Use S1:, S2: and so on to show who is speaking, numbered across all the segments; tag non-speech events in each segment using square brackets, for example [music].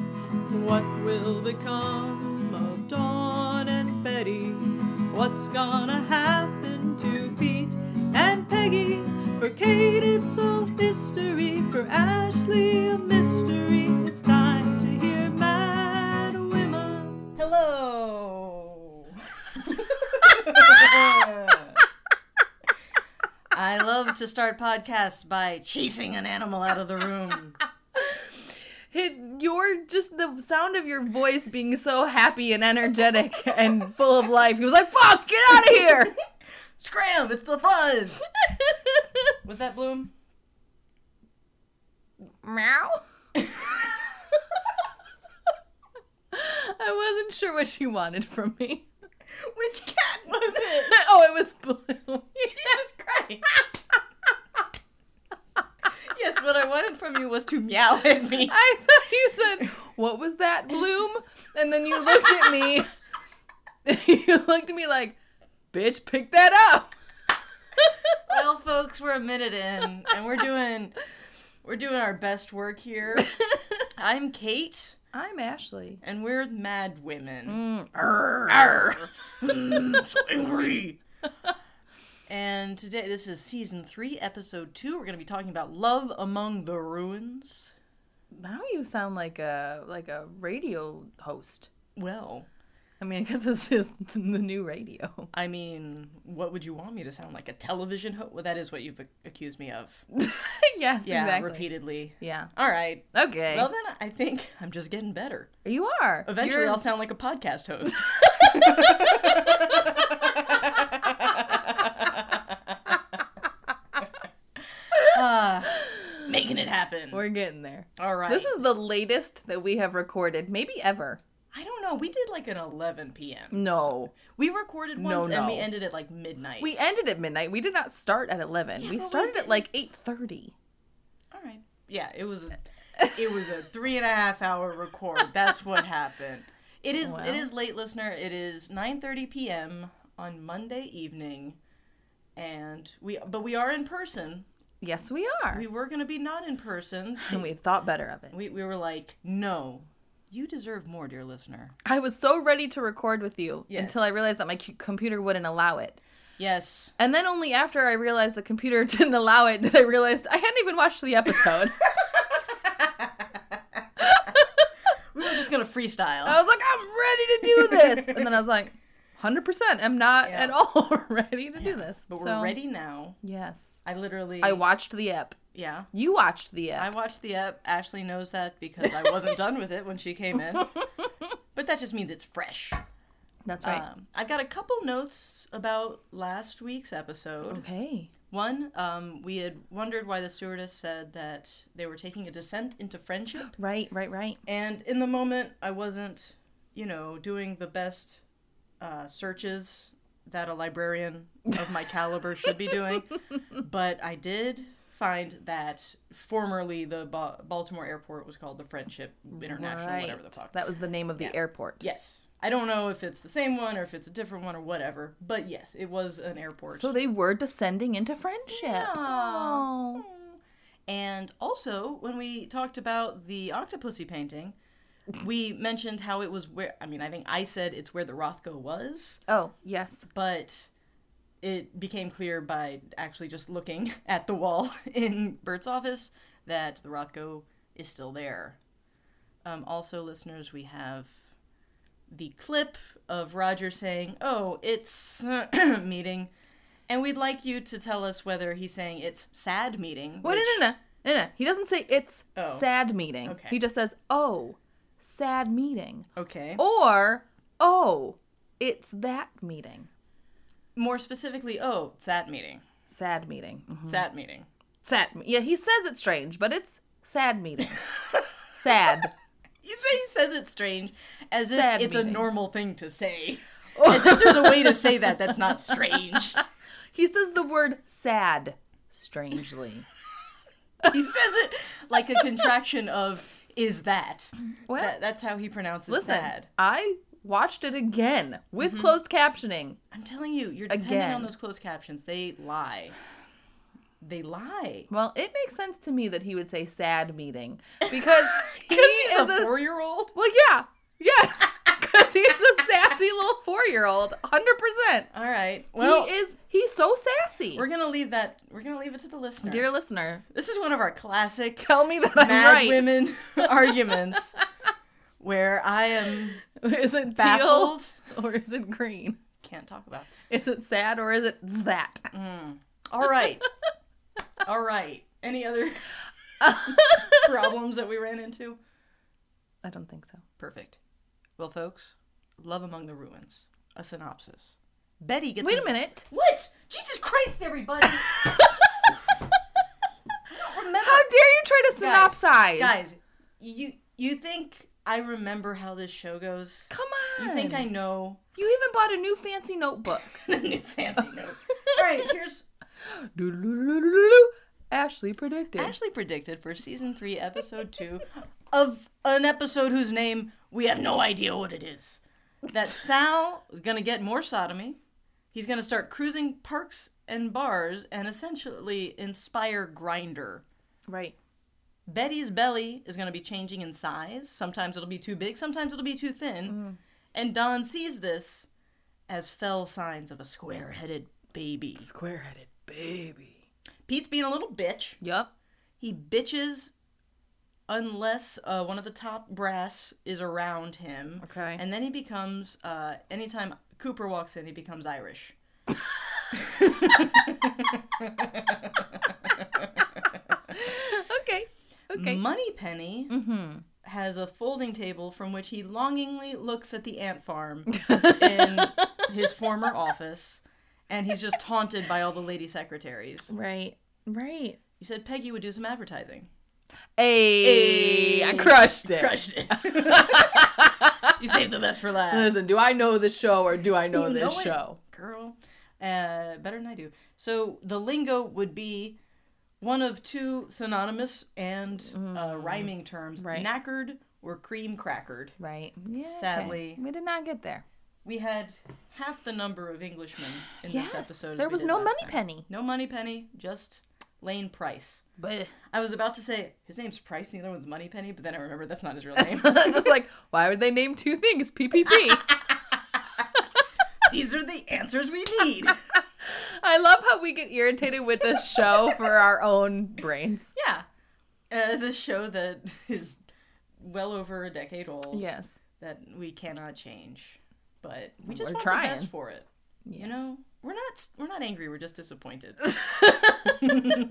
S1: What will become of Dawn and Betty? What's gonna happen to Pete and Peggy? For Kate, it's all history. For Ashley, a mystery. It's time to hear Mad Women.
S2: Hello. [laughs] I love to start podcasts by chasing an animal out of the room.
S3: It, your just the sound of your voice being so happy and energetic and full of life. He was like, "Fuck, get out of here!"
S2: Scram, it's the [laughs] fuzz. Was that Bloom?
S3: Meow. [laughs] I wasn't sure what she wanted from me. [laughs]
S2: Which cat was it?
S3: Oh, it was blue.
S2: [laughs] Jesus Christ. yes, what I wanted from you was to meow at me.
S3: I thought you said, "What was that, Bloom?" And then you looked at me. [laughs] you looked at me like, "Bitch, pick that up."
S2: Well, folks, we're a minute in, and we're doing we're doing our best work here. I'm Kate,
S3: I'm Ashley.
S2: and we're mad women.
S3: Mm,
S2: Arr. Mm, so [laughs] angry. and today, this is season three, episode two. We're going to be talking about love among the ruins.
S3: Now you sound like a like a radio host.
S2: Well,
S3: I mean, [laughs] because this is the new radio. [laughs]
S2: I mean, what would you want me to sound like? A television host? Well, that is what you've ac- accused me of.
S3: yes,
S2: Yeah,
S3: exactly.
S2: repeatedly.
S3: Yeah.
S2: All right.
S3: Okay.
S2: Well, then I think [laughs] I'm just getting better.
S3: you are.
S2: Eventually,
S3: You're-
S2: I'll sound like a podcast
S3: [laughs]
S2: host. [laughs] Ah, making it happen.
S3: We're getting there.
S2: All right.
S3: This is the latest that we have recorded, maybe ever.
S2: I don't know. We did like an 11 p.m.
S3: No,
S2: We recorded once
S3: No,
S2: and
S3: no.
S2: we ended at like midnight.
S3: we ended at midnight. We did not start at eleven. we
S2: but we
S3: started at
S2: didn't-
S3: like eight thirty.
S2: All right. Yeah, it was. A, it was a three and a half hour record. That's what happened. It is.
S3: Well.
S2: It is late, listener. It is 9:30 p.m. on Monday evening, and we. But we are in person.
S3: Yes, we are.
S2: We were gonna be not in person.
S3: and we thought better of it.
S2: We we were like, no, you deserve more, dear listener.
S3: I was so ready to record with you
S2: Yes.
S3: until I realized that my c- computer wouldn't allow it.
S2: Yes.
S3: And then only after I realized the computer [laughs] didn't allow it did I realized I hadn't even watched
S2: [laughs]
S3: the episode.
S2: We were just gonna freestyle.
S3: I was like, I'm ready to do this. And then I was like, 100%, I'm not
S2: Yeah.
S3: at all [laughs] ready to do this.
S2: but we're
S3: So,
S2: ready now.
S3: Yes.
S2: I literally.
S3: I watched the app.
S2: yeah.
S3: You watched the
S2: I
S3: app.
S2: watched the app. Ashley knows that because I wasn't done with it when she came
S3: [laughs]
S2: in. But that just means it's fresh.
S3: That's right.
S2: Um, I've got a couple notes about last week's episode.
S3: okay.
S2: One, um, we had wondered why the stewardess said that they were taking a descent into friendship.
S3: Right, right, right.
S2: And in the moment, I wasn't, you know, doing the best uh, searches that a librarian of my caliber should be
S3: [laughs]
S2: doing. But I did find that formerly the ba- Baltimore airport was called the Friendship International,
S3: right.
S2: whatever the fuck.
S3: That was the name of the airport.
S2: Yes. I don't know if it's the same one or if it's a different one or whatever, but yes, it was an airport.
S3: So they were descending into friendship. Oh.
S2: and also, when we talked about the octopussy painting, we mentioned how it was where, I mean, I think I said it's where the Rothko was,
S3: Oh, yes.
S2: but it became clear by actually just looking [laughs] at the wall in Bert's office that the Rothko is still there. Um, also, listeners, we have the clip of Roger saying, Oh, it's [clears throat] meeting. And we'd like you to tell us whether he's saying it's sad meeting.
S3: Wait,
S2: which-
S3: no, no, no. No, no. He doesn't say it's
S2: Oh.
S3: sad meeting.
S2: Okay.
S3: He just says, oh, sad meeting.
S2: Okay.
S3: Or, oh, it's that meeting.
S2: More specifically, oh, it's that meeting.
S3: Sad meeting.
S2: It's that meeting.
S3: Sad. Yeah, he says it's strange, but it's
S2: [laughs]
S3: sad meeting. sad.
S2: You say he says it's strange as if
S3: Sad
S2: it's a
S3: meeting.
S2: normal thing to
S3: [laughs]
S2: say. as if there's a way to say that that's not strange.
S3: He says the word sad
S2: [laughs]
S3: strangely.
S2: He says it like a contraction of is that.
S3: Well,
S2: That- that's how he pronounces
S3: listen,
S2: sad. Mm-hmm.
S3: I watched it again with closed captioning.
S2: I'm telling you, you're depending on
S3: Again.
S2: those closed captions. They lie. They lie. [laughs]
S3: Well, it makes sense to me that he would say sad meeting because he
S2: Because he's
S3: is
S2: a four year old?
S3: Well, yeah, yes, [laughs] because he's a sassy little four-year-old, hundred percent.
S2: All right. Well,
S3: he is. He's so sassy.
S2: we're going to leave that. We're going to leave it to the listener.
S3: Dear listener,
S2: this is one of our classic
S3: tell me that I'm
S2: mad
S3: [laughs] right.
S2: women [laughs] arguments where I am
S3: [laughs] Is it
S2: baffled.
S3: teal [laughs] or is it green?
S2: Can't talk about.
S3: Is it sad or is it that?
S2: Mm. All
S3: [laughs]
S2: right. All right. Any other problems that we ran into?
S3: I don't think so.
S2: Perfect. Well, folks, Love Among the Ruins, a synopsis. Betty gets
S3: Wait a minute.
S2: What? Jesus Christ,
S3: [laughs]
S2: everybody! Jesus Christ. I don't remember.
S3: How dare you try to
S2: Guys,
S3: synopsize?
S2: Guys, you you think I remember how this show goes?
S3: Come on.
S2: You think I know? [laughs]
S3: You even bought a new fancy notebook.
S2: Fancy note. All right, here's
S3: Doo-doo-doo-doo-doo-doo. Ashley predicted.
S2: Ashley predicted for season three, episode two, of an episode whose name we have no idea what it is. That Sal is gonna get more sodomy. He's gonna start cruising parks and bars and essentially inspire grinder.
S3: right.
S2: Betty's belly is gonna be changing in size. Sometimes it'll be too big, sometimes it'll be too thin. And Don sees this as fell signs of a square headed baby.
S3: Square headed baby.
S2: Pete's being a little bitch.
S3: Yup.
S2: he bitches unless uh, one of the top brass is around him.
S3: Okay.
S2: And then he becomes, uh, anytime Cooper walks in, he becomes Irish.
S3: [laughs] Okay. Okay. Mm-hmm.
S2: Moneypenny has a folding table from which he longingly looks at the ant farm
S3: [laughs]
S2: in his former office, and he's just taunted by all the lady secretaries.
S3: Right. Right.
S2: You said Peggy would do some advertising.
S3: Hey, I crushed it.
S2: Crushed it. [laughs] you saved the best for last.
S3: Listen, do I know the show or do I know
S2: You
S3: this
S2: know it.
S3: show?
S2: girl. Uh, better than I do. So the lingo would be one of two synonymous and uh, rhyming terms:
S3: Mm. right.
S2: knackered or cream crackered.
S3: Right. Yeah, okay.
S2: Sadly.
S3: we did not get there.
S2: We had half the number of Englishmen in
S3: Yes.
S2: this episode. as
S3: there
S2: we
S3: was
S2: did
S3: no
S2: last
S3: money
S2: time.
S3: penny.
S2: No money penny, just Lane Price.
S3: But
S2: I was about to say his name's Price, and the other one's Money Penny, but then I remember that's not his real
S3: [laughs]
S2: name.
S3: [laughs] just like, why would they name two things PPP?
S2: These are the answers we need.
S3: [laughs] I love how we get irritated with this show for our own brains.
S2: yeah, uh, this show that [laughs] is well over a decade old.
S3: Yes.
S2: that we cannot change, but we just
S3: We're
S2: want
S3: trying.
S2: the best for it. You know, we're not we're not angry. We're just disappointed.
S3: [laughs]
S2: [laughs]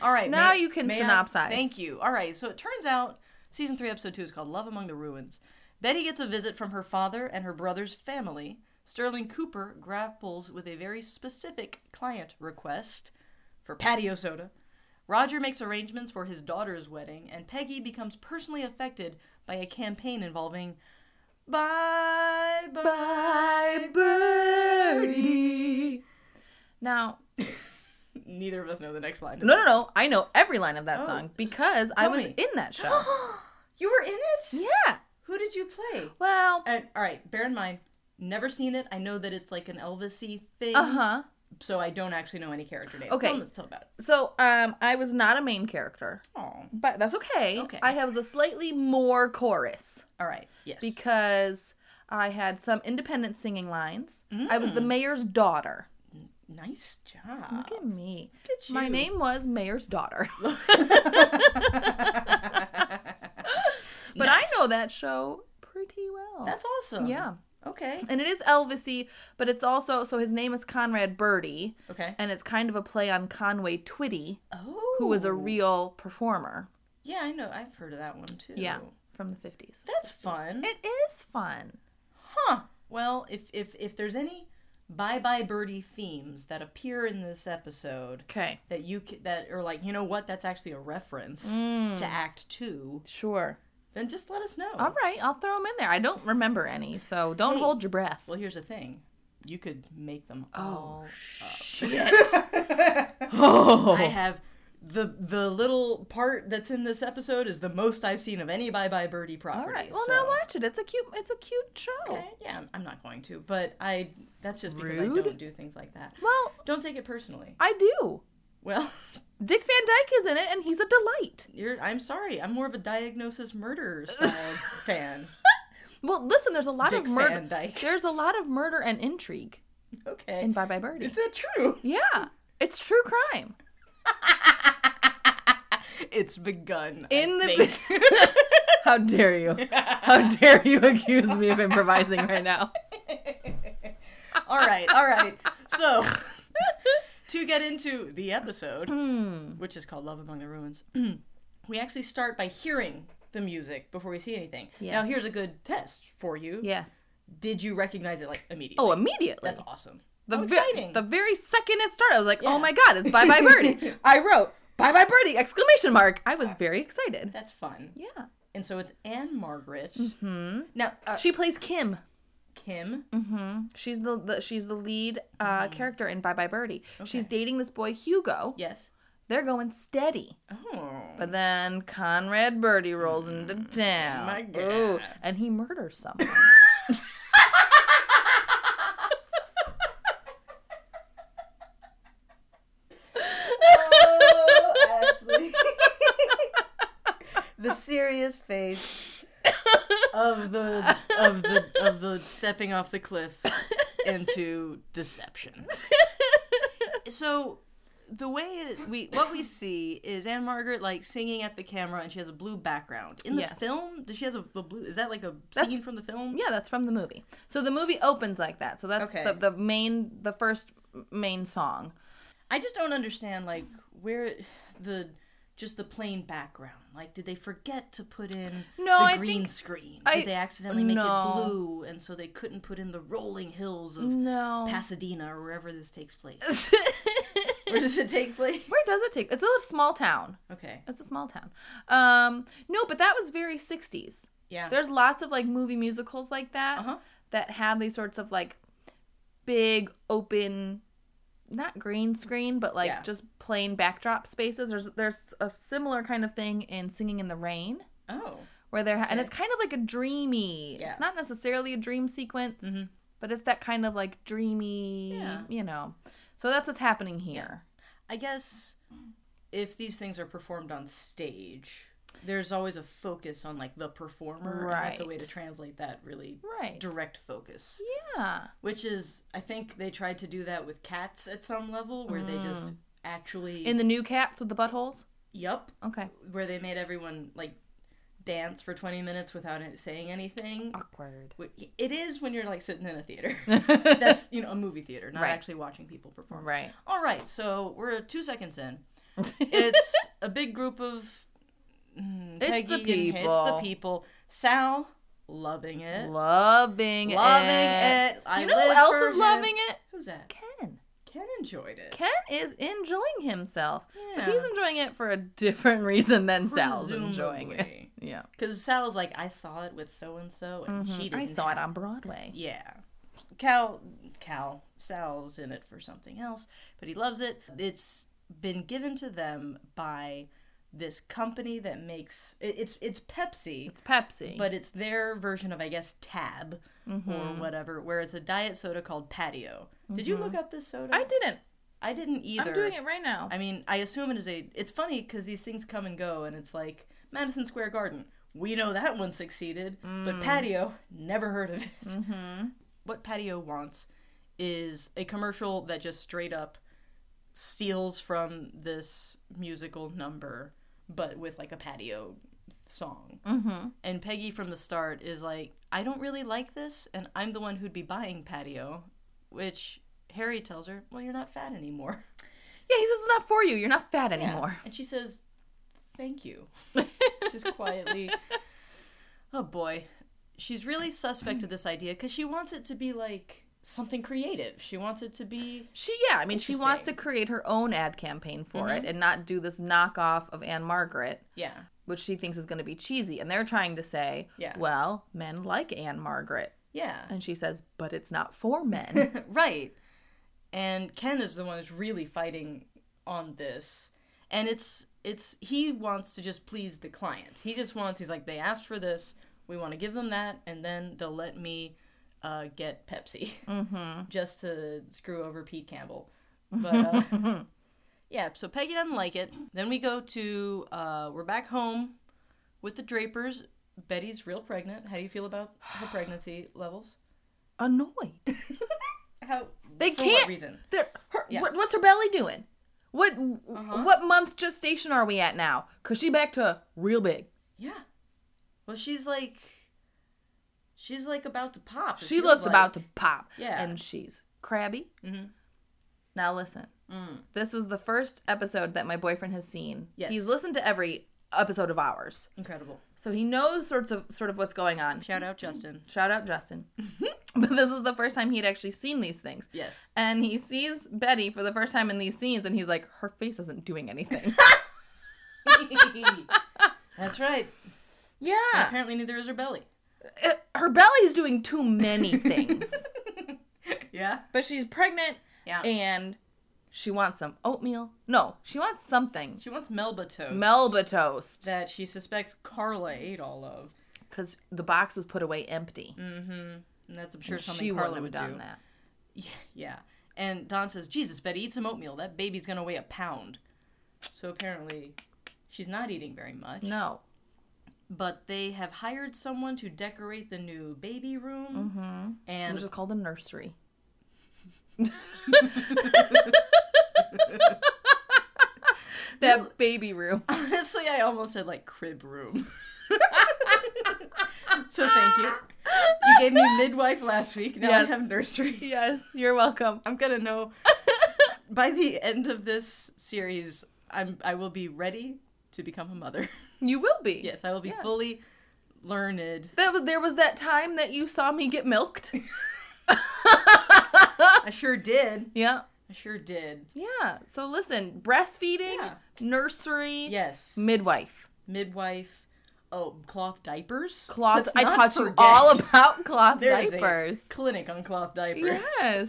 S2: All right,
S3: Now you can
S2: I-
S3: synopsize.
S2: thank you. All right, so it turns out season three, episode two is called "Love Among the Ruins." Betty gets a visit from her father and her brother's family. Sterling Cooper grapples with a very specific client request for patio soda. Roger makes arrangements for his daughter's wedding, and Peggy becomes personally affected by a campaign involving bye bye.
S3: Bye, birdie. Now,
S2: Neither of us know the next line.
S3: no, no, no. I know every line of that
S2: Oh,
S3: song because I
S2: tell
S3: was
S2: me.
S3: in that show.
S2: [gasps] You were in it?
S3: yeah.
S2: Who did you play?
S3: Well,
S2: And all right, bear in mind, never seen it. I know that it's like an Elvisy thing,
S3: uh huh.
S2: so I don't actually know any character names.
S3: Okay.
S2: tell us tell about it.
S3: So, um, I was not a main character,
S2: Oh,
S3: but that's okay.
S2: Okay.
S3: I have a slightly more chorus
S2: all right, yes.
S3: because I had some independent singing lines. I was the
S2: Mm.
S3: mayor's daughter.
S2: nice job.
S3: Look at me.
S2: at
S3: My
S2: you.
S3: name was
S2: [laughs]
S3: Mayor's daughter. [laughs] but
S2: Nice.
S3: I know that show pretty well.
S2: That's awesome.
S3: Yeah.
S2: Okay.
S3: and it is Elvisy, but it's also so his name is Conrad Birdie,
S2: Okay.
S3: and it's kind of a play on Conway Twitty,
S2: oh,
S3: who was a real performer.
S2: Yeah, I know. I've heard of that one too.
S3: Yeah, from the fifties.
S2: That's fun.
S3: It is fun.
S2: Huh. Well, if if if there's any Bye Bye Birdie themes that appear in this episode
S3: Okay,
S2: that you c- that are like, you know what, that's actually a reference
S3: Mm.
S2: to Act 2,
S3: sure.
S2: then just let us know.
S3: All right, I'll throw them in there. I don't remember any, so don't hold your breath.
S2: Well, here's the thing. You could make them all. [laughs]
S3: [laughs] Oh,
S2: I have the the little part that's in this episode is the most I've seen of any Bye Bye Birdie property.
S3: all right. Well,
S2: so-
S3: now watch it. It's a cute. It's a cute show.
S2: Okay, Yeah, I'm- I'm not going to, but I that's just because
S3: Rude.
S2: I don't do things like that.
S3: Well,
S2: Don't take it personally.
S3: I do.
S2: Well, [laughs]
S3: Dick Van Dyke is in it, and he's a delight.
S2: You're, I'm sorry, I'm more of a diagnosis
S3: [laughs]
S2: murder style fan.
S3: Well, listen, there's a lot
S2: Dick
S3: of murder.
S2: Van Dyke.
S3: There's a lot of murder and intrigue
S2: Okay.
S3: in Bye Bye Birdie.
S2: Is that true?
S3: yeah, it's true crime.
S2: It's begun. I
S3: In the
S2: think.
S3: [laughs] How dare you? How dare you accuse me of improvising right now?
S2: [laughs] all right, all right.
S3: [laughs]
S2: So, to get into the episode,
S3: Hmm.
S2: which is called Love Among the Ruins, [clears throat] we actually start by hearing the music before we see anything. Now,
S3: Yes.
S2: here's a good test for you.
S3: Yes.
S2: Did you recognize it like immediately?
S3: Oh, immediately.
S2: that's awesome.
S3: the
S2: How
S3: ve-
S2: exciting.
S3: the very second it started, I was like,
S2: Yeah.
S3: "Oh my god, it's Bye Bye Birdie!" [laughs] I wrote "Bye Bye Birdie!" exclamation mark. I was very excited.
S2: that's fun.
S3: Yeah.
S2: And so it's Anne Margaret. Mm-hmm. Now, uh,
S3: She plays Kim.
S2: Kim.
S3: Mm-hmm. She's the, the she's the lead uh, character in Bye Bye Birdie. She's dating this boy Hugo.
S2: Yes.
S3: They're going steady,
S2: Oh.
S3: but then Conrad Birdie rolls into town.
S2: my God.
S3: Ooh, and he murders someone. [laughs]
S2: Oh, [laughs]
S3: [laughs]
S2: Ashley. the serious face of the of the of the stepping off the cliff into deception. So the way it, we what we see is Anne Margaret like singing at the camera and she has a blue background. In the
S3: Yes.
S2: film, does she has a, a blue is that like a scene
S3: That's-
S2: from the film?
S3: yeah, that's from the movie. So the movie opens like that. So that's
S2: Okay.
S3: the, the main the first main song.
S2: I just don't understand like where it- the just the plain background. Like, did they forget to put in
S3: No,
S2: the
S3: I
S2: green
S3: think-
S2: screen? Did
S3: I-
S2: they accidentally make
S3: no.
S2: it blue, and so they couldn't put in the rolling hills of
S3: No.
S2: Pasadena or wherever this takes place? Where does it take place? [laughs]
S3: [laughs] Where does it take? It's a little small town.
S2: Okay,
S3: It's a small town. Um, no, but that was very 60s.
S2: yeah,
S3: There's lots of like movie musicals like that
S2: Uh-huh.
S3: that have these sorts of like big open not green screen but like
S2: Yeah.
S3: just plain backdrop spaces. There's there's a similar kind of thing in Singing in the Rain
S2: oh,
S3: where they're ha- and it's kind of like a
S2: Yeah.
S3: dreamy.
S2: Mm-hmm.
S3: It's not necessarily a dream sequence, but it's that kind of like dreamy,
S2: Yeah.
S3: you know. So that's what's happening here.
S2: I guess if these things are performed on stage, there's always a focus on like the performer. and that's a way
S3: Right.
S2: to translate that really
S3: Right.
S2: direct focus.
S3: Yeah.
S2: which is i think they tried to do that with cats at some level where they just actually
S3: Mm. In the new cats with the buttholes?
S2: yup
S3: Okay.
S2: where they made everyone like dance for 20 minutes without it saying anything
S3: Ah. [laughs] Awkward.
S2: Wh- it is when you're like sitting in a
S3: [laughs]
S2: theater [laughs] that's you know a movie theater not
S3: Right.
S2: actually watching people perform [laughs]
S3: Right.
S2: all right so we're two seconds in
S3: [laughs]
S2: it's a big group of mm,
S3: It's
S2: Peggy
S3: the
S2: and it's the
S3: people.
S2: people sal loving it
S3: Loving it.
S2: Loving it. I
S3: you know who
S2: live
S3: else
S2: for
S3: is
S2: him.
S3: loving it?
S2: who's that
S3: Ken.
S2: ken enjoyed it
S3: Ken is enjoying himself. But
S2: Yeah.
S3: he's enjoying it for a different reason than Sal's enjoying it.
S2: Presumably.
S3: Yeah.
S2: Because Sal's like, I saw it with so and so, and she
S3: Mm-hmm. I
S2: didn't.
S3: saw it
S2: have-"
S3: on Broadway.
S2: Yeah. Cal, Cal, Sal's in it for something else, but he loves it. It's been given to them by this company that makes it- it's it's Pepsi,
S3: It's Pepsi.
S2: but it's their version of I guess Tab
S3: Mm-hmm.
S2: or whatever, where it's a diet soda called Patio. Did you look up this soda?
S3: I didn't.
S2: I didn't either.
S3: I'm doing it right now.
S2: I mean, I assume it is a. It's funny because these things come and go, and it's like Madison Square Garden. We know that one succeeded, but Patio never heard of it. What Patio wants is a commercial that just straight up steals from this musical number, but with like a patio song. Mm-hmm. And Peggy from the start is like, I don't really like this, and I'm the one who'd be buying Patio, which Harry tells her, Well, you're not fat anymore. [laughs]
S3: yeah, he says it's not for you. You're not fat anymore.
S2: And she says, Thank you. Just quietly. Oh boy. She's really suspect of this idea because she wants it to be like something creative. She wants it to be.
S3: She, yeah, I mean, she wants to create her own ad campaign for
S2: Mm-hmm.
S3: it and not do this knockoff of Anne Margaret.
S2: Yeah.
S3: which she thinks is going to be cheesy. And they're trying to say,
S2: Yeah.
S3: well, men like Anne Margaret.
S2: Yeah.
S3: And she says, but it's not for men.
S2: [laughs] right. And Ken is the one who's really fighting on this. And it's. It's he wants to just please the client. He just wants he's like they asked for this, we want to give them that and then they'll let me uh, get [laughs]
S3: Mm-hmm. [laughs]
S2: Pepsi. just to screw over Pete Campbell. But uh, Yeah, so Peggy doesn't like it. Then we go to, uh, we're back home with the Drapers. Betty's real pregnant. How do you feel about her pregnancy levels?
S3: Annoyed.
S2: How?
S3: They
S2: for
S3: can't.
S2: What reason?
S3: They're, her,
S2: Yeah. Uh-huh.
S3: what, what's her belly doing? What what month gestation are we at now? Cause she back to real big.
S2: Yeah. Well, she's like, she's like about to pop. it
S3: She
S2: feels
S3: looks
S2: like.
S3: about to pop.
S2: Yeah. Mm-hmm.
S3: And she's crabby. Now listen. This was the first episode that my boyfriend has seen.
S2: Mm. Yes.
S3: He's listened to every episode of ours,
S2: Incredible.
S3: so he knows sorts of sort of what's going on.
S2: Shout out Justin.
S3: Shout out Justin. but this is the first time he'd actually seen these things.
S2: [laughs] Yes.
S3: And he sees Betty for the first time in these scenes, and he's like, her face isn't doing
S2: [laughs]
S3: anything.
S2: [laughs] That's [laughs] right.
S3: yeah.
S2: Apparently, neither is her belly.
S3: Uh, her belly's doing too
S2: [laughs]
S3: many things.
S2: Yeah.
S3: but she's pregnant
S2: Yeah.
S3: and she wants some oatmeal. No, she wants something.
S2: She wants Melba toast.
S3: Melba toast.
S2: That she suspects Carla ate all of.
S3: Because the box was put away empty.
S2: And that's, I'm sure, something
S3: she
S2: Carla
S3: wouldn't
S2: would
S3: have
S2: do.
S3: done that.
S2: [laughs] Yeah. And Don says, Jesus, Betty, eat some oatmeal. That baby's going to weigh a pound. So apparently, she's not eating very much.
S3: No.
S2: But they have hired someone to decorate the new baby room.
S3: Mm-hmm.
S2: And [laughs]
S3: Which is called the nursery. [laughs] that baby room.
S2: honestly, I almost said like crib room. [laughs] so thank you. You gave me midwife last week. Now
S3: Yes.
S2: I have nursery.
S3: [laughs]
S2: [laughs]
S3: Yes, you're welcome.
S2: I'm gonna know
S3: [laughs]
S2: by the end of this series. I'm I will be ready to become a mother. [laughs]
S3: You will be.
S2: Yes, I will be
S3: Yeah.
S2: fully learned.
S3: [laughs] That was there was that time that you saw me get milked.
S2: I sure did.
S3: yeah.
S2: I sure did.
S3: Yeah. So listen, breastfeeding,
S2: Yeah.
S3: nursery,
S2: Yes,
S3: midwife.
S2: midwife. Oh, cloth diapers.
S3: Cloth
S2: Let's
S3: I
S2: not
S3: taught you
S2: forget. [laughs]
S3: all about cloth
S2: There's a
S3: diapers.
S2: clinic on cloth diapers.
S3: Yes.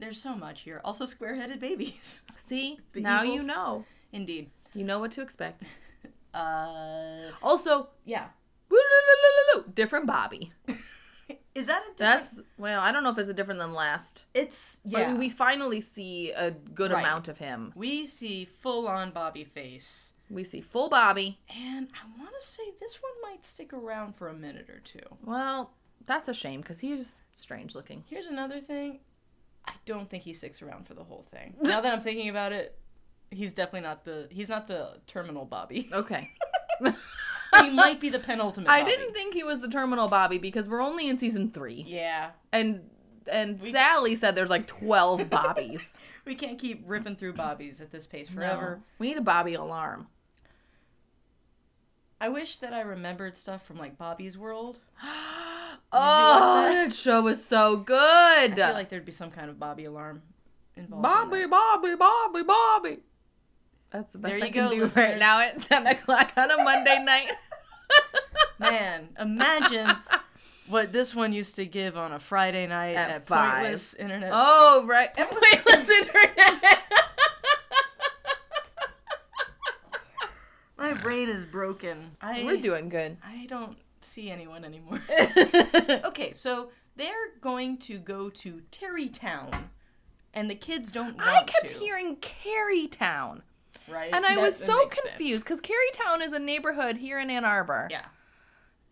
S2: There's so much here. Also, square-headed babies. [laughs]
S3: See?
S2: The
S3: now
S2: evils.
S3: you know.
S2: Indeed.
S3: You know what to expect.
S2: Uh,
S3: Also,
S2: yeah.
S3: woo-loo-loo-loo-loo-loo, different Bobby.
S2: Is that a different?
S3: That's well, I don't know if it's a different than last.
S2: it's
S3: But
S2: yeah.
S3: we,
S2: we,
S3: we finally see a good
S2: Right.
S3: amount of him.
S2: see full-on Bobby face,
S3: We see full Bobby.
S2: and I want to say this one might stick around for a minute or two.
S3: Well, that's a shame because he's strange looking.
S2: Here's another thing. I don't think he sticks around for the whole
S3: [laughs]
S2: thing. Now that I'm thinking about it, he's definitely not the he's not the terminal
S3: [laughs]
S2: Bobby.
S3: Okay.
S2: he might be the penultimate.
S3: I
S2: Bobby.
S3: didn't think he was the terminal Bobby because we're only in season three.
S2: Yeah,
S3: and and Sally said there's
S2: [laughs]
S3: like 12 bobbies.
S2: we can't keep ripping through Bobbies at this pace forever.
S3: No. We need a bobby alarm.
S2: I wish that I remembered stuff from like Bobby's World.
S3: Oh,
S2: that?
S3: that show was so good.
S2: I feel like there'd be some kind of Bobby alarm involved. in
S3: Bobby,
S2: that.
S3: Bobby, Bobby, Bobby. That's the best
S2: There
S3: I
S2: you
S3: can
S2: go,
S3: do right
S2: listeners.
S3: now at 10 o'clock on
S2: [laughs]
S3: a Monday night.
S2: Man,
S3: [laughs]
S2: imagine what this one used to give on a Friday night
S3: At
S2: at,
S3: five.
S2: pointless internet.
S3: Oh, right. And playlist internet.
S2: My brain is broken. I
S3: We're doing good. [laughs]
S2: I don't see anyone anymore. [laughs] okay, so they're going to go to Terrytown, and the kids don't want
S3: I kept
S2: to.
S3: hearing Carytown.
S2: right,
S3: And I
S2: That-
S3: was
S2: that
S3: so
S2: makes sense.
S3: confused because Carytown is a neighborhood here in Ann Arbor.
S2: Yeah.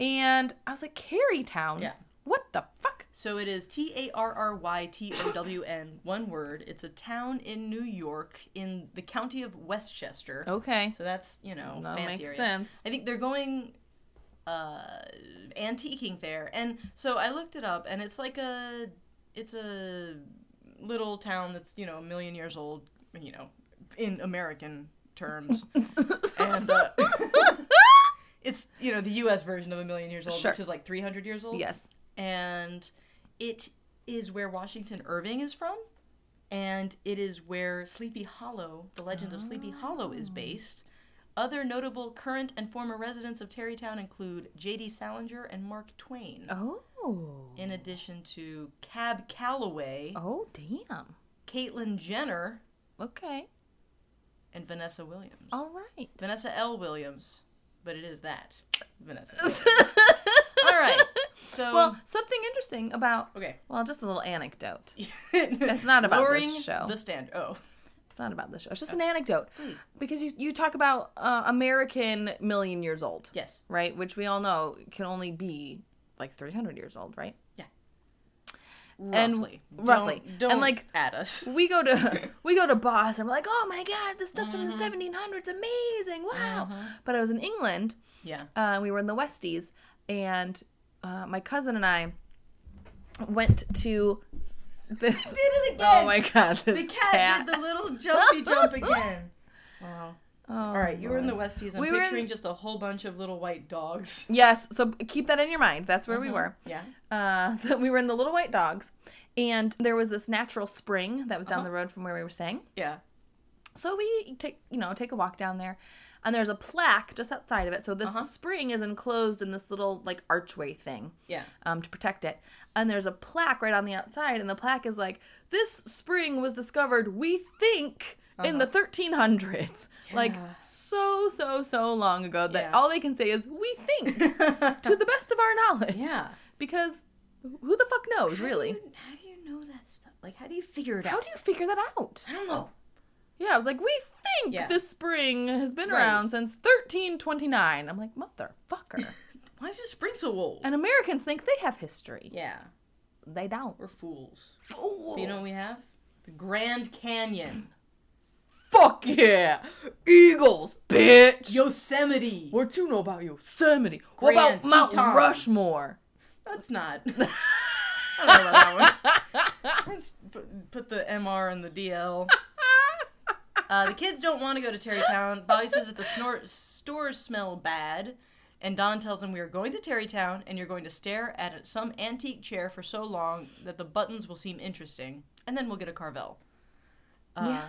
S3: And I was like, Carytown?
S2: Yeah.
S3: What the fuck?
S2: So it is T A R R Y T O W N, one word. It's a town in New York in the county of Westchester.
S3: Okay.
S2: So that's, you know,
S3: Oh. That
S2: fancy
S3: makes
S2: area.
S3: sense.
S2: I think they're going uh antiquing there. And so I looked it up and it's like a it's a little town that's, you know, a million years old, you know, in American
S3: [laughs]
S2: terms. and uh, [laughs] it's, you know, the US version of a million years old,
S3: Sure.
S2: which is like 300 years old
S3: Yes.
S2: and it is where Washington Irving is from, and it is where Sleepy Hollow, the legend of Sleepy Hollow,
S3: Oh.
S2: is based. Other notable current and former residents of Terrytown include J.D. Salinger and Mark Twain,
S3: Oh.
S2: in addition to Cab Calloway,
S3: Oh, damn.
S2: Caitlyn Jenner,
S3: Okay.
S2: and Vanessa Williams.
S3: All right.
S2: Vanessa L. Williams, but it is that
S3: [laughs]
S2: Vanessa. Williams. All right, so
S3: Well, something interesting about.
S2: okay.
S3: Well, just a little anecdote.
S2: It's
S3: not about this
S2: lowering
S3: show.
S2: The standard. Oh,
S3: It's not about the show. It's just an anecdote.
S2: Please.
S3: Because you, you talk about uh, American million years old.
S2: Yes.
S3: Right? Which we all know can only be like 300 years old, right? And-
S2: Roughly.
S3: roughly.
S2: Don't,
S3: And,
S2: don't
S3: like,
S2: at us. [laughs]
S3: We go to we go to Boston. We're like, oh my god, this stuff's from the 1700s, amazing, wow! But I was in England,
S2: Yeah.
S3: uh, we were in the Westies, and uh, my cousin and I went to this.
S2: Did it again.
S3: Oh my god, this
S2: The cat, did the little jumpy jump again. Wow.
S3: Oh,
S2: All right, you were in the Westies. I'm
S3: We were in-
S2: picturing just a whole bunch of little white
S3: [laughs]
S2: dogs.
S3: Yes, so keep that in your mind. That's
S2: Mm-hmm.
S3: where we were.
S2: Yeah.
S3: Uh, [laughs] we were in the Little White Dogs, and there was this natural spring that was down
S2: Uh-huh.
S3: the road from where we were staying.
S2: Yeah.
S3: So we take, you know, take a walk down there, and there's a plaque just outside of it. So this
S2: Uh-huh.
S3: spring is enclosed in this little like archway thing [laughs]
S2: Yeah. [laughs]
S3: um, to protect it. And there's a plaque right on the outside, and the plaque is like, "This spring was discovered, we think, in the 1300s." Like
S2: Uh-huh. Yeah.
S3: so, so, so long ago that
S2: Yeah.
S3: all they can say is, "We think," to the best of our knowledge.
S2: yeah.
S3: Because who the fuck knows,
S2: How
S3: really?
S2: do, you, how do you know that stuff? Like, how do you figure it
S3: How
S2: out?
S3: do you figure that out?
S2: I don't know.
S3: Yeah, I was like, we think
S2: Yeah.
S3: this spring has been
S2: Right.
S3: around since 1329. I'm like, motherfucker.
S2: Why is this spring so old?
S3: and Americans think they have history.
S2: yeah.
S3: They don't.
S2: We're fools.
S3: Fools.
S2: But you know what we have? The Grand Canyon.
S3: Fuck yeah. Eagles, bitch.
S2: Yosemite.
S3: What you know about Yosemite? What about
S2: Grand
S3: Mount
S2: Tetons.
S3: Rushmore?
S2: That's
S3: [laughs]
S2: not. [laughs] I don't know about that one. Let's put- Put the MR and the DL. Uh, the kids don't want to go to Terrytown. Bobby says that the snor- stores smell bad. And Don tells him, We are going to Terrytown, and you're going to stare at some antique chair for so long that the buttons will seem interesting. And then we'll get a Carvel. Uh,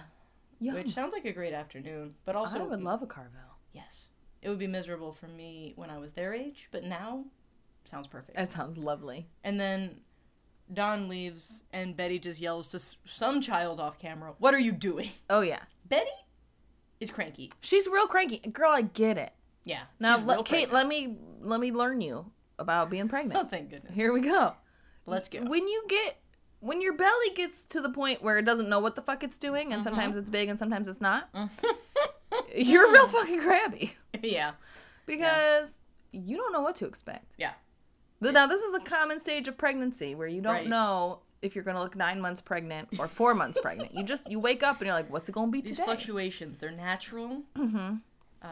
S3: yeah.
S2: Which sounds like a great afternoon, but also
S3: I would love a Carvel.
S2: Yes. It would be miserable for me when I was their age, but now sounds perfect.
S3: That sounds lovely.
S2: And then Don leaves, and Betty just yells to s- some child off camera, What are you doing?
S3: Oh yeah.
S2: Betty is cranky.
S3: She's real cranky. Girl, I get it.
S2: Yeah.
S3: Now,
S2: she's
S3: let-
S2: real
S3: Kate,
S2: cranky.
S3: let me let me learn you about being
S2: Oh,
S3: pregnant.
S2: thank goodness.
S3: [laughs] Here we go.
S2: Let's go.
S3: when you get when your belly gets to the point where it doesn't know what the fuck it's doing and sometimes it's big and sometimes it's [laughs] not you're real fucking crabby
S2: [laughs] yeah.
S3: because you don't know what to expect
S2: Yeah.
S3: Th- now this is a common stage of pregnancy where you don't
S2: Right.
S3: know if you're gonna look nine months pregnant or four months pregnant you just you wake up and you're like what's it gonna be
S2: These
S3: today
S2: fluctuations, they're natural. Mm-hmm. Uh,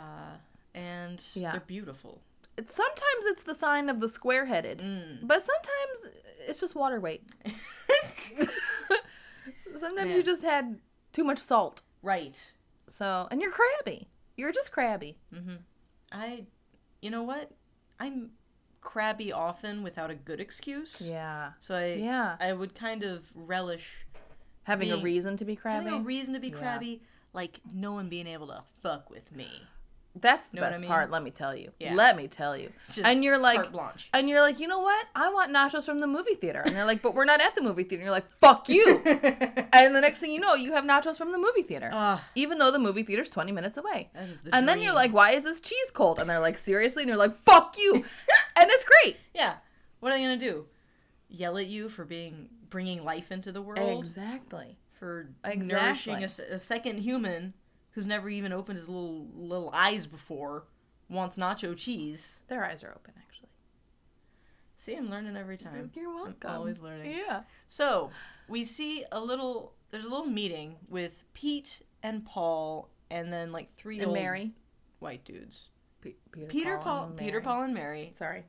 S2: and
S3: Yeah.
S2: they're beautiful. [laughs]
S3: It's- sometimes it's the sign of the square-headed
S2: Mm.
S3: but sometimes it's just water weight
S2: [laughs]
S3: sometimes you
S2: Man.
S3: just had too much salt
S2: right.
S3: So, and you're crabby. You're just crabby.
S2: I, you know what? I'm crabby often without a good excuse.
S3: Yeah.
S2: So I,
S3: Yeah.
S2: I would kind of relish
S3: Having a
S2: Being-
S3: reason to be crabby.
S2: having a reason to be crabby, like no one being able to fuck with me.
S3: That's the
S2: Know what
S3: best
S2: I mean?
S3: part, let me tell you.
S2: Yeah.
S3: Let me tell you.
S2: Just
S3: and you're like
S2: carte
S3: [laughs]
S2: blanche.
S3: and you're like, "You know what? I want nachos from the movie theater." And they're like, "But we're not at the movie theater." And you're like, "Fuck you."
S2: [laughs] Ah,
S3: and the next thing you know, you have nachos from the movie theater. even though the movie theater's 20 minutes away.
S2: Oh. that is the
S3: And then you're
S2: dream.
S3: like, "Why is this cheese cold?" And they're like, "Seriously?" And you're like, "Fuck you."
S2: [laughs]
S3: and it's great.
S2: yeah. What are they gonna do? Yell at you for being bringing life into the world
S3: Exactly.
S2: for
S3: Exactly.
S2: nourishing a s- a, second human who's never even opened his little little eyes before wants nacho cheese.
S3: Their eyes are open actually.
S2: See, I'm learning every time.
S3: You're welcome.
S2: always learning.
S3: Yeah.
S2: So we see a little. There's a little meeting with Pete and Paul, and then like three
S3: And
S2: old
S3: Mary
S2: white dudes.
S3: Pe-
S2: Peter Paul,
S3: and
S2: Peter
S3: Mary.
S2: Paul and Mary.
S3: Sorry.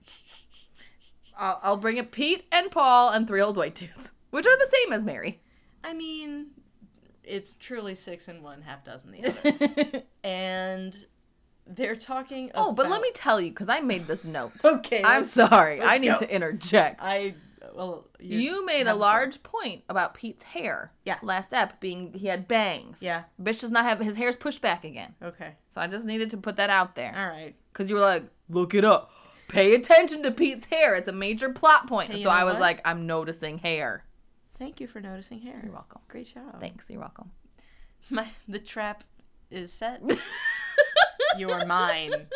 S3: I'll, I'll bring up Pete and Paul and three old white dudes, which are the same
S2: [laughs]
S3: as Mary.
S2: I mean, it's truly six and one, half dozen the
S3: [laughs]
S2: other. and they're talking.
S3: oh, but let
S2: about-
S3: me tell you, because I made this note.
S2: [laughs] Okay,
S3: I'm
S2: let's-
S3: sorry.
S2: let's
S3: I need
S2: go.
S3: to interject.
S2: I well, you're-
S3: you made a
S2: have the
S3: large point about Pete's hair.
S2: Yeah.
S3: Last ep being he had bangs.
S2: Yeah.
S3: Bitch does not have his hair's pushed back again.
S2: Okay.
S3: So I just needed to put that out there
S2: All right.
S3: because you were like, look it up. Pay attention to Pete's hair. It's a major plot point.
S2: Hey, you
S3: so
S2: know
S3: I was
S2: what?
S3: like, I'm noticing hair.
S2: Thank you for noticing hair.
S3: You're welcome.
S2: Great job.
S3: Thanks. You're welcome.
S2: My the trap is
S3: [laughs]
S2: set. You're mine.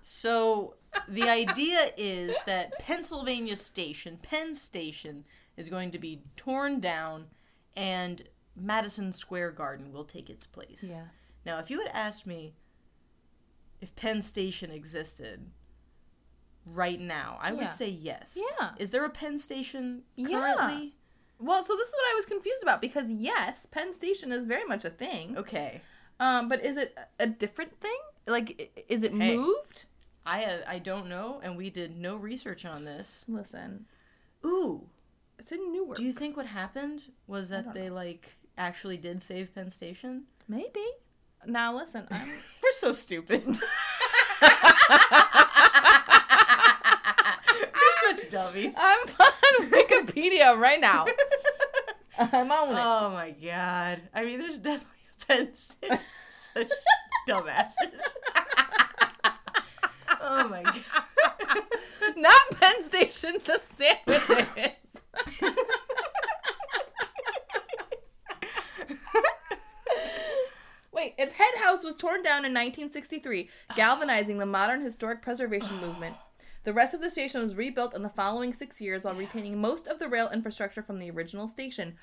S2: So the idea is that Pennsylvania Station, Penn Station, is going to be torn down and Madison Square Garden will take its place.
S3: Yes.
S2: Now, if you had asked me if Penn Station existed right now, I
S3: Yeah.
S2: would say yes.
S3: Yeah.
S2: Is there a Penn Station
S3: Yeah.
S2: currently?
S3: Well, so this is what I was confused about because yes, Penn Station is very much a thing.
S2: Okay.
S3: Um, but is it a different thing? Like, i- is it
S2: Hey.
S3: moved?
S2: I uh, I don't know, and we did no research on this.
S3: Listen,
S2: Ooh.
S3: it's in Newark.
S2: Do you think what happened was that
S3: don't
S2: they like actually did save Penn Station? [laughs]
S3: Maybe. Now listen, I'm
S2: We're so stupid. [laughs] We're such dummies. [laughs]
S3: I'm on Wikipedia right now. I'm on it.
S2: Oh my god. I mean, there's definitely a Penn Station. Such dumbasses. [laughs]
S3: Uh.
S2: oh my god. [laughs]
S3: Not Penn Station, the sandwiches. Wait, its head house was torn down in 1963, galvanizing the modern historic preservation movement. The rest of the station was rebuilt in the following six years while retaining most of the rail infrastructure from the original station.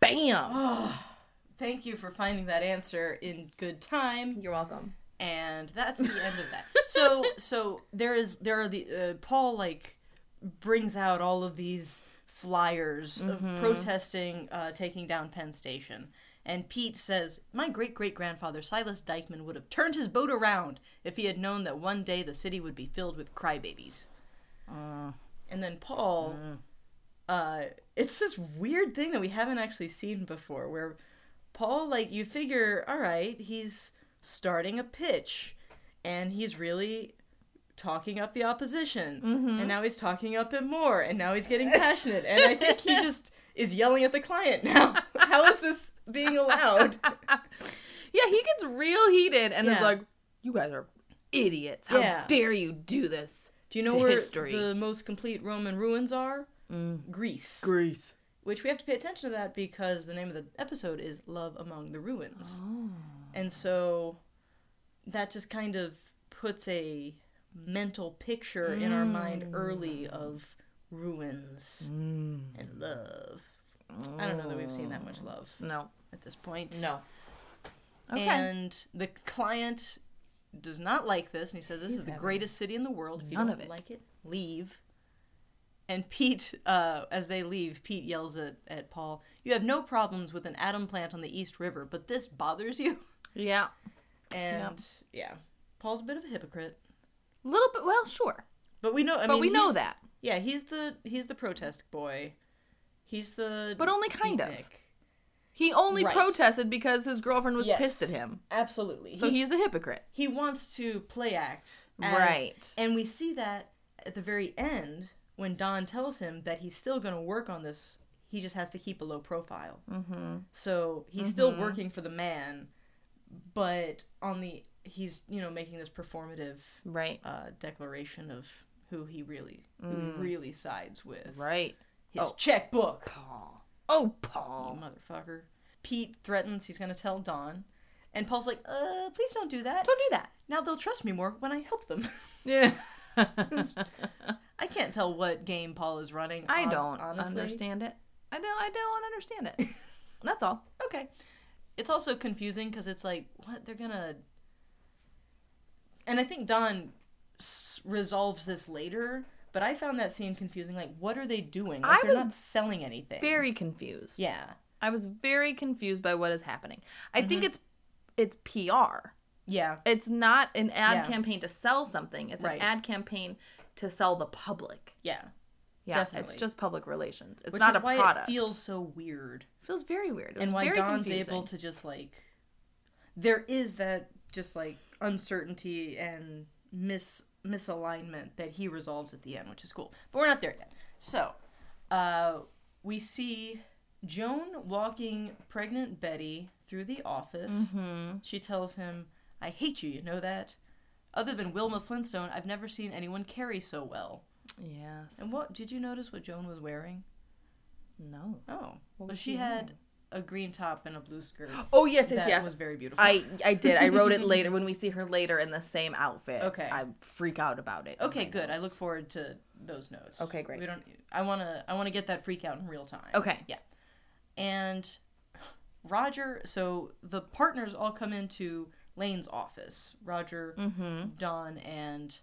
S3: Bam! [gasps]
S2: Thank you for finding that answer in good time.
S3: You're welcome.
S2: and that's the end of that. So so there is there are the uh, Paul like brings out all of these flyers of protesting uh, taking down Penn Station. And Pete says, My great great grandfather Silas Dykeman would have turned his boat around if he had known that one day the city would be filled with crybabies. And then Paul, uh, it's this weird thing that we haven't actually seen before where Paul, like, you figure, all right, he's starting a pitch and he's really talking up the opposition. And now he's talking up it more and now he's getting passionate. And I think he just is yelling at the client now. [laughs] How is this being allowed?
S3: Yeah, he gets real heated and is
S2: Yeah.
S3: like, "You guys are idiots! How
S2: Yeah.
S3: dare you do this?"
S2: Do you know
S3: To
S2: where
S3: history.
S2: the most complete Roman ruins are? Greece.
S3: Greece.
S2: which we have to pay attention to that because the name of the episode is Love Among the Ruins. And so that just kind of puts a mental picture in our mind early of ruins and love. I don't know that we've seen that much love
S3: No,
S2: at this point.
S3: no. Okay.
S2: And the client does not like this, and he says, "This is the greatest city in the world. If you
S3: none
S2: don't
S3: of it.
S2: like it, leave." And Pete, uh, as they leave, Pete yells at, at Paul, "You have no problems with an atom plant on the East River, but this bothers
S3: [laughs]
S2: you."
S3: yeah,
S2: And yeah, Paul's a bit of a hypocrite,
S3: a little bit. Well, sure.
S2: but we know. I
S3: But
S2: mean,
S3: we know
S2: he's-
S3: that.
S2: Yeah, he's the he's the protest boy. He's the
S3: But only kind of.
S2: beatnik.
S3: He only
S2: Right.
S3: protested because his girlfriend was
S2: Yes.
S3: pissed at him.
S2: Absolutely.
S3: So
S2: He-
S3: he's a hypocrite.
S2: he wants to play act as-
S3: Right.
S2: and we see that at the very end when don tells him that he's still going to work on this he just has to keep a low profile mm-hmm. so he's still
S3: Mm-hmm.
S2: working for the man but on the he's you know making this performative
S3: Right.
S2: uh, declaration of who he really who he really sides with
S3: Mm. Right. Oh.
S2: his checkbook
S3: Paul. Oh,
S2: you
S3: Paul.
S2: motherfucker pete threatens he's going to tell don and paul's like uh please don't do that
S3: Don't do that.
S2: now they'll trust me more when i help them [laughs]
S3: Yeah.
S2: I can't tell what game Paul is running.
S3: I
S2: hon-
S3: don't understand it. I don't. I don't understand it. That's all.
S2: Okay, it's also confusing because it's like what they're gonna, and I think Don s- resolves this later. But I found that scene confusing. Like, what are they doing? Like,
S3: I
S2: they're
S3: was
S2: not selling anything.
S3: Very confused.
S2: yeah,
S3: I was very confused by what is happening. I think
S2: Mm-hmm.
S3: it's it's PR.
S2: yeah,
S3: It's not an ad
S2: Yeah.
S3: campaign to sell something. It's
S2: Right.
S3: an ad campaign to sell the public.
S2: yeah.
S3: Yeah,
S2: Definitely.
S3: it's just public relations. It's
S2: Which
S3: not
S2: is
S3: a
S2: why
S3: product.
S2: it feels so weird,
S3: feels very weird. It was
S2: and why
S3: very
S2: Don's
S3: confusing.
S2: able to just like, there is that just like uncertainty and mis misalignment that he resolves at the end, which is cool. But we're not there yet. So, uh, we see Joan walking pregnant Betty through the office.
S3: Mm-hmm.
S2: She tells him, "I hate you. You know that." Other than Wilma Flintstone, I've never seen anyone carry so well.
S3: Yes.
S2: And what did you notice what Joan was wearing?
S3: No.
S2: Oh, well,
S3: was
S2: she
S3: she
S2: had a green top and a blue skirt.
S3: Oh yes, yes,
S2: that
S3: yes.
S2: was [laughs] very beautiful.
S3: I I did. I wrote it later when we see her later in the same outfit.
S2: Okay.
S3: I freak out about it. in
S2: okay,
S3: my
S2: good. I look
S3: notes.
S2: forward to those notes.
S3: Okay, great.
S2: We don't. I wanna. I wanna get that freak out in real time.
S3: Okay.
S2: Yeah. And Roger, so the partners all come into Lane's office. Roger,
S3: Mm-hmm.
S2: Don, and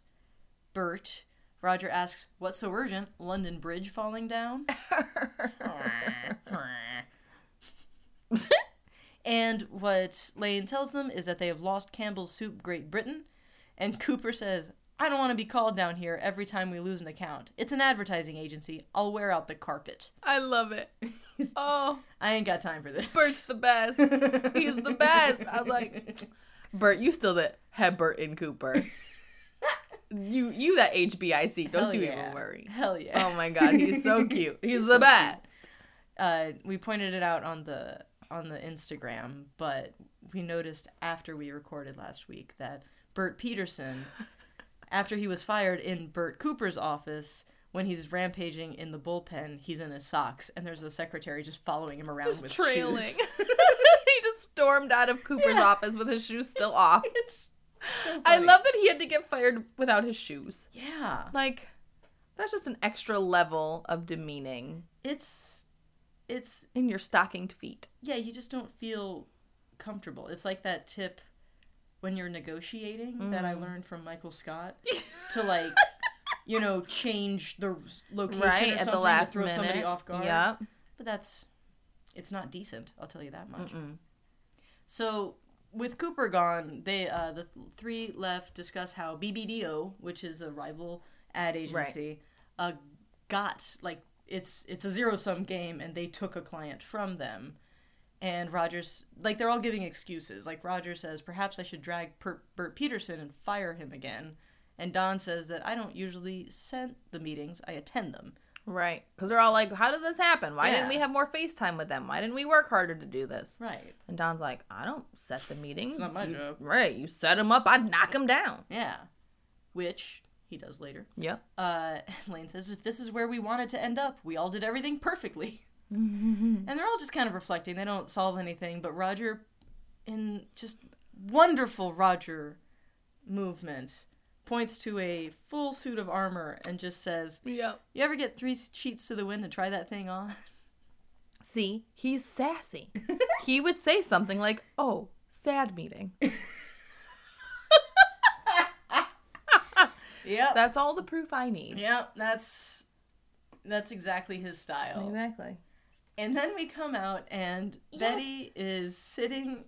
S2: Bert. Roger asks, "What's so urgent? London Bridge falling
S3: [laughs]
S2: down?" and what Lane tells them is that they have lost Campbell's Soup Great Britain, and Cooper says, "I don't want to be called down here every time we lose an account. It's an advertising agency. I'll wear out the carpet.
S3: I
S2: [laughs]
S3: love it. Oh,
S2: I ain't got time for this."
S3: Bert's the best.
S2: [laughs]
S3: He's the best. I was like, Bert, you still the had Bert
S2: [laughs]
S3: and Cooper. You you that HBIC. Don't
S2: Hell
S3: you
S2: yeah.
S3: even worry.
S2: Hell yeah.
S3: Oh my god,
S2: [laughs]
S3: he's so cute. He's,
S2: He's
S3: the
S2: so
S3: best. Oh.
S2: uh, we pointed it out on the on the Instagram, but we noticed after we recorded last week that Bert
S3: [laughs]
S2: Peterson, after he was fired in Bert Cooper's office, when he's rampaging in the bullpen, he's in his socks, and there's a secretary just following him around with
S3: Just trailing.
S2: shoes. [laughs]
S3: [laughs] he just stormed out of Cooper's office with his shoes still off.
S2: It's so
S3: I
S2: funny.
S3: love that he had to get fired without his shoes.
S2: Yeah,
S3: Like, that's just an extra level of demeaning
S2: it's it's
S3: in your stockinged feet.
S2: yeah. You just don't feel comfortable. It's like that tip when you're negotiating that I learned from Michael Scott. to like you know change the location or something to throw somebody off guard.
S3: Yep.
S2: But that's it's not decent. I'll tell you that much. So with Cooper gone, they uh, the three left discuss how BBDO, which is a rival ad agency, uh, got like it's it's a zero sum game, and they took a client from them. And Rogers, like they're all giving excuses. Like Roger says, perhaps I should drag per- Bert Peterson and fire him again. And Don says that I don't usually send the meetings; I attend them.
S3: Right. Because they're all like, how did this happen? Why didn't
S2: Yeah.
S3: we have more FaceTime with them? Why didn't we work harder to do this?
S2: Right.
S3: And Don's like, I don't set the meetings.
S2: not my
S3: You-
S2: job."
S3: Right. You set them up, I'd knock them down.
S2: Yeah. Which he does later.
S3: Yep.
S2: Uh, [laughs] Lane says, if this is where we wanted to end up, we all did everything perfectly. and they're all just kind of reflecting. They don't solve anything, but Roger, in just wonderful Roger movement, points to a full suit of armor and just says,
S3: Yep.
S2: You ever get three sheets to the wind and try that thing on?
S3: See, he's
S2: [laughs]
S3: sassy. he would say something like, oh,
S2: [laughs]
S3: sad meeting.
S2: Yep.
S3: That's all the proof I need.
S2: yep, that's. That's exactly his style.
S3: Exactly.
S2: And then we come out, and Betty is sitting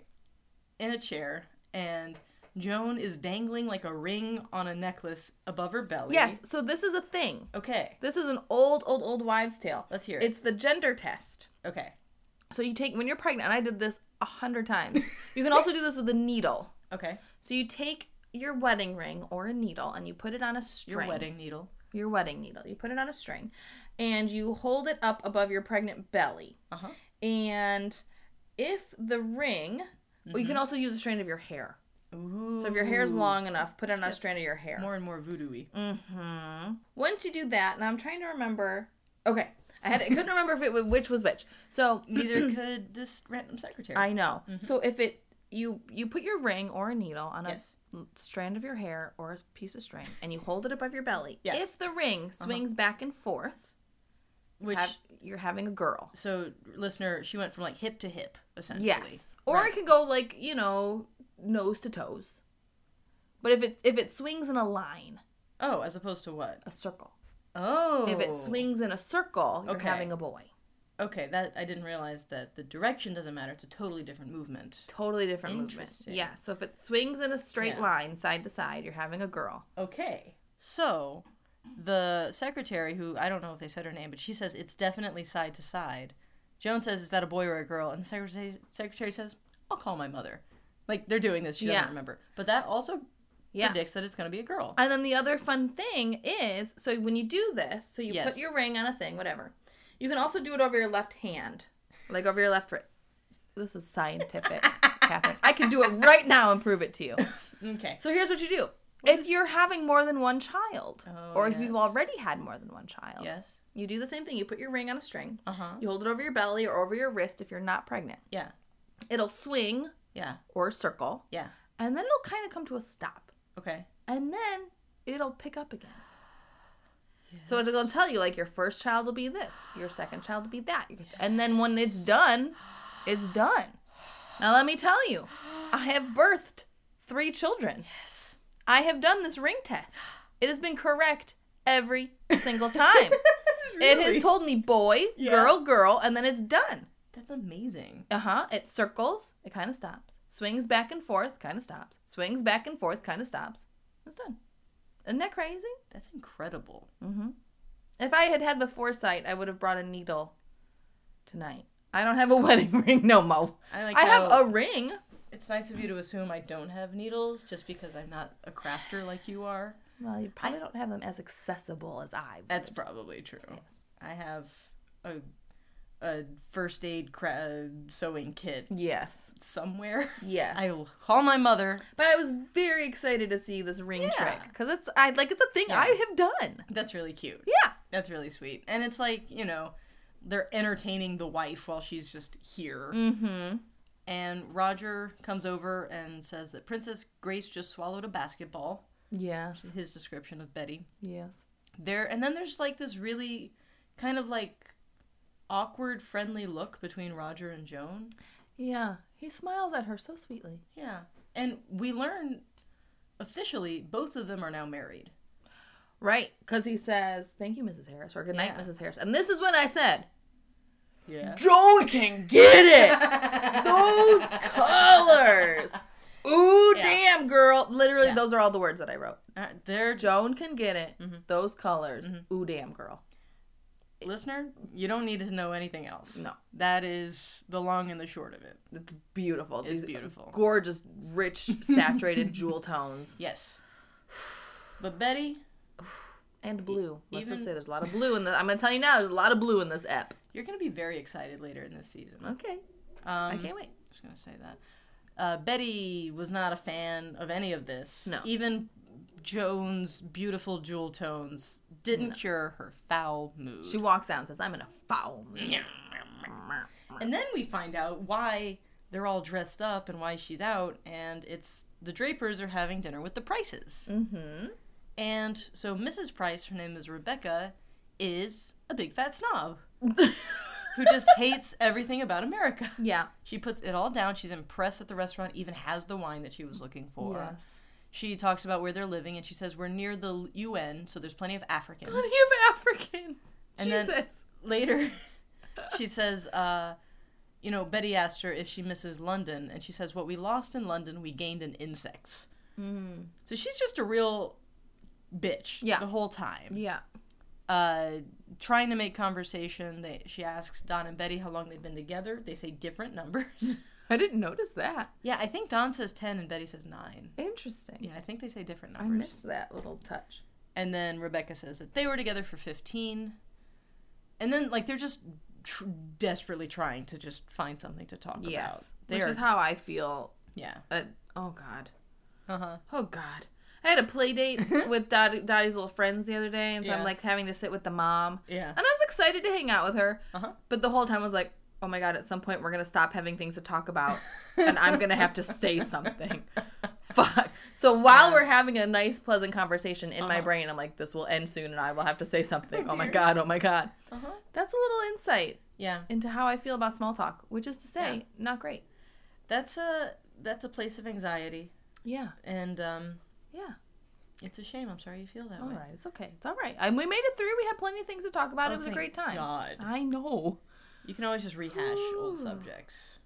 S2: in a chair, and Joan is dangling like a ring on a necklace above her belly.
S3: Yes. So this is a thing.
S2: Okay.
S3: This is an old, old, old wives' tale.
S2: Let's hear it.
S3: It's the gender test.
S2: Okay.
S3: So you take when you're pregnant, and I did this a
S2: [laughs]
S3: hundred times. You can also do this with a needle.
S2: Okay.
S3: So you take your wedding ring or a needle and you put it on a
S2: Your
S3: string.
S2: wedding needle.
S3: Your wedding needle. You put it on a string and you hold it up above your pregnant belly.
S2: Uh huh.
S3: And if the ring, well, you can also use a strand of your hair.
S2: Mm-hmm. Ooh.
S3: So if your hair's long enough, put it on a
S2: That's
S3: strand of your hair.
S2: More and more voodoo
S3: Mm-hmm. Once you do that, and I'm trying to remember. Okay, I had I couldn't remember if it was which was which. So
S2: Neither could this random secretary.
S3: I know.
S2: Mm-hmm.
S3: So if it you you put your ring or a needle on a
S2: Yes.
S3: l- strand of your hair or a piece of string, and you hold it above your belly.
S2: Yeah.
S3: If the ring swings back and forth,
S2: Uh-huh. Which,
S3: have- you're having a girl.
S2: so listener, she went from like hip to hip, essentially.
S3: Yes. Or it can go like you know nose to toes. But if it if it swings in a line,
S2: Oh, as opposed to what?
S3: a circle.
S2: Oh.
S3: If it swings in a circle, you're
S2: Okay.
S3: having a boy.
S2: Okay, that I didn't realize that the direction doesn't matter. It's a totally different movement.
S3: Totally different movement.
S2: Interesting.
S3: Yeah. So if it swings in a straight
S2: Yeah.
S3: line, side to side, you're having a girl.
S2: Okay. So the secretary, who I don't know if they said her name, but she says it's definitely side to side. Joan says, Is that a boy or a girl? And the secretary, secretary says, I'll call my mother. Like they're doing this, she
S3: Yeah.
S2: doesn't remember. But that also
S3: Yeah.
S2: predicts that it's going to be a girl.
S3: And then the other fun thing is so when you do this, so you
S2: Yes.
S3: put your ring on a thing, whatever. You can also do it over your left hand, like over your left wrist. This is
S2: [laughs]
S3: scientific, Catherine. I can do it right now and prove it to you. Uh,
S2: Okay.
S3: So here's what you do. if you're having more than one child,
S2: Oh,
S3: or if you've
S2: yes.
S3: already had more than one child,
S2: Yes.
S3: you do the same thing. You put your ring on a string,
S2: Uh huh.
S3: you hold it over your belly or over your wrist if you're not pregnant.
S2: Yeah.
S3: It'll swing
S2: Yeah.
S3: or circle,
S2: Yeah.
S3: and then it'll kind of come to a stop.
S2: Okay.
S3: and then it'll pick up again. So it's gonna tell you like your first child will be this, your second child will be that, your- and then when it's done, it's done. Now let me tell you, I have birthed three children.
S2: [laughs] Yes.
S3: I have done this ring test. It has been correct every
S2: [laughs]
S3: single time. It has told me boy,
S2: Yeah.
S3: girl, girl, and then it's done.
S2: That's amazing.
S3: Uh huh. It circles. It kind of stops. Swings back and forth. Kind of stops. Swings back and forth. Kind of stops. It's done. Isn't that crazy?
S2: That's incredible.
S3: If I had had the foresight, I would have brought a needle tonight. I don't have a [laughs] wedding ring no mo.
S2: I like
S3: I have
S2: how-
S3: a ring.
S2: It's nice of you to assume I don't have needles just because I'm not a crafter like you are.
S3: Well, you probably don't have them as accessible as I. would.
S2: That's probably true. I have a a first aid cra- sewing kit
S3: yes.
S2: somewhere.
S3: Yes.
S2: I will call my mother.
S3: But I was very excited to see this ring trick. 'Cause
S2: Yeah.
S3: trick because it's I like it's a thing I have done.
S2: That's really cute.
S3: Yeah.
S2: That's really sweet. And it's like, you know, they're entertaining the wife while she's just here.
S3: Mm-hmm.
S2: And Roger comes over and says that Princess Grace just swallowed a basketball,
S3: Yes.
S2: his description of Betty.
S3: Yes.
S2: There and then there's like this really kind of like awkward friendly look between Roger and Joan.
S3: Yeah. He smiles at her so sweetly.
S2: Yeah. And we learn officially both of them are now married.
S3: Right. Because he says, "Thank you, Mrs. Harris," or "Good night,
S2: Yeah.
S3: Mrs. Harris." And this is when I said,
S2: Yeah.
S3: "Joan [laughs] can get it. those colors. Ooh,
S2: Yeah.
S3: damn, girl. Literally,
S2: Yeah.
S3: those are all the words that I wrote.
S2: Uh, they're
S3: Joan can get it. Those colors. Ooh, damn, girl.
S2: listener, you don't need to know anything else.
S3: No.
S2: That is the long and the short of it.
S3: It's beautiful.
S2: It's beautiful.
S3: gorgeous, rich, [laughs] saturated jewel tones.
S2: Yes. But Betty,
S3: And blue. Let's just
S2: even-
S3: say there's a lot of blue in this. I'm gonna tell you now. There's a lot of blue in this app.
S2: you're going to be very excited later in this season. I'm
S3: Okay. I can't wait.
S2: just going to say that. Uh, Betty was not a fan of any of this.
S3: No.
S2: Even Joan's beautiful jewel tones didn't cure her foul mood.
S3: She walks out and says, "I'm in a foul mood."
S2: And then we find out why they're all dressed up and why she's out, and it's the Drapers are having dinner with the Prices. Mm-hmm. And so Mrs. Price, her name is Rebecca, is a big fat snob who just hates everything about America.
S3: Yeah. [laughs]
S2: She puts it all down. She's impressed that the restaurant even has the wine that she was looking for.
S3: [laughs]
S2: She talks about where they're living and she says, We're near the UN, so there's plenty of Africans.
S3: Plenty of Africans.
S2: And then-
S3: Jesus. [laughs]
S2: later she says uh, you know betty asked her if she misses london and she says what we lost in london we gained in insects
S3: Mm-hmm.
S2: so she's just a real bitch
S3: Yeah.
S2: the whole time
S3: yeah.
S2: uh, trying to make conversation they, she asks don and betty how long they've been together they say different
S3: [laughs]
S2: numbers
S3: I didn't notice that.
S2: yeah i think don says 10 and betty says 9
S3: Interesting.
S2: yeah i think they say different
S3: I
S2: numbers
S3: missed that little touch.
S2: And then Rebecca says that they were together for 15. And then, like, they're just tr- desperately trying to just find something to talk about.
S3: Yes.
S2: They
S3: Which
S2: are,
S3: is how I feel.
S2: yeah.
S3: Uh, oh God.
S2: Uh huh.
S3: Oh God. I had a play [laughs] date with Dottie, Dottie's little friends the other day, and so I'm
S2: Yeah.
S3: like having to sit with the mom.
S2: Yeah.
S3: And I was excited to hang out with her.
S2: Uh-huh.
S3: But the whole time I was like, oh my God, at some point we're going to stop having things to talk about and I'm going to have to [laughs] say something. Fuck. So while we're having a nice, pleasant conversation in my brain, I'm like, this will end soon and I will have to say something. [laughs] Oh, my
S2: dear.
S3: God. Oh my God.
S2: Uh huh.
S3: That's a little insight
S2: Yeah.
S3: into how I feel about small talk, which is to say,
S2: Yeah.
S3: not great.
S2: That's a that's a place of anxiety,
S3: Yeah.
S2: and um,
S3: Yeah.
S2: it's a shame. I'm sorry you feel that
S3: All
S2: way.
S3: right. It's okay. It's all right. And we made it through. We had plenty of things to talk about.
S2: Oh,
S3: it was a
S2: thank
S3: great time.
S2: God.
S3: I know.
S2: You can always just rehash
S3: Ooh.
S2: old subjects.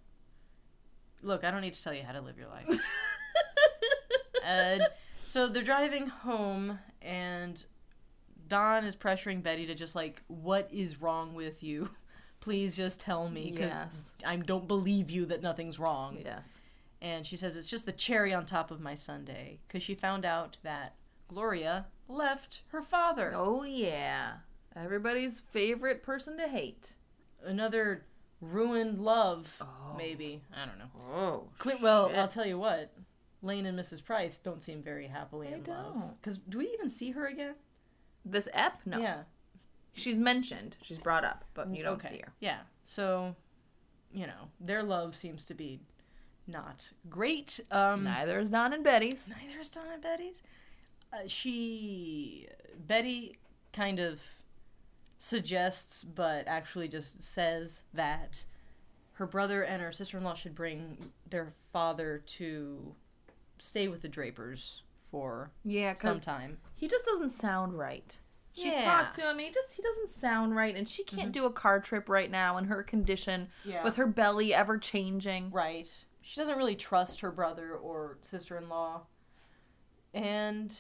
S2: Look, I don't need to tell you how to live your life. uh, so they're driving home, and Don is pressuring Betty to just like, "What is wrong with you? Please just tell me, because
S3: [laughs] Yes.
S2: I don't believe you that nothing's wrong."
S3: Yes.
S2: And she says, "It's just the cherry on top of my Sunday," because she found out that Gloria left her father.
S3: Oh, yeah. Everybody's favorite person to hate.
S2: Another ruined love,
S3: Oh.
S2: maybe. I don't know.
S3: Oh.
S2: Cle- well,
S3: shit.
S2: I'll tell you what. Lane and Mrs. Price don't seem very happily
S3: They
S2: in love.
S3: don't.
S2: Because do we even see her again?
S3: This ep? No.
S2: Yeah.
S3: She's mentioned. She's brought up, but you don't see her.
S2: Yeah. So, you know, their love seems to be not great. Um,
S3: Neither is Don and Betty's.
S2: Neither is Donna Betty's. Uh, she, Betty kind of suggests, but actually just says that her brother and her sister in law should bring their father to stay with the Drapers for
S3: Yeah,
S2: some time.
S3: he just doesn't sound right. She's
S2: Yeah. Mm-hmm.
S3: talked to him and he just he doesn't sound right and she can't do a car trip right now in her condition
S2: Yeah.
S3: with her belly ever changing.
S2: Right. She doesn't really trust her brother or sister in law. And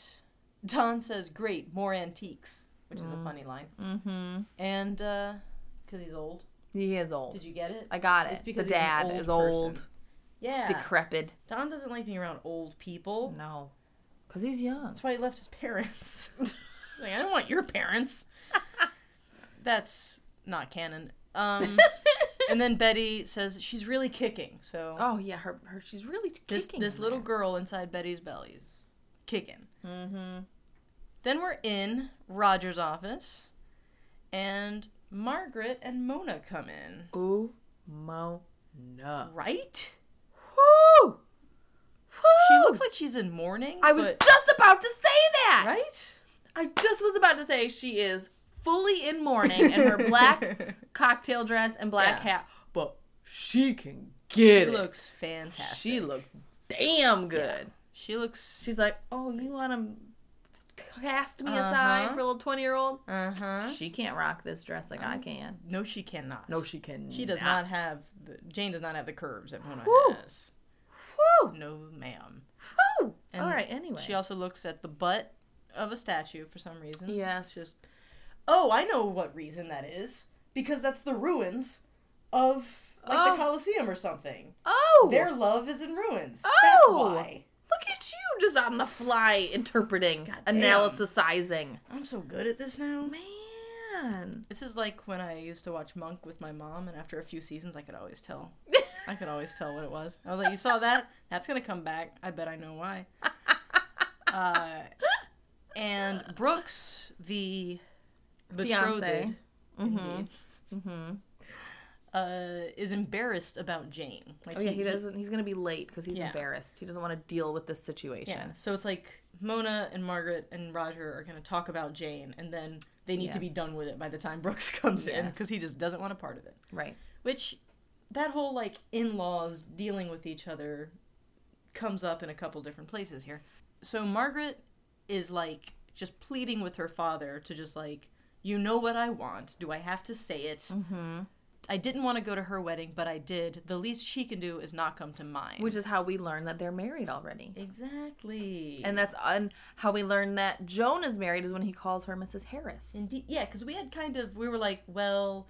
S2: Don says, Great, more antiques, which is a funny line.
S3: Mm. Mm-hmm.
S2: And, because he's old.
S3: He is old.
S2: Did you get it?
S3: I got it.
S2: It's because
S3: the
S2: he's an
S3: dad
S2: old
S3: is old,
S2: person. Yeah.
S3: decrepit.
S2: Don doesn't like being around old people.
S3: No, because he's young.
S2: That's why he left his parents. [laughs] like, I don't want your
S3: [laughs]
S2: parents. That's not canon.
S3: [laughs]
S2: Um, and then Betty says she's really kicking. So
S3: Oh yeah, her, her she's really
S2: this
S3: kicking
S2: this
S3: in
S2: little
S3: there.
S2: girl inside Betty's belly is kicking. Mm-hmm. Then we're in Roger's office, and Margaret and Mona come in.
S3: Ooh, mo, no.
S2: Right?
S3: Woo! Woo!
S2: She looks like she's in mourning.
S3: I was
S2: but-
S3: just about to say that.
S2: right.
S3: I just was about to say she is fully in mourning in her
S2: [laughs]
S3: black cocktail dress and black
S2: Yeah.
S3: hat, but she can get
S2: She
S3: it.
S2: looks fantastic.
S3: she looks damn good.
S2: she looks.
S3: She's like, oh, you want to cast me aside
S2: Uh-huh.
S3: for a little twenty-year-old?
S2: Uh huh. Uh-huh.
S3: She can't rock this dress like I can.
S2: No, she cannot.
S3: No, she can.
S2: She does not have the Jane does not have the curves that Mona
S3: Whew.
S2: has.
S3: Woo!
S2: No, ma'am.
S3: Woo!
S2: And
S3: All right. Anyway.
S2: She also looks at the butt of a statue for some reason.
S3: Yes.
S2: It's just Oh, I know what reason that is. Because that's the ruins of like
S3: Oh.
S2: the Colosseum or something.
S3: Oh.
S2: Their love is in ruins.
S3: Oh.
S2: That's why.
S3: Look at you just on the fly interpreting,
S2: Goddamn.
S3: analysisizing.
S2: I'm so good at this now.
S3: Man.
S2: This is like when I used to watch Monk with my mom and after a few seasons I could always
S3: [laughs]
S2: tell. I could always tell what it was. I was like, "You saw that? That's gonna come back. I bet I know
S3: [laughs]
S2: why." Uh, and Brooks, the betrothed,
S3: Fiance. Mm-hmm.
S2: indeed, uh, is embarrassed about Jane. Like
S3: Oh yeah, he doesn't. He's gonna be late because he's
S2: Yeah.
S3: embarrassed. He doesn't want to deal with this situation.
S2: Yeah. So it's like Mona and Margaret and Roger are gonna talk about Jane, and then they need to be
S3: Yes.
S2: done with it by the time Brooks [laughs] comes in
S3: Yes.
S2: because he just doesn't want a part of it.
S3: Right.
S2: Which that whole like in-laws dealing with each other comes up in a couple different places here. So Margaret is like just pleading with her father to just like you know what I want. Do I have to say it? Mm-hmm. I didn't want to go to her wedding, but I did. The least she can do is not come to mine.
S3: Which is how we learn that they're married already.
S2: exactly.
S3: And that's on how we learn that Joan is married is when he calls her Mrs. Harris.
S2: Indeed, yeah, because we had kind of we were like, well,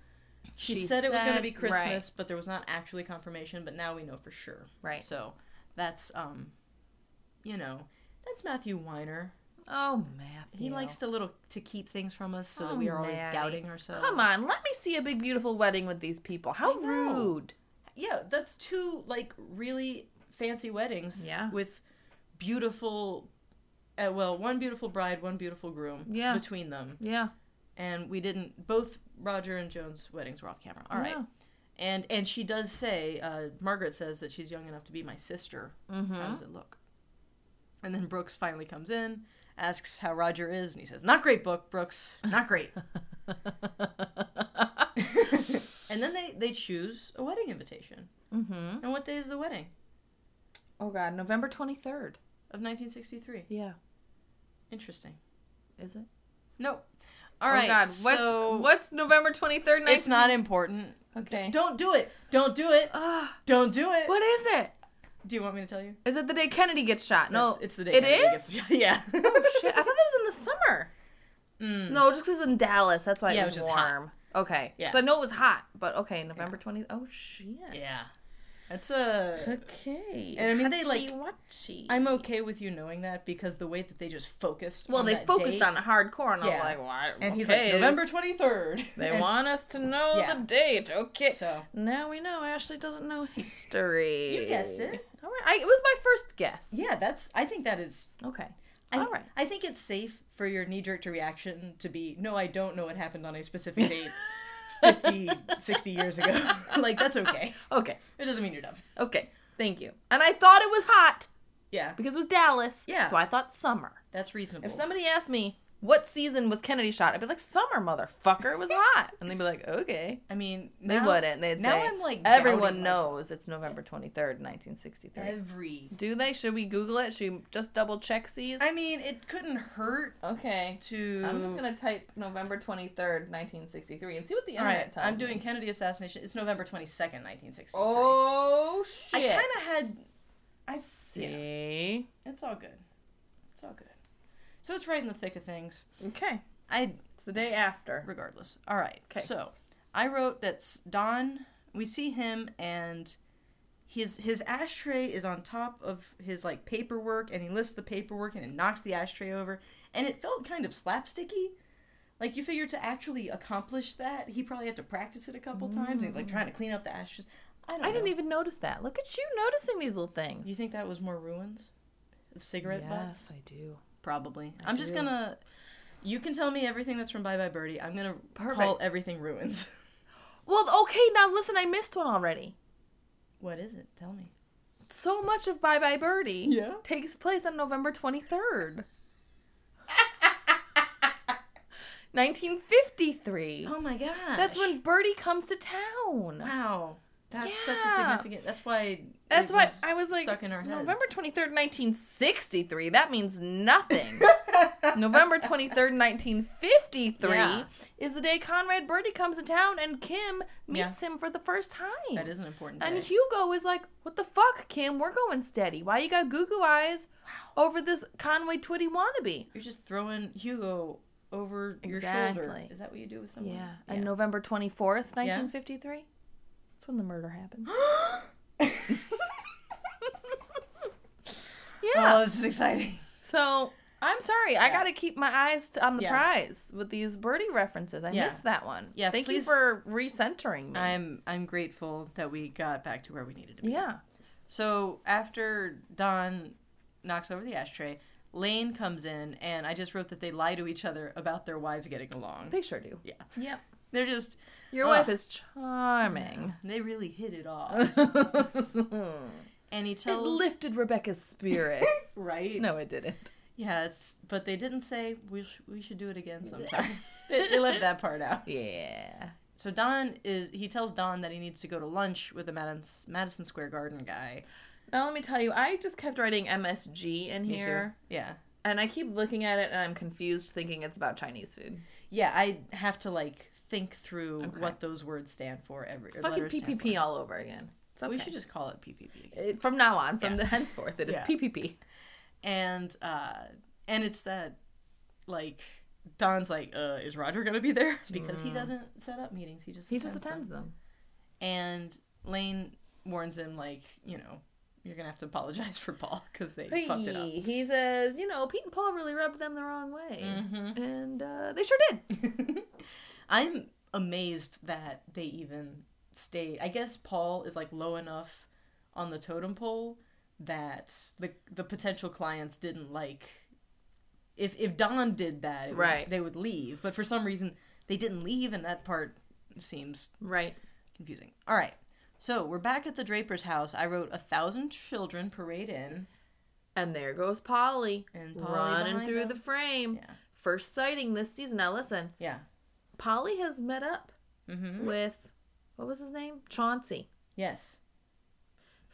S2: she,
S3: She
S2: said, it was going
S3: said-
S2: to be Christmas, but there was not actually confirmation. But now we know for sure.
S3: Right.
S2: So that's um, you know, that's Matthew Weiner.
S3: Oh, Matthew.
S2: He likes to little to keep things from us so
S3: Oh,
S2: that we are always
S3: Matty.
S2: doubting ourselves.
S3: Come on, let me see a big beautiful wedding with these people. How
S2: I know.
S3: rude.
S2: Yeah, that's two like really fancy weddings.
S3: Yeah.
S2: With beautiful. Uh, well, one beautiful bride, one beautiful groom
S3: Yeah.
S2: between them.
S3: Yeah.
S2: And we didn't, both Roger and Joan's weddings were off camera. All
S3: I
S2: right.
S3: know.
S2: And and she does say, uh, Margaret says that she's young enough to be my sister.
S3: Mm-hmm.
S2: How does it look? And then Brooks finally comes in, asks how Roger is, and he says, "Not great, book Brooks. Not
S3: [laughs]
S2: great." and then they they choose a wedding invitation.
S3: Mm-hmm.
S2: And what day is the wedding
S3: Oh God, November twenty third.
S2: of 1963?
S3: Yeah.
S2: Interesting.
S3: Is it?
S2: No. All
S3: oh
S2: right.
S3: God, what's
S2: so
S3: what's November twenty third?
S2: it's not important.
S3: okay.
S2: Don't do it. Don't do it.
S3: Ah,
S2: Don't do it.
S3: what is it?
S2: Do you want me to tell you?
S3: Is it the day Kennedy gets shot? No,
S2: It's- it's the day.
S3: It
S2: Kennedy
S3: is. Oh,
S2: gets- [laughs] yeah.
S3: [laughs] Shit, I thought that was in the summer. No, just 'cause it's in Dallas. That's why
S2: Mm. Yeah,
S3: it
S2: it
S3: was,
S2: was just hot.
S3: warm. Okay.
S2: Yeah.
S3: So I know it was hot, but okay, November twenty. Oh shit.
S2: Yeah. That's a.
S3: Okay.
S2: And I mean, they, like-
S3: Hachi-wachi.
S2: I'm okay with you knowing that because the way that they just focused.
S3: well,
S2: on
S3: they
S2: that
S3: focused
S2: date-
S3: on it hardcore, and I'm
S2: Yeah.
S3: like, why?
S2: And he's
S3: okay.
S2: like November 23rd.
S3: [laughs] They
S2: And
S3: want us to know
S2: Yeah.
S3: the date. Okay.
S2: So
S3: Now we know Ashley
S2: [laughs]
S3: doesn't know history.
S2: You guessed it.
S3: All right. I, it was my first guess.
S2: yeah, that's. I think that is.
S3: Okay.
S2: I,
S3: All right.
S2: I think it's safe for your knee-jerk to reaction to be no, I don't know what happened on a specific date.
S3: [laughs]
S2: 50, 60 years ago. [laughs] like, that's okay.
S3: Okay.
S2: It doesn't mean you're dumb.
S3: Okay. Thank you. And I thought it was hot
S2: Yeah,
S3: because it was Dallas.
S2: Yeah.
S3: So I thought summer.
S2: that's reasonable.
S3: If somebody asked me, what season was Kennedy shot? I'd be like, summer, motherfucker.
S2: [laughs]
S3: It was hot. And they'd be like, okay.
S2: I mean,
S3: They
S2: now,
S3: wouldn't. They'd
S2: now
S3: say,
S2: I'm, like,
S3: everyone
S2: doubting myself."
S3: knows it's November 23rd, 1963.
S2: Every.
S3: Do they? Should we Google it? Should we just double check these?
S2: I mean, it couldn't hurt
S3: okay.
S2: to.
S3: I'm just gonna type November 23rd, 1963, and see what the
S2: All
S3: internet
S2: right,
S3: tells
S2: I'm
S3: me.
S2: doing Kennedy assassination. It's November 22nd, 1963.
S3: Oh
S2: I
S3: shit!
S2: kind of had. I yeah,
S3: see.
S2: it's all good. It's all good. So it's right in the thick of things.
S3: Okay,
S2: I
S3: it's the day after.
S2: regardless. All right.
S3: 'Kay.
S2: So I wrote that s- Don. We see him and his his ashtray is on top of his like paperwork, and he lifts the paperwork and it knocks the ashtray over, and it felt kind of slapsticky. Like you figure to actually accomplish that, he probably had to practice it a couple times. And he's like trying to clean up the ashes. I don't.
S3: Mm. I
S2: know.
S3: didn't even notice that. Look at you noticing these little things.
S2: You think that was more ruins of cigarette
S3: yes,
S2: butts?
S3: I do.
S2: Probably. I'm just
S3: do.
S2: gonna. You can tell me everything that's from Bye Bye Birdie. I'm gonna call
S3: Perfect.
S2: everything ruins.
S3: Well, okay. Now listen, I missed one already.
S2: [laughs] what is it? Tell me.
S3: So much of Bye Bye Birdie
S2: Yeah?
S3: takes place on November 23rd. 1953.
S2: Oh my gosh.
S3: That's when Birdie comes to town.
S2: Wow. That's such a
S3: Yeah.
S2: significant. That's why.
S3: That's
S2: it
S3: why
S2: [laughs]
S3: I was like
S2: stuck in our heads.
S3: November 23rd, 1963. That
S2: [laughs]
S3: means nothing. November 23rd, 1953
S2: Yeah.
S3: is the day Conrad Birdie comes to town and Kim
S2: Yeah.
S3: meets him for the first time.
S2: That is an important.
S3: and
S2: day.
S3: Hugo is like, "What the fuck, Kim? We're going steady. Why you got goo-goo eyes over this Conway Twitty wannabe?"
S2: You're just throwing Hugo over your shoulder.
S3: Exactly.
S2: Is that what you do with someone?
S3: Yeah.
S2: [laughs]
S3: And November 24th, 1953. That's when the murder happened.
S2: [laughs]
S3: yeah.
S2: Oh, this is exciting.
S3: So I'm sorry. I got to keep my eyes t- on the
S2: Yeah.
S3: prize with these birdie references. I
S2: Yeah.
S3: missed that one.
S2: Yeah,
S3: Thank
S2: please-
S3: you for recentering me.
S2: I'm I'm grateful that we got back to where we needed to be.
S3: yeah.
S2: So after Don knocks over the ashtray, Lane comes in, and I just wrote that they lie to each other about their wives getting along.
S3: They sure do. Ah.
S2: Yeah.
S3: Yep.
S2: They're just,
S3: Your
S2: Ugh.
S3: wife is charming.
S2: they really hit it off.
S3: [laughs] it
S2: And he tells.
S3: lifted Rebecca's [laughs] spirits.
S2: Right?
S3: no, it didn't.
S2: Yes, but they didn't say we, sh- we should do it
S3: [laughs]
S2: again sometime. they, they left that part out.
S3: Yeah.
S2: So Don is, he tells Don that he needs to go to lunch with the Madison, Madison Square Garden guy.
S3: Now let me tell you, I just kept writing MSG in
S2: Me too.
S3: here,
S2: Yeah.
S3: and I keep looking at it, and I'm confused, thinking it's about Chinese food.
S2: Yeah, I have to like think through
S3: Okay.
S2: what those words stand for every. or
S3: Fucking
S2: letters stand for.
S3: PPP all over again. It's okay.
S2: We should just call it PPP. Again.
S3: It- from now on, from
S2: Yeah.
S3: the henceforth, it is
S2: Yeah.
S3: PPP.
S2: And uh, and it's that like Don's like, uh, is Roger gonna be there? [laughs] Because he doesn't set up meetings. He just
S3: Mm. He just
S2: attends them.
S3: attends them.
S2: And Lane warns him like, you know, you're gonna have to apologize for Paul [laughs] because they
S3: Hey,
S2: fucked it up.
S3: he says, you know, Pete and Paul really rubbed them the wrong way,
S2: Mhm.
S3: and uh, they sure did.
S2: [laughs] I'm amazed that they even stayed. I guess Paul is like low enough on the totem pole that the the potential clients didn't like. If if Don did that, it would-
S3: Right.
S2: they would leave. But for some reason, they didn't leave, and that part seems
S3: Right.
S2: confusing. All right. So we're back at the Draper's house. I wrote a thousand children parade in.
S3: And there goes Polly,
S2: And Polly
S3: running
S2: behind
S3: through
S2: them.
S3: the frame.
S2: Yeah.
S3: First sighting this season. Now listen,
S2: Yeah.
S3: Polly has met up
S2: Mm-hmm.
S3: with what was his name, Chauncey.
S2: Yes.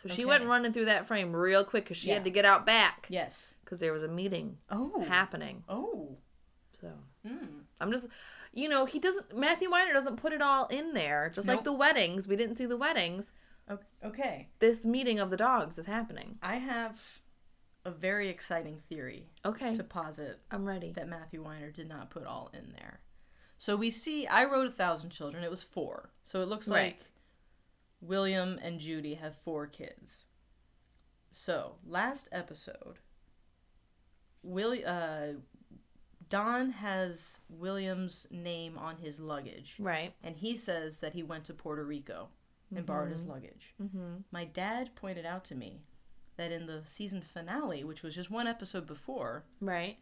S3: So she went
S2: Okay.
S3: running through that frame real quick because she
S2: Yeah.
S3: had to get out back
S2: Yes.
S3: because there was a meeting
S2: Oh.
S3: happening.
S2: Oh.
S3: So
S2: Mm.
S3: I'm just, you know, he doesn't. Matthew Weiner doesn't put it all in there. Just like
S2: Nope.
S3: the weddings, we didn't see the weddings.
S2: O- Okay.
S3: This meeting of the dogs is happening.
S2: I have a very exciting theory
S3: Okay,
S2: to posit
S3: I'm ready.
S2: that Matthew Weiner did not put all in there. So we see, I wrote a thousand children. It was four. So it looks
S3: Right.
S2: like William and Judy have four kids. So last episode, Willie, uh, Don has William's name on his luggage,
S3: Right.
S2: and he says that he went to Puerto Rico and borrowed his luggage.
S3: Mm-hmm.
S2: My dad pointed out to me that in the season finale, which was just one episode before,
S3: Right.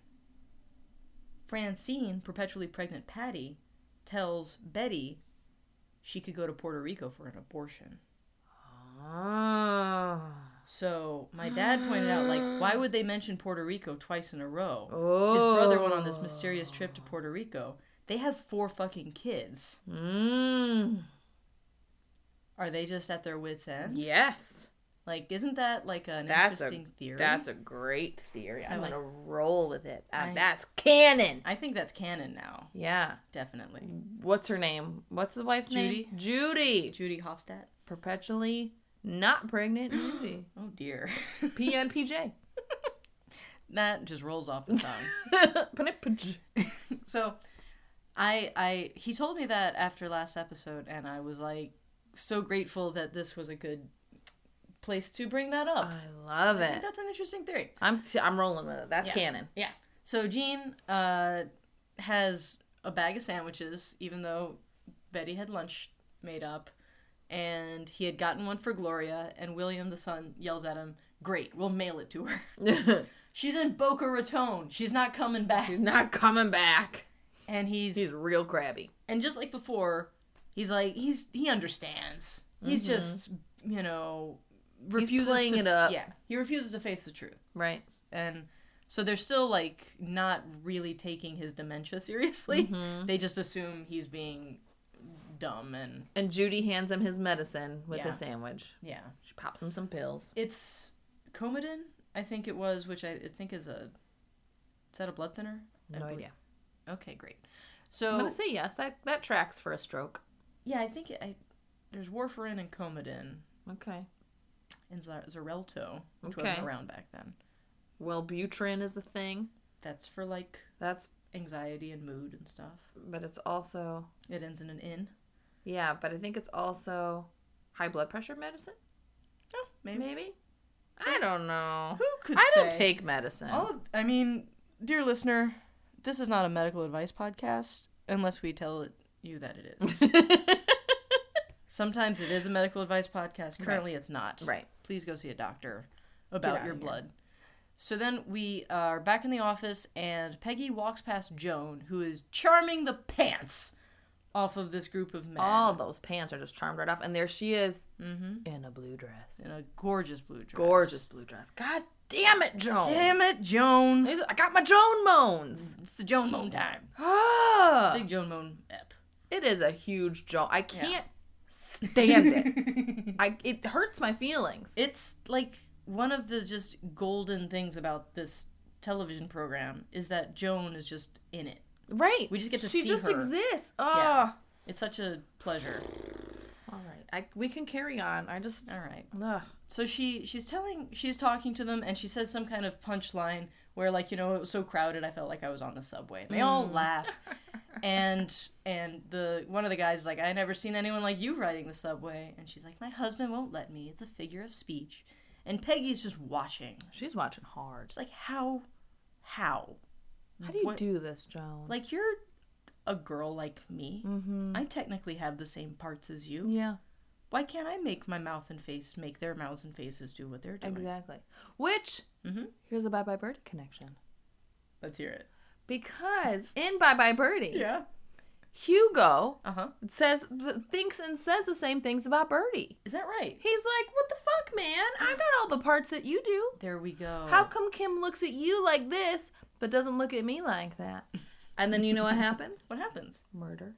S2: Francine, perpetually pregnant Patty, tells Betty she could go to Puerto Rico for an abortion.
S3: Ah.
S2: So my dad pointed out, like, why would they mention Puerto Rico twice in a row?
S3: Oh.
S2: His brother went on this mysterious trip to Puerto Rico. They have four fucking kids.
S3: Mm.
S2: Are they just at their wits' end?
S3: Yes.
S2: Like, isn't that like an
S3: That's a,
S2: interesting theory?
S3: that's a great theory. I'm
S2: like-
S3: gonna roll with it. Uh,
S2: I-
S3: that's canon.
S2: I think that's canon now,
S3: Yeah.
S2: definitely.
S3: What's her name? What's the wife's
S2: Judy?
S3: name? Judy.
S2: Judy Hofstadt.
S3: Perpetually not [gasps] pregnant Judy.
S2: Oh dear, [laughs]
S3: [laughs] PNPJ.
S2: that just rolls off the tongue.
S3: PNPJ.
S2: [laughs] So, I I he told me that after last episode, and I was like so grateful that this was a good place to bring that up.
S3: I love
S2: I think
S3: it.
S2: that's an interesting theory.
S3: I'm see, I'm rolling with it. That's
S2: Yeah.
S3: canon.
S2: Yeah. So Jean uh, has a bag of sandwiches, even though Betty had lunch made up, and he had gotten one for Gloria. And William, the son, yells at him, "Great, we'll mail it to her.
S3: [laughs]
S2: She's in Boca Raton. She's not coming back."
S3: He's not coming back.
S2: And he's,
S3: He's real crabby.
S2: and just like before, he's like he's he understands. He's just you know refuses
S3: Mm-hmm. playing
S2: to
S3: it up.
S2: yeah he refuses to face the truth.
S3: Right.
S2: and so they're still like not really taking his dementia seriously [laughs]
S3: Mm-hmm.
S2: they just assume he's being dumb and
S3: And Judy hands him his medicine with
S2: Yeah.
S3: a sandwich.
S2: yeah
S3: She pops him some pills.
S2: it's comidin i think it was which i I think is a is that a blood thinner I
S3: No
S2: believe-
S3: idea.
S2: okay great
S3: I'm
S2: so
S3: gonna say yes. That that tracks for a stroke.
S2: yeah i think I, there's warfarin and comidin
S3: Okay.
S2: and Zar- xarelto which
S3: Okay.
S2: wasn't around back then
S3: Wellbutrin is the thing.
S2: that's for like
S3: That's
S2: anxiety and mood and stuff
S3: but it's also
S2: it ends in an in
S3: yeah. But I think it's also high blood pressure medicine.
S2: oh maybe,
S3: Maybe. I don't know.
S2: who could
S3: I don't
S2: say?
S3: take medicine.
S2: All of, Oh, I mean, dear listener, this is not a medical advice podcast unless we tell it, you that it is.
S3: [laughs]
S2: Sometimes it is a medical advice podcast. Currently, it's not.
S3: right.
S2: Please go see a doctor about
S3: out
S2: your
S3: of here.
S2: blood. So then we are back in the office, and Peggy walks past Joan, who is charming the pants off of this group of men
S3: All those pants are just charmed right off, and there she is
S2: Mm-hmm.
S3: in a blue dress,
S2: in a gorgeous blue dress.
S3: gorgeous blue dress. God damn it, Joan!
S2: Damn Mm. it, Joan!
S3: These- I got my Joan moans.
S2: It's the Joan Moan time.
S3: Ah,
S2: Big Joan Moan ep.
S3: it is a huge Joan. I can't stand it.
S2: [laughs]
S3: I it hurts my feelings.
S2: it's like one of the just golden things about this television program is that Joan is just in it.
S3: right.
S2: We just get to
S3: she
S2: see
S3: just
S2: her.
S3: exists. Oh.
S2: It's such a pleasure.
S3: All right. I we can carry on. I just.
S2: All right.
S3: Ugh.
S2: So she she's telling she's talking to them and she says some kind of punchline where like you know it was so crowded I felt like I was on the subway. And they all [laughs] laugh. And and the one of the guys is like I never seen anyone like you riding the subway and she's like my husband won't let me. It's a figure of speech. And Peggy's just watching.
S3: She's watching hard.
S2: It's like how how
S3: How do you
S2: what-
S3: do this, Joan?
S2: like you're a girl like me.
S3: Mm-hmm.
S2: I technically have the same parts as you.
S3: yeah.
S2: Why can't I make my mouth and face make their mouths and faces do what they're doing?
S3: Exactly. Which
S2: Mhm.
S3: here's a Bye Bye Birdie connection
S2: Let's hear it.
S3: because [laughs] in Bye Bye Birdie,
S2: Yeah.
S3: Hugo
S2: Uh huh.
S3: says th- thinks and says the same things about Birdie.
S2: Is that right?
S3: He's like, "What the fuck, man? I got all the parts that you do.
S2: There we go.
S3: How come Kim looks at you like this but doesn't look at me
S2: [laughs]
S3: like that?" And then you know what happens?
S2: What
S3: [gasps]
S2: happens?
S3: Murder.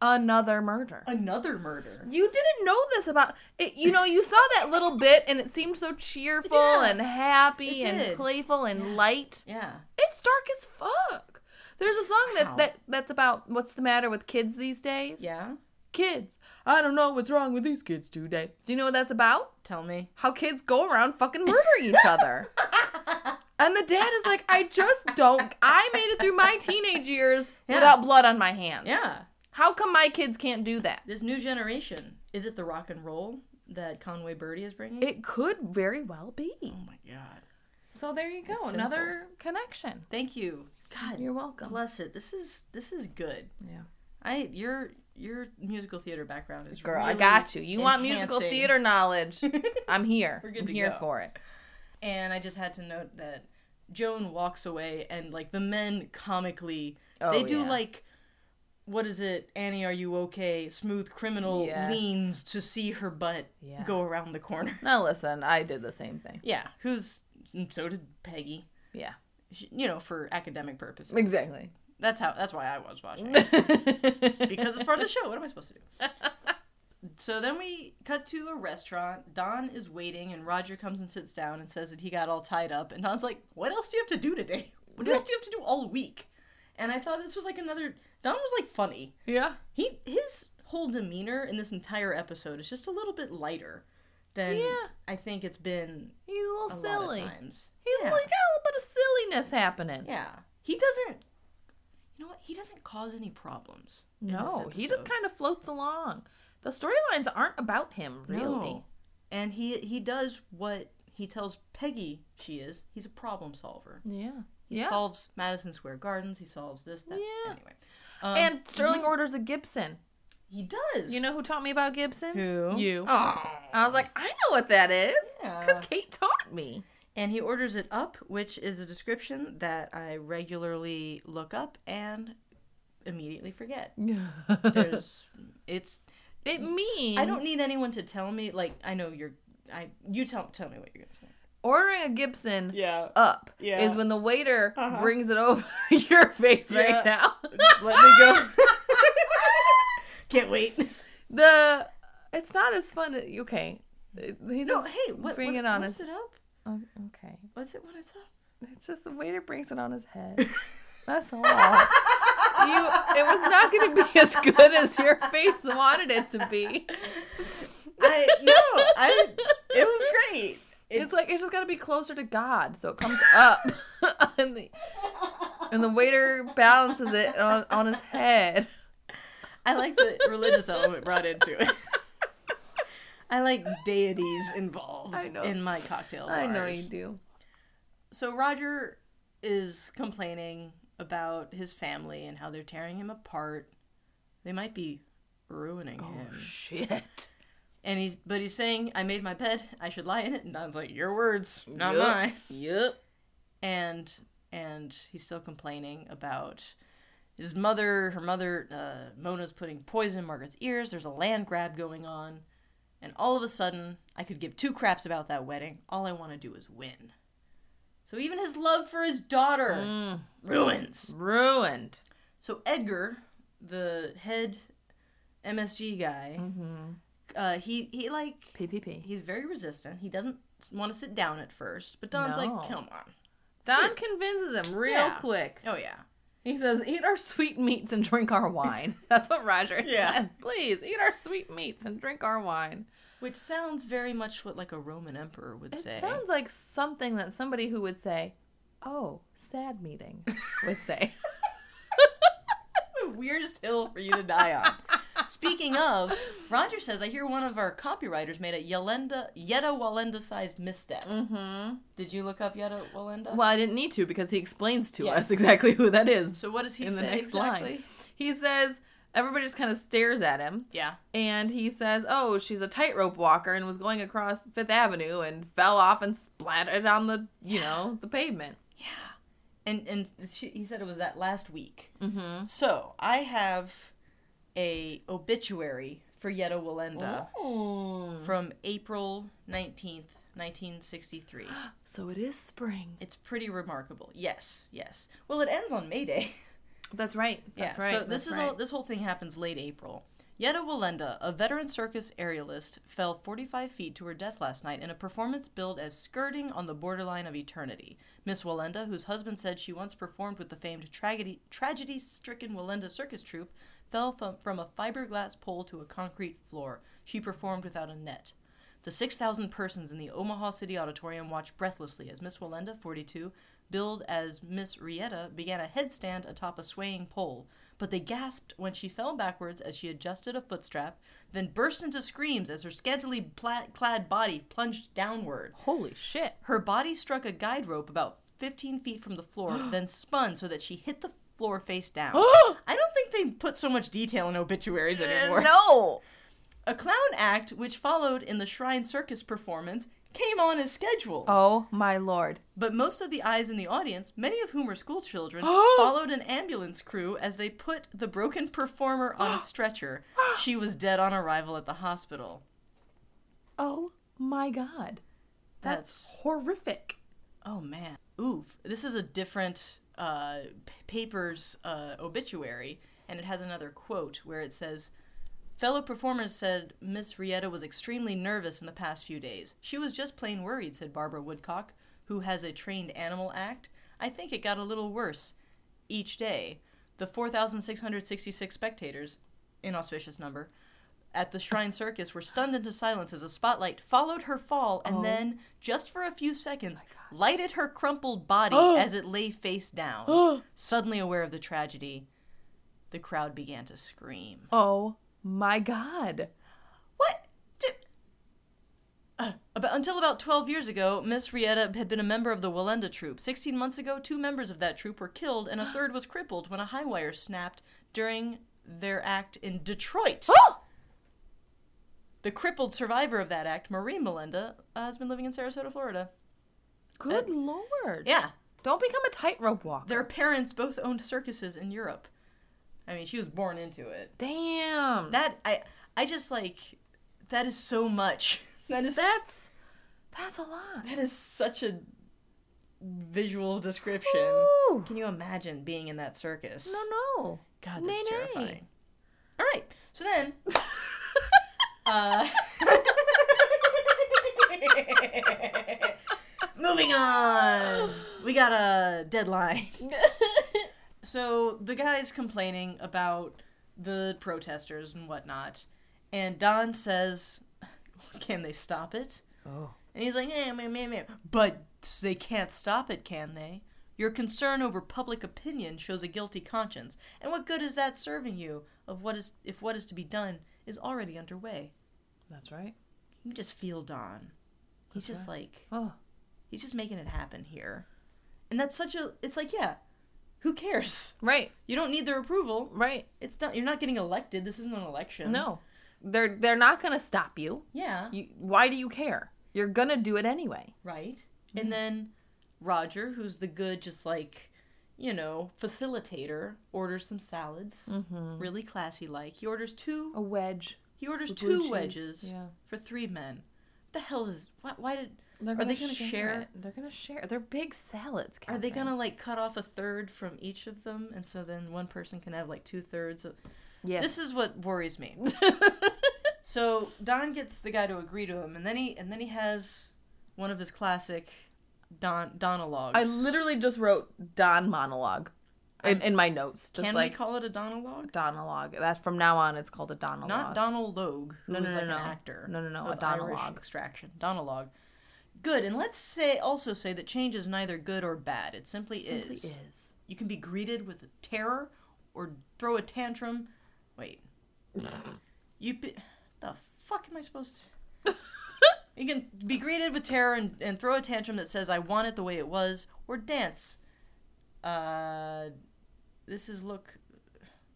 S3: Another murder.
S2: Another murder.
S3: You didn't know this about it. You know, you saw that little bit, and it seemed so cheerful
S2: Yeah,
S3: and happy
S2: it
S3: and
S2: did.
S3: playful and light.
S2: Yeah.
S3: It's dark as fuck. There's a song
S2: Wow.
S3: that, that that's about what's the matter with kids these days.
S2: Yeah.
S3: Kids. I don't know what's wrong with these kids today. Do you know what that's about?
S2: Tell
S3: [laughs]
S2: me.
S3: How kids go around fucking murdering
S2: [laughs]
S3: each other. And the dad is like, I just don't. I made it through my teenage years
S2: Yeah.
S3: without blood on my hands.
S2: Yeah.
S3: How come my kids can't do that?
S2: This new generation. Is it the rock and roll that Conway Birdie is bringing?
S3: It could very well be.
S2: oh my God.
S3: So there you go,
S2: It's
S3: another connection.
S2: Thank you. God.
S3: You're welcome.
S2: Bless it. This is this is good.
S3: yeah,
S2: I your your musical theater background is
S3: girl, I
S2: really
S3: got you. You want musical
S2: enhancing. [laughs]
S3: theater [laughs] knowledge? I'm here.
S2: We're good
S3: I'm
S2: to
S3: here
S2: go.
S3: for it.
S2: And I just had to note that Joan walks away, and like the men comically,
S3: Oh,
S2: they do
S3: yeah.
S2: like what is it, Annie, are you okay? Smooth criminal
S3: Yes.
S2: leans to see her butt
S3: Yeah.
S2: go around the corner. [laughs]
S3: Now listen, I did the same thing.
S2: yeah, who's and so did Peggy.
S3: Yeah.
S2: She- you know, for academic purposes.
S3: Exactly.
S2: That's how that's why I was
S3: [laughs]
S2: watching. because it's part of the show. What am I supposed to do? So then we cut to a restaurant. Don is waiting, and Roger comes and sits down and says that he got all tied up. And Don's like, "What else do you have to do today? What else do you have to do all week?" And I thought this was like another. Don was like funny.
S3: yeah.
S2: He his whole demeanor in this entire episode is just a little bit lighter than
S3: Yeah.
S2: I think it's been
S3: He's a
S2: a
S3: little
S2: lot
S3: silly.
S2: of times.
S3: He's
S2: yeah.
S3: like got a little bit of silliness happening.
S2: yeah. He doesn't. You know what? He doesn't cause any problems. in this
S3: No, he just
S2: episode.
S3: kind of floats along. The storylines aren't about him really.
S2: No. And he he does what he tells Peggy she is. He's a problem solver.
S3: Yeah.
S2: He
S3: yeah.
S2: solves Madison Square Gardens. He solves this, that.
S3: Yeah.
S2: Anyway. Um,
S3: and Sterling orders a Gibson.
S2: he does.
S3: You know who taught me about Gibsons?
S2: Who?
S3: You.
S2: Oh.
S3: I was like, I know what that is.
S2: Yeah.
S3: Because Kate
S2: [laughs]
S3: taught me.
S2: And he orders it up, which is a description that I regularly look up and immediately
S3: [laughs]
S2: forget. There's, it's.
S3: it means
S2: I don't need anyone to tell me. Like I know you're. I you tell tell me what you're gonna say.
S3: ordering a Gibson
S2: Yeah. [laughs]
S3: up
S2: Yeah.
S3: is when the waiter
S2: Uh-huh.
S3: brings it over [laughs] your face
S2: Yeah.
S3: right now.
S2: Just let me go. [laughs] Can't wait.
S3: the it's not as fun. Okay. He
S2: No,
S3: just,
S2: hey, what,
S3: bring
S2: what,
S3: it on
S2: what's
S3: us.
S2: it up?
S3: oh, okay.
S2: What's it when it's up?
S3: It's just the waiter brings it on
S2: [laughs]
S3: his head. That's all. you, it was not going to be as good as your face wanted it to be.
S2: I no, I it was great. It-
S3: It's like it's just got to be closer to God, so it comes up, [laughs] and the and the waiter balances it on, on his head.
S2: I like the religious element brought into it. [laughs] I like deities involved
S3: I know.
S2: in my cocktail bars.
S3: I know you do.
S2: So Roger is complaining about his family and how they're tearing him apart. They might be ruining
S3: Oh,
S2: him.
S3: Shit.
S2: And he's but he's saying, I made my bed, I should lie in it. And Don's like, Your words, not
S3: Yup.
S2: mine.
S3: Yep.
S2: And and he's still complaining about his mother, her mother, uh, Mona's putting poison in Margaret's ears. There's a land grab going on. And all of a sudden, I could give two craps about that wedding. All I want to do is win. So even his love for his daughter ruins.
S3: Ruined.
S2: So Edgar, the head MSG guy, uh, he he like
S3: PPP.
S2: he's very resistant. He doesn't want to sit down at first, but Don's
S3: No.
S2: like, "Come on."
S3: Don convinces him real
S2: Yeah.
S3: quick.
S2: Oh yeah.
S3: He says, "Eat our sweet meats and drink
S2: [laughs]
S3: our wine." That's what Roger
S2: Yeah.
S3: says. Please eat our sweet meats and drink our wine.
S2: Which sounds very much what like a Roman emperor would
S3: It
S2: say.
S3: sounds like something that somebody who would say, "Oh, sad meeting,"
S2: [laughs]
S3: would say.
S2: the weirdest hill for you to die on. [laughs] Speaking of, Roger says I hear one of our copywriters made a Yolanda Yetta Walenda sized misstep. Mm-hmm. Did you look up Yetta Walenda?
S3: Well, I didn't need to because he explains to
S2: Yes.
S3: us exactly who that is
S2: so what does he
S3: in
S2: say
S3: the next
S2: exactly?
S3: line. He says everybody just kind of stares at him,
S2: Yeah.
S3: and he says, "Oh, she's a tightrope walker and was going across Fifth Avenue and fell off and splattered on the you know the pavement."
S2: and and she, he said it was that last week. Mm-hmm. So I have a obituary for Yetta Walenda
S3: Oh.
S2: from April nineteenth, nineteen sixty three.
S3: So it is spring.
S2: It's pretty remarkable. Yes, yes. Well, it ends on May Day.
S3: That's right.
S2: yeah.
S3: [laughs] That's right.
S2: So this
S3: that's
S2: is
S3: right.
S2: all. This whole thing happens late April. Yetta Walenda, a veteran circus aerialist, fell 45 feet to her death last night in a performance billed as skirting on the borderline of eternity. Miss Walenda, whose husband said she once performed with the famed tragedy tragedy-stricken Walenda circus troupe, fell from, from a fiberglass pole to a concrete floor. She performed without a net. The 6,000 persons in the Omaha City Auditorium watched breathlessly as Miss Walenda, 42, billed as Miss Rietta, began a headstand atop a swaying pole. But they gasped when she fell backwards as she adjusted a footstrap, then burst into screams as her scantily pla- clad body plunged downward.
S3: holy shit.
S2: Her body struck a guide rope about 15 feet from the floor, then spun so that she hit the floor face down. I don't think they put so much detail in obituaries anymore. [laughs]
S3: Uh, no.
S2: A clown act which followed in the Shrine Circus performance came on as scheduled.
S3: Oh my lord.
S2: But most of the eyes in the audience, many of whom are
S3: [gasps]
S2: schoolchildren, followed an ambulance crew as they put the broken performer on
S3: [gasps]
S2: a stretcher. She was dead on arrival at the hospital.
S3: Oh my god. That's,
S2: That's-
S3: horrific.
S2: Oh man. Oof. This is a different uh, p- paper's uh, obituary, and it has another quote where it says Fellow performers said Miss Rietta was extremely nervous in the past few days. She was just plain worried, said Barbara Woodcock, who has a trained animal act. I think it got a little worse each day. The 4,666 spectators, inauspicious number, at the Shrine Circus were stunned into silence as a spotlight followed her fall and then, just for a few seconds, lighted her crumpled body as it lay face down. Suddenly aware of the tragedy, the crowd began to scream.
S3: Oh my god.
S2: What? Did... Uh, about, until about 12 years ago, Miss Rietta had been a member of the Walenda troupe. 16 months ago, two members of that troupe were killed and a third was crippled when a high wire snapped during their act in Detroit. the crippled survivor of that act, Marie Walenda, uh, has been living in Sarasota, Florida.
S3: [gasps] Good lord.
S2: Yeah,
S3: Don't become a tightrope walker.
S2: their parents both owned circuses in Europe. I mean, she was born into it.
S3: Damn.
S2: That I I just like that is so much. [laughs] That is
S3: that's that's a lot.
S2: That is such a visual description.
S3: Ooh.
S2: Can you imagine being in that circus?
S3: No, no.
S2: God, that's
S3: Nay, nay.
S2: terrifying. All right, so then. uh, [laughs] moving on. We got a deadline. [laughs] so the guy's complaining about the protesters and whatnot, and Don says, Can they stop it?
S3: Oh.
S2: And he's like, eh, meh, meh, meh. but they can't stop it, can they? Your concern over public opinion shows a guilty conscience. And what good is that serving you of what is if what is to be done is already underway?
S3: That's right.
S2: You just feel Don. He's just like
S3: Oh.
S2: he's just making it happen here. And that's such a it's like, yeah, who cares?
S3: Right.
S2: You don't need their approval.
S3: Right.
S2: It's done you're not getting elected. This isn't an election.
S3: No. They're they're not going to stop you.
S2: Yeah.
S3: you. Why do you care? You're going to do it anyway.
S2: Right.
S3: Mm-hmm.
S2: And then Roger, who's the good, just like, you know, facilitator, orders some salads.
S3: Mm-hmm.
S2: Really classy like. He orders two
S3: A wedge.
S2: he orders
S3: blue
S2: two
S3: cheese,
S2: wedges
S3: yeah.
S2: for three men. The hell is why, why did
S3: They're
S2: are
S3: gonna
S2: they gonna share,
S3: it. They're going to share. They're big salads.
S2: Are they
S3: Catherine.
S2: gonna like cut off a third from each of them and so then one person can have like two thirds of
S3: Yes.
S2: This is what worries me. so Don gets the guy to agree to him and then he and then he has one of his classic Don Donalogues.
S3: [laughs] I literally just wrote Don monologue in, in my notes. Just
S2: Can
S3: like
S2: we call it a Donalogue?
S3: Donalogue. That's from now on. It's called a Donalogue.
S2: Not Donald Logue, who
S3: No,
S2: was
S3: no,
S2: like
S3: no,
S2: an
S3: no.
S2: actor.
S3: No, no, no, a
S2: of Irish
S3: Donalogue.
S2: extraction. Donalogue. Good, and let's say also say that change is neither good or bad. It simply,
S3: Simply
S2: is. You can be greeted with terror or throw a tantrum.
S3: [laughs]
S2: Wait. you be- the fuck am I supposed to?
S3: [laughs]
S2: you can be greeted with terror and, and throw a tantrum that says I want it the way it was, or dance. Uh, this is look.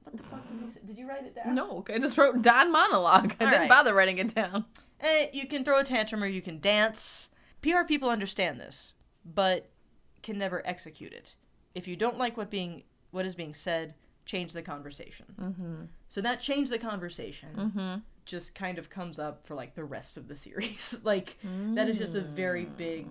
S2: What the fuck did you say? Did you write it down?
S3: No, I just wrote Don monologue. I
S2: All
S3: didn't
S2: right.
S3: bother writing it down.
S2: eh, you can throw a tantrum or you can dance. PR people understand this, but can never execute it. If you don't like what being what is being said, change the conversation. Mm-hmm. So that change the conversation
S3: Mm-hmm.
S2: just kind of comes up for like the rest of the series. [laughs] like that is just a very big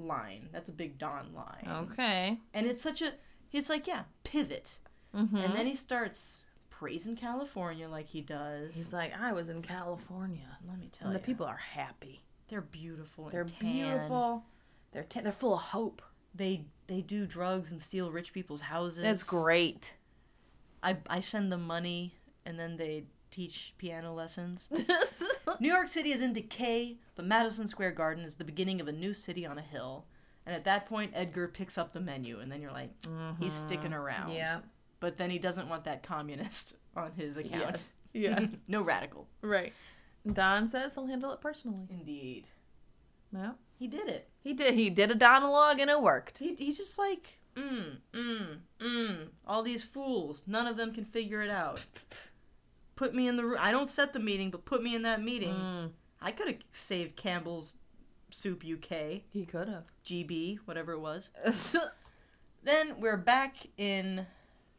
S3: Mm.
S2: line. That's a big Don line
S3: Oh. Okay.
S2: and it's such a he's like yeah pivot
S3: Mm-hmm.
S2: and then he starts praising california like he does
S3: He's like, I was in California,
S2: let me tell
S3: and the
S2: you
S3: people are happy.
S2: they're beautiful and
S3: They're
S2: tan.
S3: beautiful. They're t- they're full of hope.
S2: they they do drugs and steal rich people's houses
S3: That's [laughs] great.
S2: i, I send them money and then they teach piano lessons [laughs] New York City is in decay, but Madison Square Garden is the beginning of a new city on a hill. And at that point, Edgar picks up the menu, and then you're like, he's sticking around.
S3: Mm-hmm. Yeah.
S2: But then he doesn't want that communist [laughs] on his account.
S3: Yes. Yes.
S2: [laughs] no radical.
S3: [laughs] right. Don says he'll handle it personally.
S2: Indeed.
S3: Yeah.
S2: He did it.
S3: He did. He did a monologue, and it worked.
S2: He, he just like, mm, mm, mm. All these fools. None of them can figure it [laughs] out. Put Mm. me in the room. I don't set the meeting, but put me in that meeting. I could have saved Campbell's Soup UK,
S3: He could [laughs]
S2: GB, whatever it was.
S3: have.
S2: Then we're back in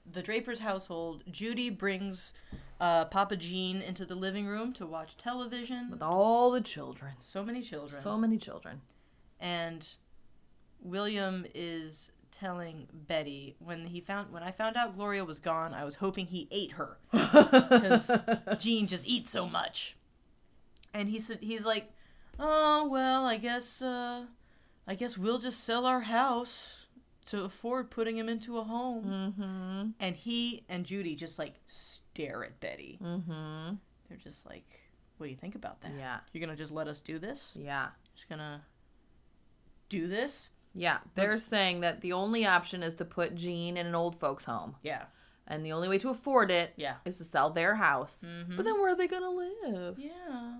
S2: the Draper's household. Judy brings uh, Papa Jean into the living room to watch television.
S3: With all the children.
S2: So many children.
S3: So many [laughs] children.
S2: and William is telling Betty when he found when I found out Gloria was gone, I was hoping he ate
S3: [laughs]
S2: her because Jean just eats so much. And he said he's like, "Oh well, I guess uh, I guess we'll just sell our house to afford putting him into a home."
S3: Mm-hmm.
S2: And he and Judy just like stare at Betty.
S3: Mm-hmm.
S2: They're just like, "What do you think about that?
S3: Yeah.
S2: You're gonna just let us do this?
S3: Yeah.
S2: Just gonna do this?"
S3: Yeah. They're saying that the only option is to put Jean in an old folks home.
S2: Yeah.
S3: And the only way to afford it
S2: Yeah.
S3: is to sell their house.
S2: Mm-hmm.
S3: But then where are they gonna live?
S2: yeah.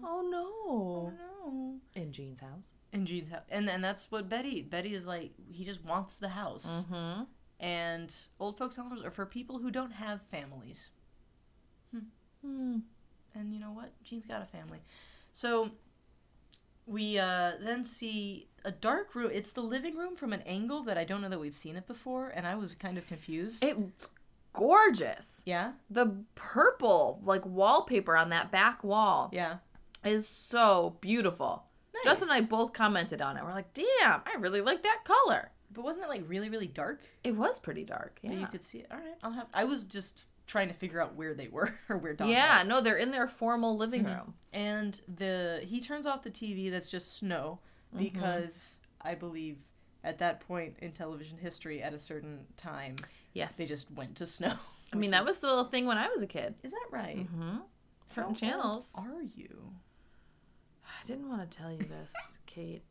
S3: Oh
S2: Oh
S3: no.
S2: no.
S3: In Jean's house.
S2: And Jean's house, and and that's what Betty. Betty is like. He just wants the house.
S3: Mm-hmm.
S2: And old folks' homes are for people who don't have families.
S3: Hmm.
S2: And you know what? Jean's got a family, so we uh, then see a dark room. It's the living room from an angle that I don't know that we've seen it before, and I was kind of confused.
S3: It's gorgeous.
S2: yeah,
S3: The purple like wallpaper on that back wall
S2: yeah.
S3: is so beautiful.
S2: Nice.
S3: Justin and I both commented on it. We're like, damn, I really like that color.
S2: But wasn't it like really, really dark
S3: It was pretty dark. Yeah.
S2: that you could see it? All right, I'll have. I was just trying to figure out where they were [laughs] or where Don. was.
S3: yeah, no, they're in their formal living
S2: Mm-hmm.
S3: room.
S2: and the he turns off the TV that's just snow
S3: Mm-hmm.
S2: because I believe at that point in television history at a certain time
S3: Yes.
S2: they just went to snow.
S3: [laughs] I mean,
S2: which
S3: that
S2: is-
S3: was still a thing when I was a kid.
S2: is that right?
S3: Mm-hmm.
S2: How
S3: Certain
S2: old
S3: channels.
S2: Are you?
S3: I didn't want to tell you
S2: [laughs]
S3: this, Kate.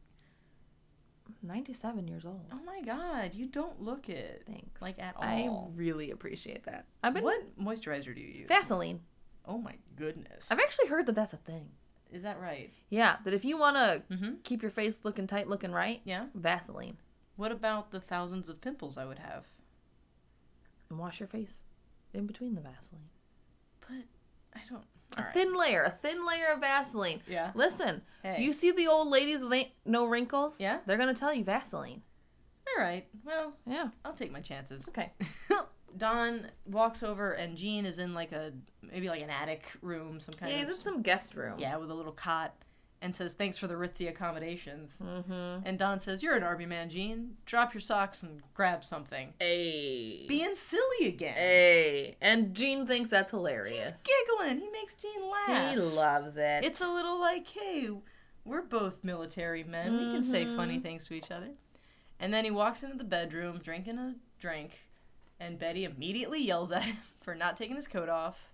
S3: I'm 97 years old.
S2: Oh my god, you don't look it.
S3: Thanks.
S2: Like at
S3: I
S2: all.
S3: really appreciate that. I've been
S2: What moisturizer do you use?
S3: Vaseline.
S2: Oh my goodness.
S3: I've actually heard that that's a thing.
S2: Is that right?
S3: Yeah, that if you want to
S2: Mhm.
S3: keep your face looking tight, looking right,
S2: Yeah.
S3: Vaseline
S2: What about the thousands of pimples I would have?
S3: and wash your face in between the Vaseline.
S2: But I don't.
S3: A
S2: All right.
S3: thin layer, a thin layer of Vaseline.
S2: Yeah.
S3: Listen,
S2: Hey.
S3: you see the old ladies with ain't no wrinkles?
S2: Yeah.
S3: They're gonna tell you Vaseline.
S2: All right. Well,
S3: Yeah.
S2: I'll take my chances.
S3: Okay.
S2: [laughs] Don walks over and Jean is in like a maybe like an attic room, some kind
S3: yeah,
S2: of
S3: this is some guest room.
S2: yeah, with a little cot, and says thanks for the ritzy accommodations.
S3: Mm-hmm.
S2: And Don says, "You're an army man, Jean. Drop your socks and grab something."
S3: Hey.
S2: Being silly again.
S3: hey. And Jean thinks that's hilarious.
S2: He's giggling. He makes Jean laugh.
S3: He loves it.
S2: It's a little like, hey, we're both military men. We can say funny things to each other. And then he walks into the bedroom drinking a drink, and Betty immediately yells at him for not taking his coat off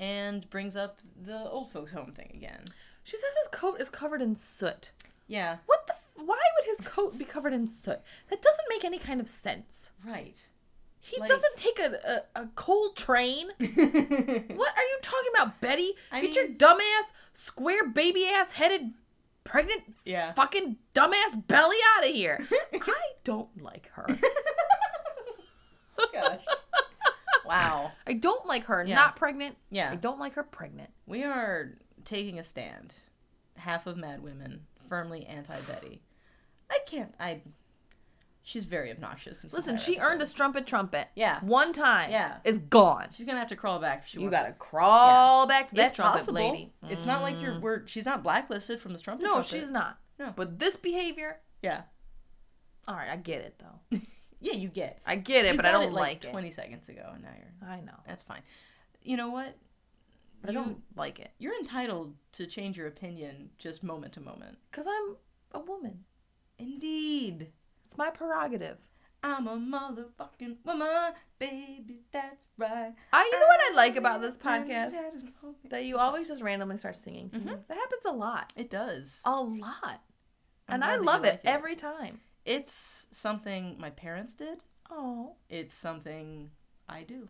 S2: and brings up the old folks' home thing again.
S3: she says his coat is covered in soot.
S2: Yeah,
S3: What the? F- why would his coat be covered in soot? That doesn't make any kind of sense.
S2: right. [laughs]
S3: He
S2: Like-
S3: doesn't take a, a, a
S2: [laughs]
S3: cold train. What are you talking about, Betty?
S2: I
S3: Get your
S2: mean-
S3: dumbass, square baby ass headed, pregnant,
S2: yeah.
S3: fucking dumbass belly out of here. I don't like
S2: [laughs]
S3: her.
S2: [laughs] Gosh. Wow.
S3: I don't like her
S2: Yeah.
S3: not pregnant. I
S2: Yeah.
S3: don't like her pregnant.
S2: We are taking a stand. Half of Mad Women firmly anti Betty. I can't. I. She's very obnoxious. in some
S3: Listen,
S2: kind of
S3: she
S2: episode.
S3: earned a strumpet trumpet.
S2: Yeah.
S3: One time.
S2: Yeah.
S3: Is gone.
S2: She's gonna have to crawl back if she
S3: You
S2: wants.
S3: gotta crawl back to
S2: It.
S3: that
S2: It's
S3: trumpet
S2: possible.
S3: lady.
S2: It's not like you're. We're, she's not blacklisted from the Trump.
S3: Mm. No, she's not.
S2: No.
S3: But this behavior,
S2: Yeah.
S3: all right, I get it though.
S2: Yeah, you get.
S3: I get it,
S2: You
S3: but I
S2: got
S3: don't
S2: it,
S3: like, it.
S2: Twenty seconds ago, and now you're.
S3: I know,
S2: That's fine. You know what?
S3: but I don't like it
S2: You're entitled to change your opinion just moment to moment.
S3: because I'm a woman.
S2: Indeed.
S3: It's my prerogative.
S2: I'm a motherfucking woman, baby. That's right.
S3: I, you know what I like about this podcast
S2: That-
S3: that you always just randomly start singing. To me.
S2: Mm-hmm.
S3: That happens a lot,
S2: It does.
S3: a lot,
S2: I'm
S3: and
S2: glad that
S3: I
S2: you
S3: love it
S2: like it.
S3: every time.
S2: It's something my parents did.
S3: Oh,
S2: It's something I do.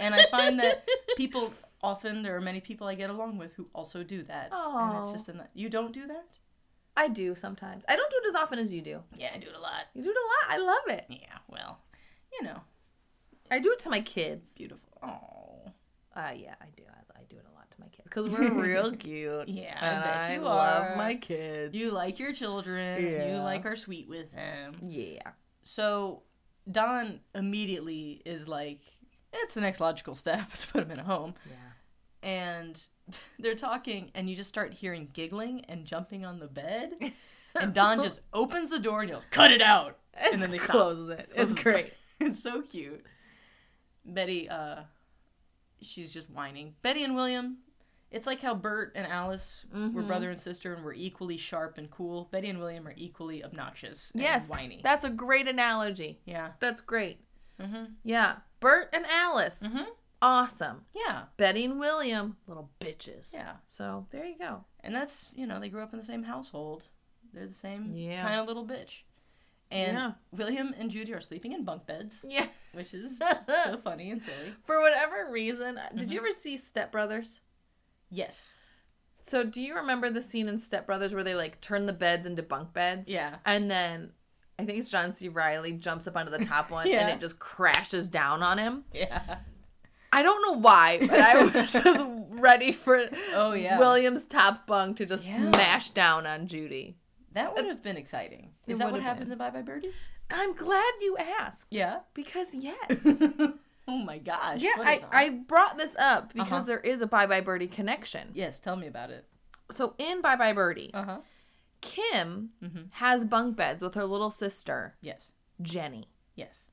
S2: And I find that
S3: [laughs]
S2: people often there are many people I get along with who also do that. And it's
S3: Aw.
S2: just an, you don't do that?
S3: I do sometimes. I don't do it as often as you do.
S2: Yeah, I do it a lot.
S3: You do it a lot. I love it.
S2: Yeah, well, you know,
S3: I do it to my kids.
S2: beautiful. Oh.
S3: Uh, yeah, I do. I, I do it a lot to my kids. because
S2: [laughs]
S3: we're real cute.
S2: Yeah, I
S3: and I,
S2: bet you
S3: love
S2: are.
S3: my kids.
S2: You like your children. and You
S3: Yeah.
S2: like are sweet with them.
S3: yeah,
S2: So Don immediately is like, it's the next logical step [laughs] to put him in a home.
S3: yeah.
S2: And [laughs] they're talking, and you just start hearing giggling and jumping on the bed. And Don just opens the door and yells, cut it out. [laughs] And then they stop.
S3: closes it.
S2: Closes
S3: it's
S2: the door.
S3: great.
S2: It's so cute. Betty, uh, she's just whining. Betty and William, it's like how Bert and Alice were brother and sister and were equally sharp and cool. Betty and William are equally obnoxious and
S3: Yes,
S2: whiny.
S3: that's a great analogy.
S2: yeah.
S3: That's great.
S2: hmm
S3: Yeah, Bert and Alice,
S2: hmm
S3: awesome.
S2: Yeah.
S3: Betty and William, little bitches.
S2: Yeah.
S3: So there you go.
S2: And that's, you know, they grew up in the same household. They're the same
S3: Yeah.
S2: kind of little bitch. And
S3: Yeah.
S2: William and Judy are sleeping in bunk beds,
S3: Yeah.
S2: which
S3: [laughs]
S2: is so funny and silly.
S3: For whatever reason, uh,
S2: Mm-hmm.
S3: did you ever see Step Brothers?
S2: Yes.
S3: So do you remember the scene in Step Brothers where they like turn the beds into bunk beds?
S2: Yeah.
S3: And then I think it's John C. Riley jumps up onto the
S2: [laughs]
S3: top one
S2: Yeah.
S3: and it just crashes down on him.
S2: Yeah.
S3: I don't know why, but
S2: [laughs]
S3: I was just ready for
S2: Oh, yeah.
S3: William's top bunk to just
S2: Yeah.
S3: smash down on Judy.
S2: That would have been exciting.
S3: It
S2: Is that
S3: would
S2: what
S3: have
S2: happens in Bye Bye Birdie?
S3: I'm glad you asked
S2: Yeah.
S3: because yes.
S2: [laughs] oh my gosh.
S3: Yeah,
S2: what a
S3: I,
S2: thought.
S3: I brought this up because
S2: Uh-huh.
S3: there is a Bye Bye Birdie connection.
S2: Yes, tell me about it.
S3: So in Bye Bye Birdie,
S2: Uh huh.
S3: Kim
S2: Mm-hmm.
S3: has bunk beds with her little sister,
S2: Yes.
S3: Jenny.
S2: Yes.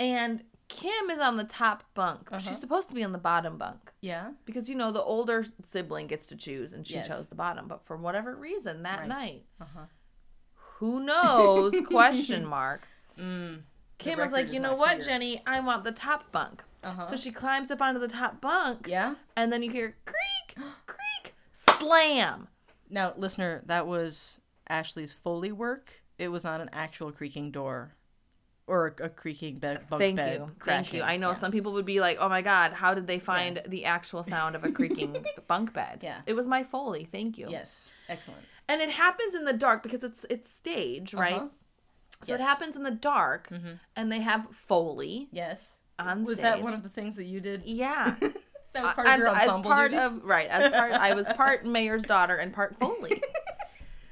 S3: And Kim is on the top bunk. but
S2: Uh-huh.
S3: She's supposed to be on the bottom bunk
S2: Yeah.
S3: because, you know, the older sibling gets to choose and she
S2: Yes.
S3: chose the bottom. But for whatever reason, that
S2: Right.
S3: night,
S2: Uh-huh.
S3: who
S2: [laughs]
S3: knows? question mark.
S2: Mm.
S3: Kim was
S2: record
S3: like,
S2: is
S3: you know
S2: not
S3: what,
S2: clear."
S3: Jenny? I want the top bunk.
S2: Uh huh.
S3: So she climbs up onto the top bunk
S2: yeah.
S3: and then you hear
S2: [gasps]
S3: creak, creak, slam.
S2: Now, listener, that was Ashley's Foley work. It was not an actual creaking door or a, a creaking bed, bunk
S3: Thank
S2: bed.
S3: you. Thank
S2: crashing.
S3: you. I know
S2: Yeah.
S3: some people would be like, oh my God, how did they find the actual sound of a
S2: [laughs]
S3: creaking bunk bed?
S2: Yeah.
S3: It was my Foley. Thank you.
S2: Yes. Excellent.
S3: And it happens in the dark because it's it's stage, right?
S2: Uh-huh.
S3: So
S2: Yes. Mm-hmm.
S3: it happens in the dark and they have Foley
S2: Yes.
S3: on
S2: Was
S3: stage.
S2: that one of the things that you did?
S3: Yeah.
S2: [laughs] That was part of
S3: and
S2: your
S3: as
S2: ensemble
S3: part
S2: duties?
S3: of right, as part I was
S2: [laughs]
S3: part mayor's daughter and part Foley.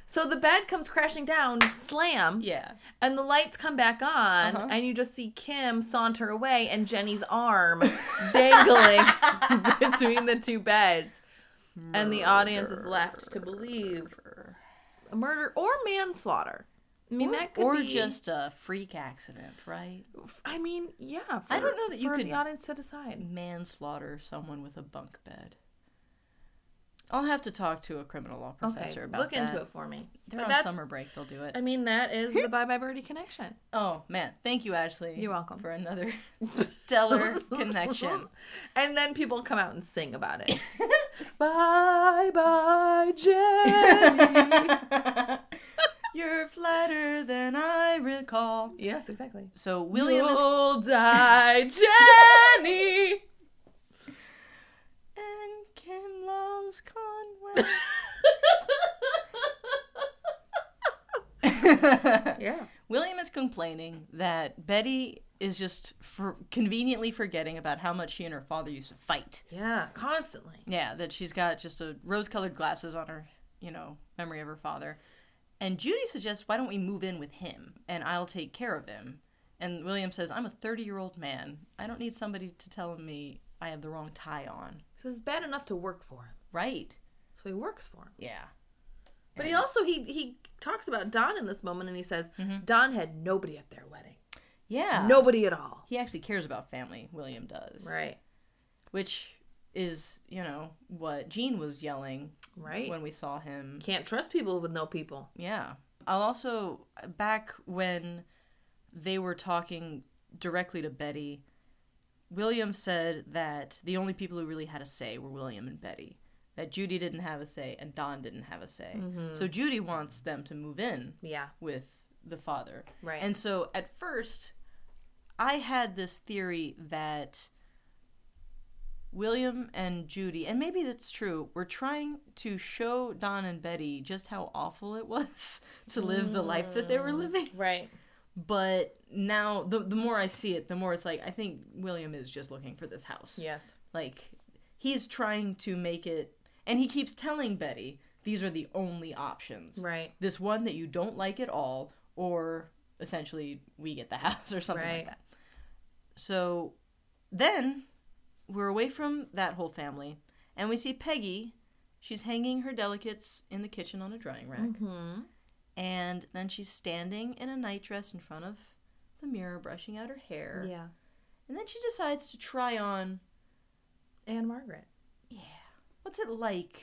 S3: so the bed comes crashing down, slam.
S2: yeah.
S3: And the lights come back on,
S2: Uh-huh.
S3: and you just see Kim saunter away and Jenny's arm [laughs] dangling [laughs] between the two beds. And the audience is left to believe a murder or manslaughter. I mean, that could
S2: or
S3: be.
S2: just a freak accident, right?
S3: I mean, yeah.
S2: I don't know that you
S3: for
S2: could-
S3: the audience to decide.
S2: Manslaughter someone with a bunk bed. I'll have to talk to a criminal law
S3: Okay,
S2: professor about
S3: look
S2: that.
S3: into it for me.
S2: They're
S3: But
S2: on
S3: that's-
S2: summer break. They'll do it.
S3: I mean, that is
S2: [laughs]
S3: the Bye Bye Birdie connection.
S2: Oh man, thank you, Ashley.
S3: You're welcome.
S2: for
S3: [laughs]
S2: another stellar connection.
S3: And then people come out and sing
S2: [laughs]
S3: about it. bye bye,
S2: [laughs]
S3: Jenny.
S2: You're flatter than I recall.
S3: yes, exactly.
S2: So William is
S3: You'll die, Jenny.
S2: and Kim loves
S3: [laughs]
S2: Conway.
S3: [laughs] yeah.
S2: William is complaining that Betty is just for conveniently forgetting about how much she and her father used to fight.
S3: Yeah. Constantly.
S2: Yeah, that she's got just a rose-colored glasses on her, you know, memory of her father. And Judy suggests, why don't we move in with him and I'll take care of him? And William says, I'm a 30-year-old man. I don't need somebody to tell me I have the wrong tie on.
S3: So it's bad enough to work for him.
S2: Right.
S3: So he works for him.
S2: Yeah.
S3: But he also he he talks about Don in this moment and he says Don had nobody at their wedding.
S2: Yeah.
S3: Nobody at all.
S2: He actually cares about family, William does.
S3: Right.
S2: Which is, you know, what Jean was yelling
S3: Right.
S2: when we saw him.
S3: Can't trust people with no people.
S2: Yeah. I'll also back when they were talking directly to Betty, William said that the only people who really had a say were William and Betty. That Judy didn't have a say and Don didn't have a say. So Judy wants them to move in
S3: Yeah.
S2: with the father.
S3: Right.
S2: And so at first, I had this theory that William and Judy, and maybe that's true, were trying to show Don and Betty just how awful it was [laughs] to live the life that they were living.
S3: Right.
S2: But now, the, the more I see it, the more it's like, I think William is just looking for this house.
S3: Yes.
S2: Like, he's trying to make it. And he keeps telling Betty, these are the only options.
S3: Right.
S2: This one that you don't like at all, or essentially we get the [laughs] house or something like
S3: Right.
S2: that. So then we're away from that whole family, and we see Peggy. She's hanging her delicates in the kitchen on a drying rack.
S3: Hmm.
S2: And then she's standing in a nightdress in front of the mirror, brushing out her hair.
S3: Yeah.
S2: And then she decides to try on
S3: And Margaret.
S2: yeah, what's it like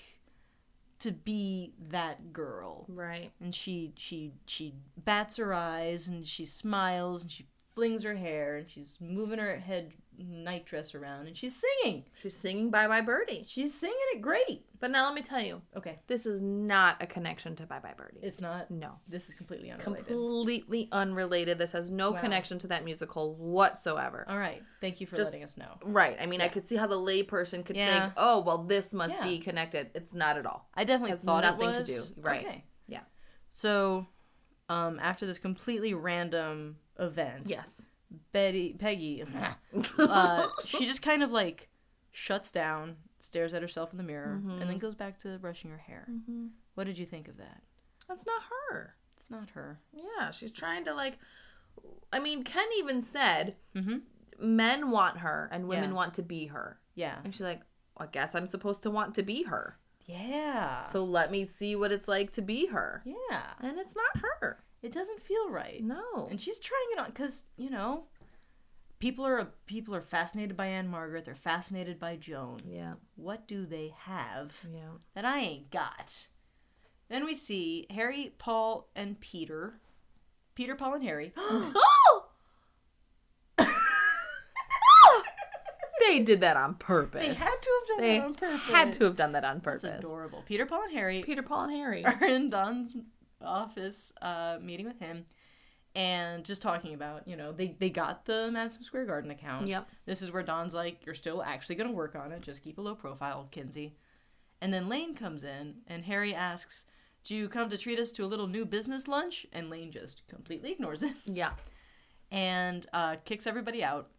S2: to be that girl?
S3: Right.
S2: And she she she bats her eyes and she smiles and she flings her hair and she's moving her head nightdress around and she's singing.
S3: She's singing Bye Bye Birdie.
S2: She's singing it great.
S3: But now let me tell you,
S2: Okay,
S3: this is not a connection to Bye Bye Birdie.
S2: it's not.
S3: no.
S2: This is completely unrelated.
S3: Completely unrelated. This has no
S2: Wow. Uh,
S3: connection to that musical whatsoever.
S2: All right, thank you for
S3: Just-
S2: letting us know.
S3: Right. I mean, I could see how the layperson could
S2: Yeah.
S3: think, oh, well, this must
S2: Yeah.
S3: be connected. It's not at all.
S2: I definitely
S3: Has
S2: thought
S3: nothing
S2: it
S3: to
S2: was.
S3: do, right.
S2: Okay.
S3: Yeah.
S2: So, um, after this completely random event,
S3: Yes.
S2: Betty Peggy [laughs]
S3: [laughs]
S2: uh, she just kind of like shuts down, stares at herself in the mirror, and
S3: Mm-hmm.
S2: then goes back to brushing her hair. What did you think of that?
S3: That's not her.
S2: It's not her.
S3: Yeah. She's trying to, like, I mean, Ken even said
S2: Mhm.
S3: men want her and women
S2: Yeah.
S3: want to be her.
S2: Yeah.
S3: And she's like, I guess I'm supposed to want to be her.
S2: Yeah.
S3: So let me see what it's like to be her.
S2: yeah.
S3: And it's not her.
S2: It doesn't feel right.
S3: No.
S2: And she's trying it on cuz, you know, people are people are fascinated by Anne Margaret, they're fascinated by Joan.
S3: Yeah.
S2: What do they have
S3: Yeah.
S2: that I ain't got. Then we see Harry, Paul, and Peter. Peter, Paul, and Harry. [gasps]
S3: Oh! [laughs] they did that on purpose.
S2: They had to have done
S3: They
S2: that on purpose.
S3: had to have done that on
S2: That's
S3: purpose.
S2: adorable. Peter, Paul, and Harry
S3: Peter, Paul, and Harry.
S2: are in Don's office, uh, meeting with him, and just talking about, you know, they, they got the Madison Square Garden account.
S3: Yep.
S2: This is where Don's like, you're still actually going to work on it. Just keep a low profile, Kinsey. And then Lane comes in, and Harry asks, Do you come to treat us to a little new business lunch? And Lane just completely ignores it.
S3: Yeah.
S2: and uh, kicks everybody out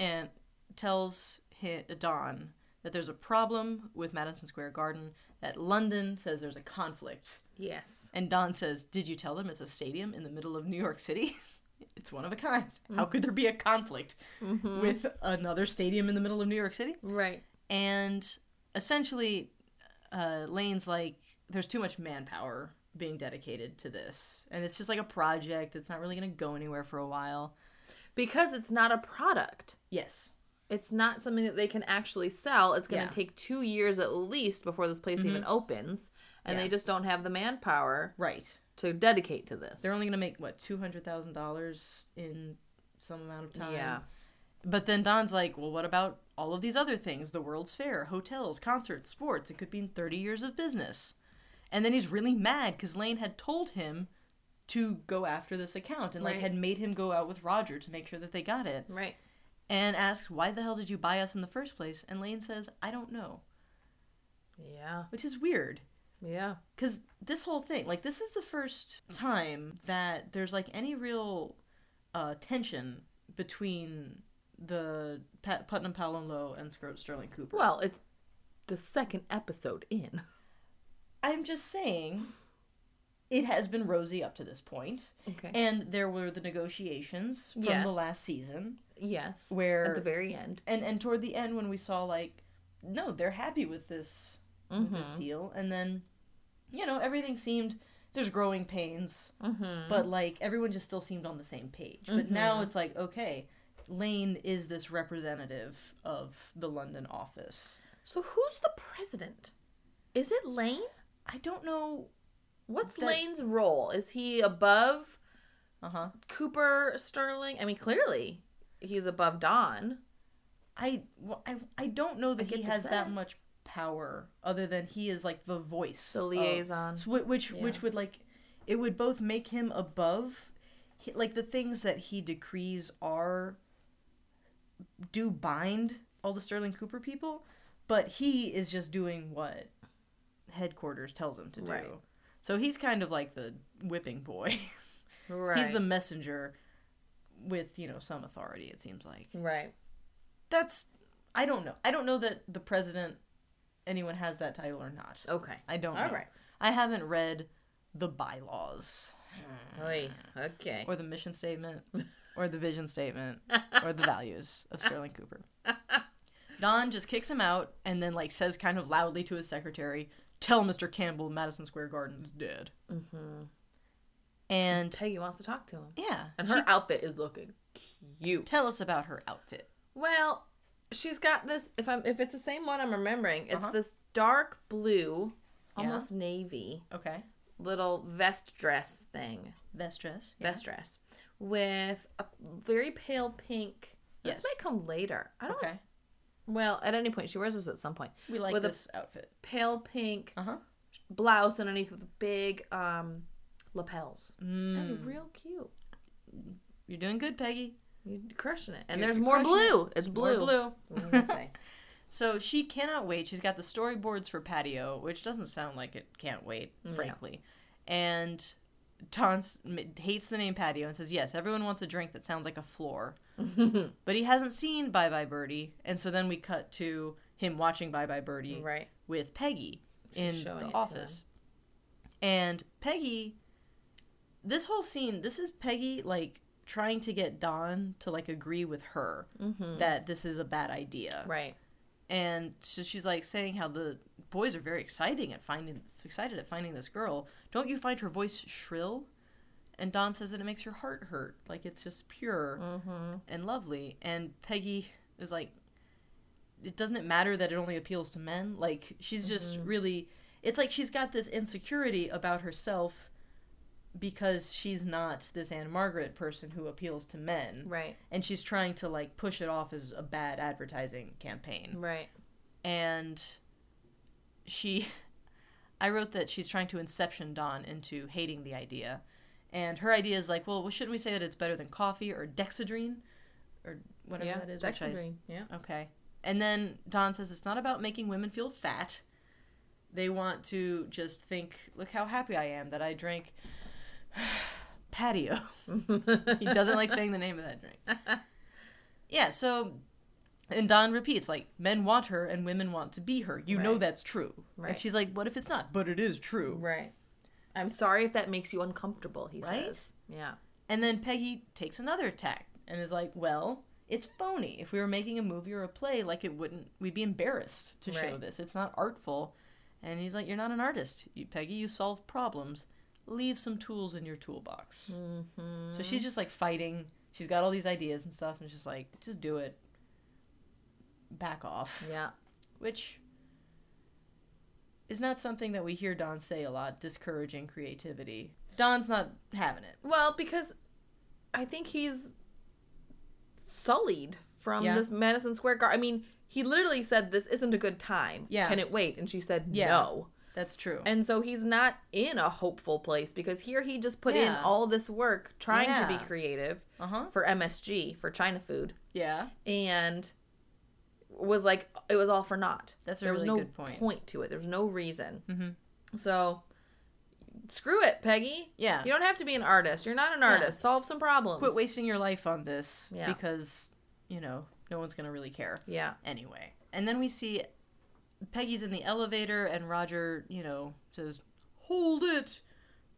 S2: and tells hi Don that there's a problem with Madison Square Garden, that London says there's a conflict.
S3: Yes.
S2: And Don says, Did you tell them it's a stadium in the middle of New York City? [laughs] it's one of a kind. How could there be a conflict with another stadium in the middle of New York City?
S3: Right.
S2: and essentially uh, lane's like there's too much manpower being dedicated to this and it's just like a project it's not really going to go anywhere for a while
S3: Because it's not a product.
S2: yes
S3: It's not something that they can actually sell. It's going to
S2: Yeah. Mm-hmm.
S3: take two years at least before this place even opens. And
S2: Yeah.
S3: they just don't have the manpower
S2: right
S3: to dedicate to this.
S2: they're only going to make what $200000 in some amount of time
S3: Yeah.
S2: but then don's like well what about all of these other things the world's fair hotels concerts sports it could be in 30 years of business and then he's really mad because lane had told him to go after this account and like
S3: Right.
S2: had made him go out with roger to make sure that they got it
S3: Right.
S2: and asks, Why the hell did you buy us in the first place? And Lane says, I don't know,
S3: Yeah.
S2: which is weird.
S3: Yeah.
S2: Because this whole thing, like, this is the first time that there's like any real uh, tension between the Pat- Putnam Powell and Lowe and Sker- Sterling Cooper.
S3: Well, it's the second episode in.
S2: I'm just saying. It has been rosy up to this point,
S3: Okay.
S2: and there were the negotiations from
S3: Yes.
S2: the last season,
S3: yes.
S2: where
S3: At the very end.
S2: and and toward the end when we saw like no they're happy with this with
S3: Mm-hmm.
S2: this deal and then you know everything seemed there's growing pains
S3: Mm-hmm.
S2: but like everyone just still seemed on the same page but now it's like okay lane is this representative of the london office
S3: So who's the president? Is it Lane?
S2: i don't know
S3: What's
S2: That-
S3: Lane's role? Is he above
S2: uh-huh
S3: Cooper Sterling? I mean, clearly he's above Don.
S2: i well, I, I don't know that
S3: get
S2: he
S3: the
S2: has that
S3: sense.
S2: much power other than he is like the voice
S3: The
S2: of-
S3: liaison.
S2: So whi- which
S3: Yeah.
S2: which would like it would both make him above he, like the things that he decrees are do bind all the Sterling Cooper people, but he is just doing what headquarters tells him to do.
S3: Right.
S2: So he's kind of like the whipping boy. [laughs]
S3: Right.
S2: he's the messenger with, you know, some authority it seems like.
S3: Right.
S2: That's I don't know. I don't know that the president anyone has that title or not.
S3: Okay.
S2: I don't
S3: All
S2: know.
S3: right.
S2: I haven't read the bylaws
S3: Oy, okay.
S2: or the mission statement or the vision statement or the values of Sterling Cooper. Don just kicks him out and then like says kind of loudly to his secretary, "Tell Mr. Campbell Madison Square Garden's dead." Mm-hmm. And
S3: Peggy wants to talk to him.
S2: yeah,
S3: And
S2: she-
S3: her outfit is looking cute.
S2: tell us about her outfit.
S3: Well, she's got this. If I'm, if it's the same one I'm remembering, it's
S2: Uh-huh.
S3: this dark blue, almost navy
S2: Okay,
S3: little vest dress thing,
S2: best dress. Yeah.
S3: vest dress with a very pale pink.
S2: Yes.
S3: This might come later. I don't.
S2: Okay,
S3: Well, at any point, she wears this at some point.
S2: we like
S3: with
S2: this outfit.
S3: a pale pink
S2: Uh huh.
S3: blouse underneath with big um lapels.
S2: Mm.
S3: That's real cute.
S2: You're doing good, Peggy.
S3: You're crushing it. And
S2: You're-
S3: there's
S2: you're
S3: more
S2: crushing it.
S3: blue. It's
S2: More
S3: blue.
S2: blue.
S3: [laughs] What was I gonna say?
S2: So she cannot wait. She's got the storyboards for Patio, which doesn't sound like it can't wait, frankly. And Tons hates the name Patio and says, Yes, everyone wants a drink that sounds like a
S3: [laughs]
S2: floor. but he hasn't seen Bye Bye Birdie. And so then we cut to him watching Bye Bye [laughs] Birdie
S3: right.
S2: with Peggy in
S3: showing it
S2: the
S3: to
S2: office. And Peggy, this whole scene, this is Peggy like trying to get Don to like agree with her
S3: Mm-hmm.
S2: that this is a bad idea
S3: Right.
S2: and so she's like saying how the boys are very exciting at finding excited at finding this girl. Don't you find her voice shrill? And Don says that it makes your heart hurt, like it's just pure and lovely. And Peggy is like, it doesn't it matter that it only appeals to men? Like she's just really, it's like she's got this insecurity about herself because she's not this Anne Margaret person who appeals to men,
S3: Right.
S2: and she's trying to like push it off as a bad advertising campaign
S3: Right.
S2: and she [laughs] i wrote that she's trying to inception dawn into hating the idea and her idea is like well shouldn't we say that it's better than coffee or dexedrine or whatever
S3: yeah.
S2: that is
S3: That's
S2: which I-
S3: green. Yeah.
S2: okay and then don says it's not about making women feel fat they want to just think look how happy i am that i drank [sighs] patio he doesn't like saying the name of that drink
S3: [laughs]
S2: yeah so and Don repeats, like, men want her and women want to be her. You know
S3: Right.
S2: that's true.
S3: Right.
S2: And she's like, what if it's not? But it is true.
S3: Right. I'm sorry if that makes you uncomfortable, he
S2: Right?
S3: says. Yeah.
S2: And then Peggy takes another attack and is like, well, it's phony. If we were making a movie or a play, like, it wouldn't, we'd be embarrassed to show
S3: Right.
S2: this. It's not artful. And he's like, you're not an artist, you, Peggy. You solve problems. Leave some tools in your toolbox. So she's just like fighting. She's got all these ideas and stuff, and it's just like, just do it. Back off.
S3: Yeah.
S2: which is not something that we hear Don say a lot, discouraging creativity. Don's not having it.
S3: Well, because I think he's sullied from
S2: Yeah.
S3: this Madison Square Garden. I mean, he literally said this isn't a good time.
S2: Yeah.
S3: Can it wait? And she said
S2: Yeah.
S3: no.
S2: That's true.
S3: And so he's not in a hopeful place because here he just put in
S2: Yeah.
S3: all this work trying to be
S2: Yeah.
S3: creative
S2: Uh huh.
S3: for MSG, for China Food,
S2: Yeah.
S3: and was like it was all for naught.
S2: That's a
S3: there was
S2: really
S3: no
S2: good point. Mm-hmm.
S3: to it. There was no reason. So screw it, Peggy.
S2: Yeah.
S3: You don't have to be an artist. You're not an artist. Solve some problems.
S2: Quit wasting your life on this
S3: Yeah.
S2: because, you know, no one's going to really care.
S3: yeah.
S2: Anyway. And then we see Peggy's in the elevator, and Roger, you know, says, Hold it!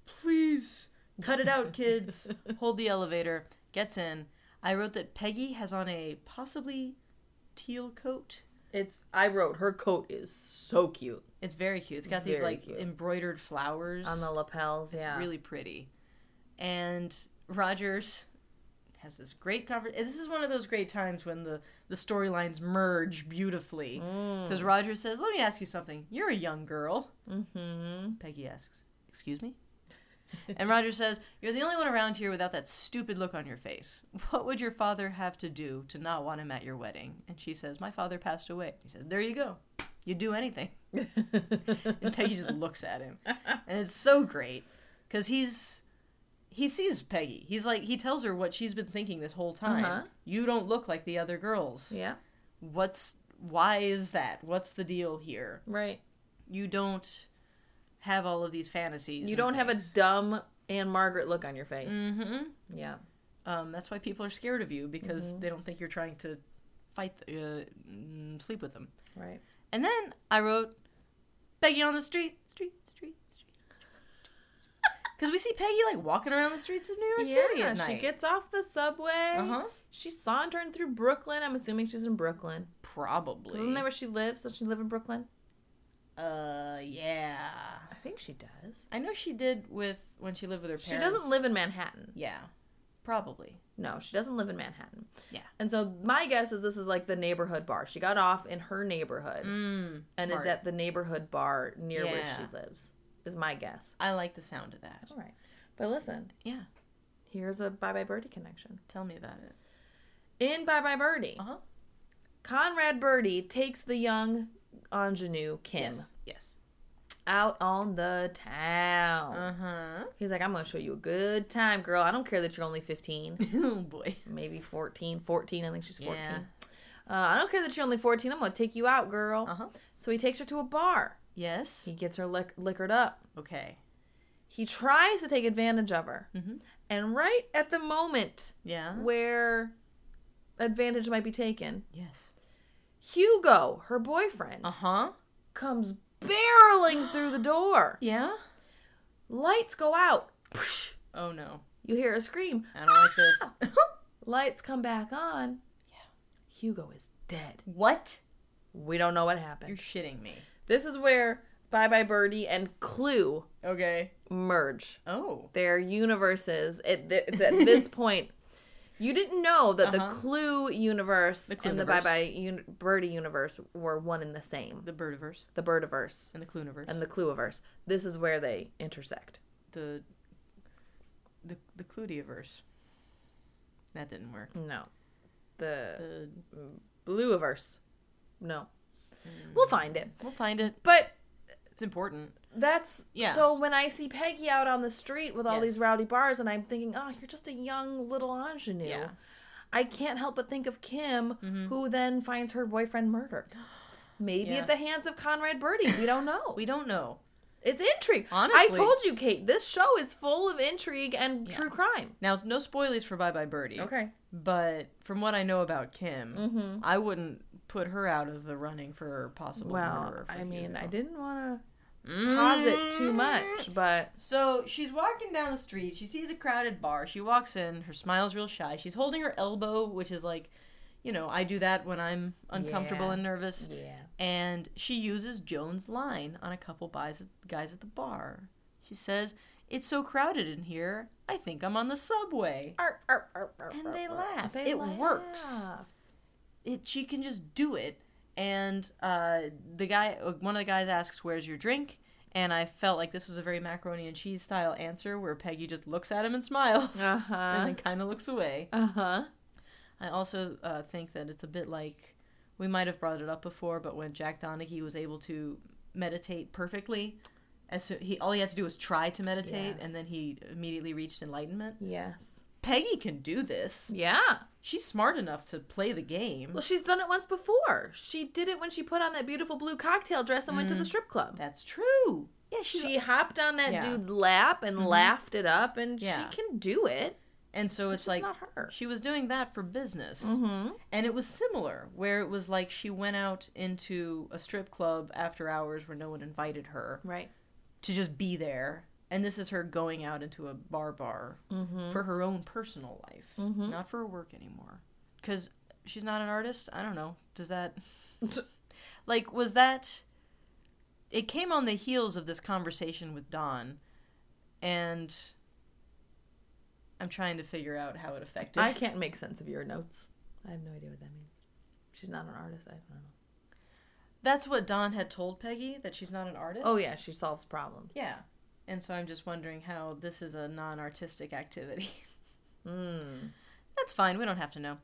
S2: Please! Cut it out,
S3: [laughs]
S2: kids! Hold the elevator. Gets in. I wrote that Peggy has on a possibly teal coat.
S3: It's I wrote her coat is so cute
S2: It's very cute. It's got these
S3: Very
S2: like
S3: cute.
S2: embroidered flowers.
S3: on the lapels.
S2: it's
S3: yeah.
S2: really pretty. And Rogers has this great conversation. This is one of those great times when the the storylines merge beautifully.
S3: Mm.
S2: Because Roger says, "Let me ask you something. You're a young girl."
S3: [laughs]
S2: Mm-hmm. Peggy asks, "Excuse me." and Roger says, "You're the only one around here without that stupid look on your face. What would your father have to do to not want him at your wedding?" And she says, "My father passed away." He says, "There you go. You do anything." and Peggy just looks at
S3: [laughs]
S2: him, and it's so great because he's he sees Peggy. He's like he tells her what she's been thinking this whole time.
S3: Uh-huh.
S2: You don't look like the other girls.
S3: yeah.
S2: What's why is that? What's the deal here?
S3: Right.
S2: You don't have all of these fantasies.
S3: You don't have a dumb Anne Margaret look on your face.
S2: Mm-hmm.
S3: Yeah.
S2: Um, that's why people are
S3: Mm-hmm.
S2: scared of you because they don't think you're trying to fight, the, uh, mm, sleep with them.
S3: Right.
S2: And then I wrote Peggy on the street, street, street, street, because we see Peggy like walking around the streets of New York City at
S3: Yeah,
S2: night.
S3: she gets off the subway.
S2: uh-huh.
S3: She's sauntering through Brooklyn. I'm assuming she's in Brooklyn.
S2: Probably.
S3: Isn't that where she lives? Does she live in Brooklyn?
S2: Uh, yeah.
S3: I think she does.
S2: I know she did with when she lived with her parents.
S3: She doesn't live in Manhattan.
S2: Yeah, probably.
S3: No, she doesn't live in Manhattan.
S2: Yeah.
S3: And so my guess is this is like the neighborhood bar. She got off in her neighborhood
S2: Mm,
S3: and is
S2: smart.
S3: at the neighborhood bar near where she
S2: Yeah.
S3: lives. Is my guess.
S2: I like the sound of that.
S3: All right. But listen,
S2: Yeah,
S3: here's a Bye Bye Birdie connection.
S2: tell me about it.
S3: In Bye Bye Birdie,
S2: Uh huh.
S3: Conrad Birdie takes the young ingenue Kim
S2: Yes. Yes.
S3: out on the town.
S2: Uh huh.
S3: [laughs] He's like, I'm going to show you a good time, girl. I don't care that you're only 15,
S2: oh boy.
S3: maybe 14, 14. I think she's 14.
S2: Yeah.
S3: Uh, I don't care that you're only 14. I'm going to take you out, girl.
S2: Uh huh.
S3: So he takes her to a bar.
S2: Yes.
S3: He gets her lick- liquored up.
S2: Okay.
S3: He tries to take advantage of her.
S2: Mhm.
S3: And right at the moment
S2: Yeah.
S3: where advantage might be taken,
S2: Yes.
S3: Hugo, her boyfriend,
S2: Uh huh.
S3: comes barreling through the door.
S2: Yeah.
S3: Lights go out.
S2: Oh no.
S3: You hear a scream.
S2: I don't like
S3: [laughs]
S2: this.
S3: Lights come back on. Hugo is dead.
S2: what?
S3: We don't know what
S2: You're
S3: happened.
S2: shitting me.
S3: This is where Bye Bye Birdie and Clue
S2: Okay.
S3: merge.
S2: Oh.
S3: their universes at, th- it's
S2: [laughs]
S3: at this point. You didn't know that the
S2: Uh-huh.
S3: Clue universe
S2: The Clue
S3: and the Bye
S2: universe.
S3: Bye un- Birdie universe were one and the same.
S2: The Birdiverse
S3: The Birdiverse
S2: and the Cluniverse.
S3: and the Clueiverse. This is where they intersect.
S2: the the the Cludiaverse. That didn't work.
S3: No, the
S2: The
S3: Blueiverse. No, we'll find it.
S2: we'll find it.
S3: But
S2: It's important.
S3: that's
S2: Yeah.
S3: so when I see Peggy out on the street with all these
S2: Yes.
S3: rowdy bars, and I'm thinking, oh, you're just a young little ingenue.
S2: Yeah. Mm-hmm.
S3: I can't help but think of Kim, who then finds her boyfriend murdered.
S2: [gasps]
S3: Maybe
S2: Yeah.
S3: at the hands of Conrad Birdie. We don't know.
S2: [laughs] We don't know.
S3: it's intrigue. I
S2: Honestly.
S3: told you, Kate, this show is full of intrigue and
S2: Yeah.
S3: true crime.
S2: Now, no spoilers for Bye Bye Birdie.
S3: Okay.
S2: But from what I know about Kim,
S3: Mm-hmm.
S2: I wouldn't put her out of the running for possible
S3: Well,
S2: murderer. for Mm.
S3: I mean,
S2: Hugo.
S3: I didn't want to pause it
S2: Mm-hmm.
S3: too much, but
S2: So she's walking down the street. She sees a crowded bar. She walks in. Her smile's real shy. She's holding her elbow, which is like, you know, I do that when I'm uncomfortable
S3: Yeah.
S2: and nervous.
S3: yeah.
S2: And she uses Joan's line on a couple buys, guys at the bar. She says, It's so crowded in here. I think I'm on the subway.
S3: Arp, arp, arp, arp,
S2: And
S3: arp,
S2: they
S3: arp.
S2: laugh. It works.
S3: laugh.
S2: It, she can just do it. And uh, the guy, one of the guys asks, Where's your drink? And I felt like this was a very macaroni and cheese style answer where Peggy just looks at him and smiles
S3: Uh-huh.
S2: and then kind of looks away.
S3: Uh huh.
S2: I also uh, think that it's a bit like we might have brought it up before, but when Jack Donaghy was able to meditate perfectly, as so he all he had to do was try to meditate,
S3: Yes.
S2: and then he immediately reached enlightenment.
S3: Yes.
S2: Peggy can do this.
S3: Yeah.
S2: She's smart enough to play the game.
S3: Well, she's done it once before. She did it when she put on that beautiful blue cocktail dress and went to the strip club.
S2: That's true. Yeah, she's
S3: Mm. She Mm-hmm. hopped on that
S2: Yeah.
S3: dude's lap and laughed it up, and
S2: Yeah.
S3: she can do it.
S2: and so
S3: It's
S2: it's like
S3: not her.
S2: she was doing that for business.
S3: Mm-hmm.
S2: And it was similar, where it was like she went out into a strip club after hours where no one invited her.
S3: Right.
S2: to just be there. And this is her going out into a bar bar
S3: Mm-hmm.
S2: for her own personal life, not for work anymore. Because she's not an artist. I don't know. Does
S3: [laughs]
S2: that. like, was that. It came on the heels of this conversation with Don, and I'm trying to figure out how it affected.
S3: I can't make sense of your notes. I have no idea what that means. She's not an artist. I don't know.
S2: That's what Don had told Peggy, that she's not an artist.
S3: Oh yeah, she solves problems.
S2: Yeah. And so I'm just wondering how this is a non artistic activity.
S3: Mm.
S2: That's fine. We don't have to
S3: [laughs]
S2: know.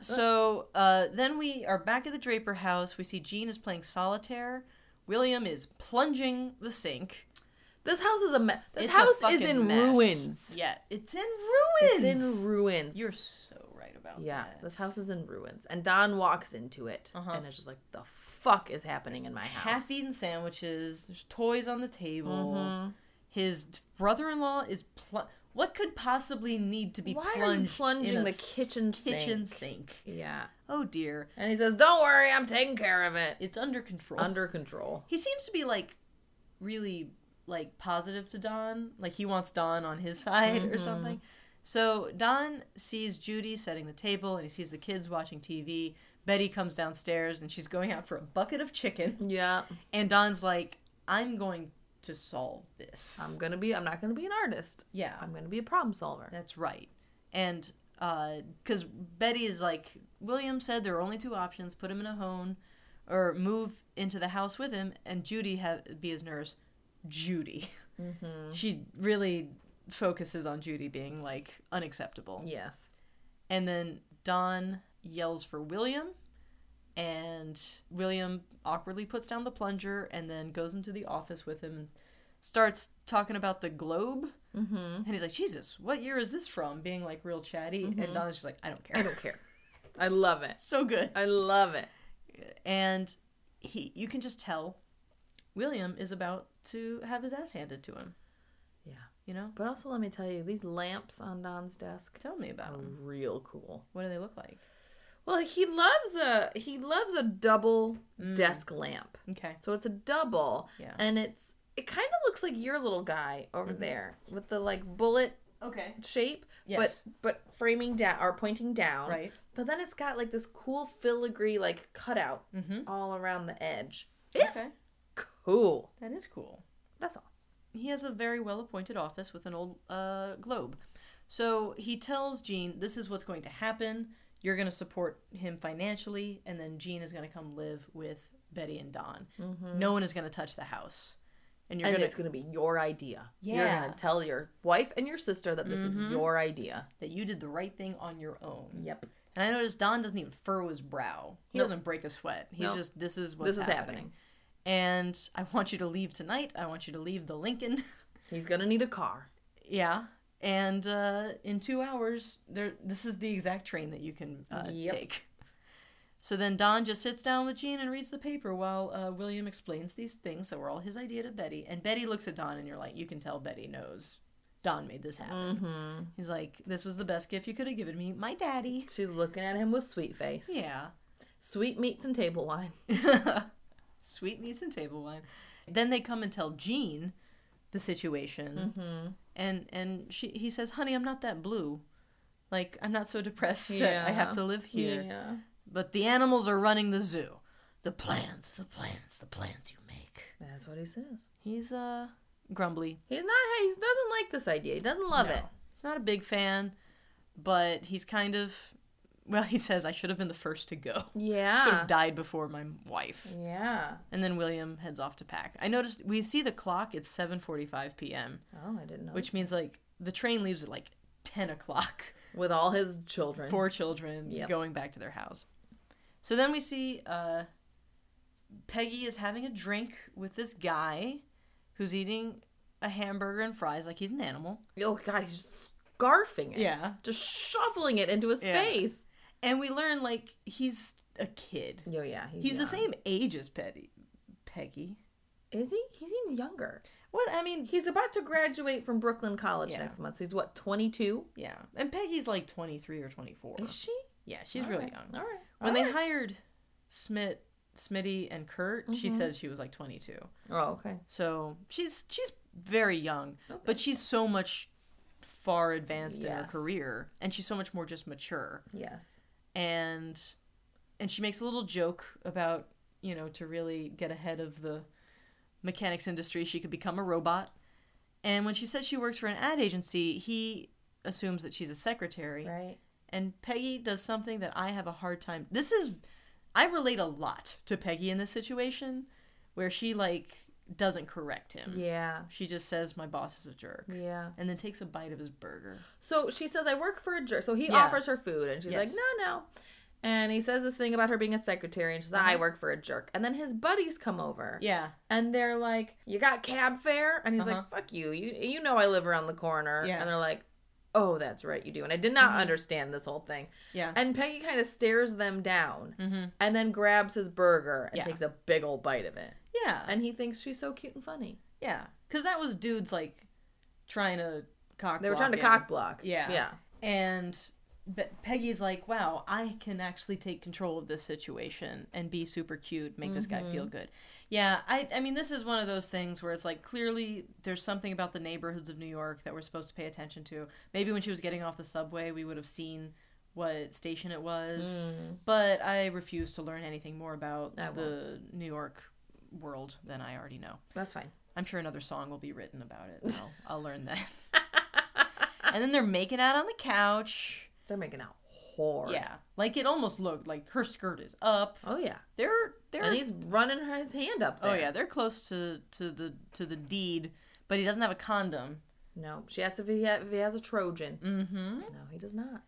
S2: so uh, then we are back at the Draper house. We see Jean is playing solitaire. William is plunging the sink.
S3: This house is a mess. This
S2: It's a
S3: house is
S2: fucking
S3: in
S2: mess.
S3: ruins.
S2: Yeah, it's in
S3: It's
S2: ruins.
S3: in ruins.
S2: You're so right about
S3: yeah.
S2: that.
S3: This house is in ruins, and Don walks into it,
S2: Uh-huh.
S3: and it's just like, the fuck is happening in my house?
S2: half-eaten sandwiches. There's toys on the table.
S3: Mhm.
S2: His brother-in-law is pl- what could possibly need to be
S3: Why are you
S2: plunged
S3: plunging
S2: in a
S3: the
S2: s-
S3: kitchen
S2: kitchen
S3: sink?
S2: sink?
S3: Yeah.
S2: oh dear,
S3: And he says, Don't worry, I'm taking care of it.
S2: it's under control.
S3: Under control.
S2: he seems to be like really like positive to Don, like he wants Don on his side or something. So Don sees Judy setting the table and he sees the kids watching TV. Betty comes downstairs and she's going out for a bucket of chicken
S3: Yeah.
S2: and Don's like I'm going to solve this.
S3: I'm gonna be I'm not gonna be an artist.
S2: yeah,
S3: I'm gonna be a problem solver.
S2: that's right. And because Betty is like William said there are only two options, put him in a home or move into the house with him and Judy have be his nurse. Judy. she really focuses on Judy being like unacceptable.
S3: Yes.
S2: And then Don yells for William, and William awkwardly puts down the plunger and then goes into the office with him and starts talking about the globe. Mm-hmm. And he's like, Jesus, what year is this from? Being like real chatty. And Don's just like, I don't care. [laughs]
S3: I don't care. I love it.
S2: so good.
S3: I love it.
S2: And he, you can just tell William is about to have his ass handed to him.
S3: Yeah.
S2: You know?
S3: But also let me tell you, these lamps on Don's desk
S2: Tell me about
S3: are
S2: them.
S3: real cool.
S2: What do they look like?
S3: Well, he loves a he loves a double
S2: Mm.
S3: desk lamp.
S2: Okay.
S3: So it's a double.
S2: Yeah. Mm-hmm.
S3: And it's it kind of looks like your little guy over there with the like bullet
S2: Okay.
S3: shape,
S2: Yes.
S3: but but framing down or pointing down.
S2: Right.
S3: But then it's got like this cool filigree like cutout
S2: Mhm.
S3: all around the edge. It's
S2: Okay.
S3: cool.
S2: That is cool.
S3: That's all.
S2: he has a very well appointed office with an old uh, globe. So he tells Jean, This is what's going to happen. You're going to support him financially, and then Jean is going to come live with Betty and Don. No one is going to touch the house. And you're
S3: Mm-hmm. and
S2: going
S3: it's
S2: to,
S3: gonna be your idea. You're
S2: Yeah. Mm-hmm.
S3: gonna tell your wife and your sister that this is your idea.
S2: that you did the right thing on your own.
S3: Yep.
S2: And I noticed Don doesn't even furrow his brow. He
S3: Nope.
S2: doesn't break a sweat. He's
S3: Nope.
S2: just, This is what's
S3: this is
S2: happening.
S3: happening.
S2: And I want you to leave tonight. I want you to leave the Lincoln. [laughs]
S3: He's gonna need a car.
S2: Yeah. And uh, in two hours, there. This is the exact train that you can uh,
S3: Yep.
S2: take. So then Don just sits down with Jean and reads the paper while uh, William explains these things that were all his idea to Betty. And Betty looks at Don and you're like, you can tell Betty knows Don made this happen. He's like, this was the best gift you could have given me, my
S3: [laughs]
S2: daddy.
S3: She's looking at him with sweet face.
S2: Yeah.
S3: Sweet meats and table wine.
S2: sweetmeats and table wine. Then they come and tell Jean the situation,
S3: Mm-hmm.
S2: and and she he says, "Honey, I'm not that blue. Like I'm not so depressed that I have
S3: Yeah.
S2: to live here.
S3: Yeah.
S2: But the animals are running the zoo. The plans, the plans, the plans you make."
S3: That's what he says.
S2: He's uh grumbly.
S3: He's not he doesn't like this idea. He doesn't love
S2: No.
S3: it.
S2: He's not a big fan, but he's kind of. Well, he says, "I should have been the first to go. [laughs] Should
S3: Yeah.
S2: have died before my wife."
S3: Yeah.
S2: and then William heads off to pack. I noticed we see the clock; it's seven forty-five p.m.,
S3: Oh, I didn't know.
S2: which means like the train leaves at like ten o'clock.
S3: with all his children.
S2: Four children
S3: Yep.
S2: going back to their house. So then we see uh, Peggy is having a drink with this guy who's eating a hamburger and fries like he's an animal.
S3: Oh god, he's just scarfing it.
S2: Yeah,
S3: Just shoveling it into his
S2: Yeah.
S3: face.
S2: and we learn like he's a kid.
S3: Yo, yeah.
S2: He's the
S3: young.
S2: same age as Petty. Peggy.
S3: Is he? He seems younger.
S2: What I mean,
S3: He's about to graduate from Brooklyn College
S2: Yeah.
S3: next month. So he's what, 22?
S2: yeah. And Peggy's like twenty three or twenty four.
S3: Is she?
S2: Yeah, she's really
S3: Alright.
S2: young.
S3: All right.
S2: When they hired Smit, Smitty, and Kurt, she
S3: Mm-hmm.
S2: said she was like 22.
S3: Oh, okay.
S2: So she's she's very young, but she's so much far advanced in her
S3: Yes.
S2: career, and she's so much more just mature.
S3: Yes.
S2: And and she makes a little joke about you know to really get ahead of the mechanics industry, she could become a robot. And when she says she works for an ad agency, he assumes that she's a secretary
S3: Right.
S2: and Peggy does something that I have a hard time. This is I relate a lot to Peggy in this situation where she like doesn't correct him.
S3: Yeah.
S2: She just says my boss is a jerk
S3: Yeah.
S2: and then takes a bite of his burger.
S3: So she says, I work for a jerk. So he
S2: Yeah.
S3: offers her food, and she's
S2: Yes.
S3: like, no, no. And he says this thing about her being a secretary, and she's like, I work for a jerk. And then his buddies come over,
S2: Uh-huh. Yeah.
S3: and they're like, You got cab fare? And he's
S2: Uh-huh.
S3: like, Fuck you. you. You know I live around the corner.
S2: Yeah. Mm-hmm.
S3: And they're like, Oh, that's right, you do. And I did not understand this whole thing.
S2: Yeah.
S3: And Peggy kind of stares them down and then grabs his burger and
S2: Mm-hmm. Yeah.
S3: takes a big old bite of it.
S2: yeah.
S3: And he thinks she's so cute and funny.
S2: yeah. Cuz that was dudes like trying to cock
S3: They were trying to
S2: block him.
S3: cock block.
S2: Yeah.
S3: Yeah.
S2: And but Peggy's like, wow, I can actually take control of this situation and be super cute, make this guy feel good. Yeah, I, I mean, this is one of those things where it's like clearly there's something about the neighborhoods of New York that we're supposed to pay attention to. Maybe when she was getting off the subway, we would have seen what station it was, but I refuse to learn anything more about
S3: I
S2: the New York world than I already know.
S3: That's fine.
S2: I'm sure another song will be written about it.
S3: [laughs]
S2: and I'll, I'll learn that. and then they're making out on the couch.
S3: They're making out hard.
S2: Yeah, like it almost looked like her skirt is up.
S3: Oh yeah.
S2: They're they're
S3: And he's running his hand up there.
S2: oh yeah they're close to to the to the deed, but he doesn't have a condom.
S3: No, she asked if he ha- if he has a Trojan.
S2: Mm-hmm.
S3: No, he does not.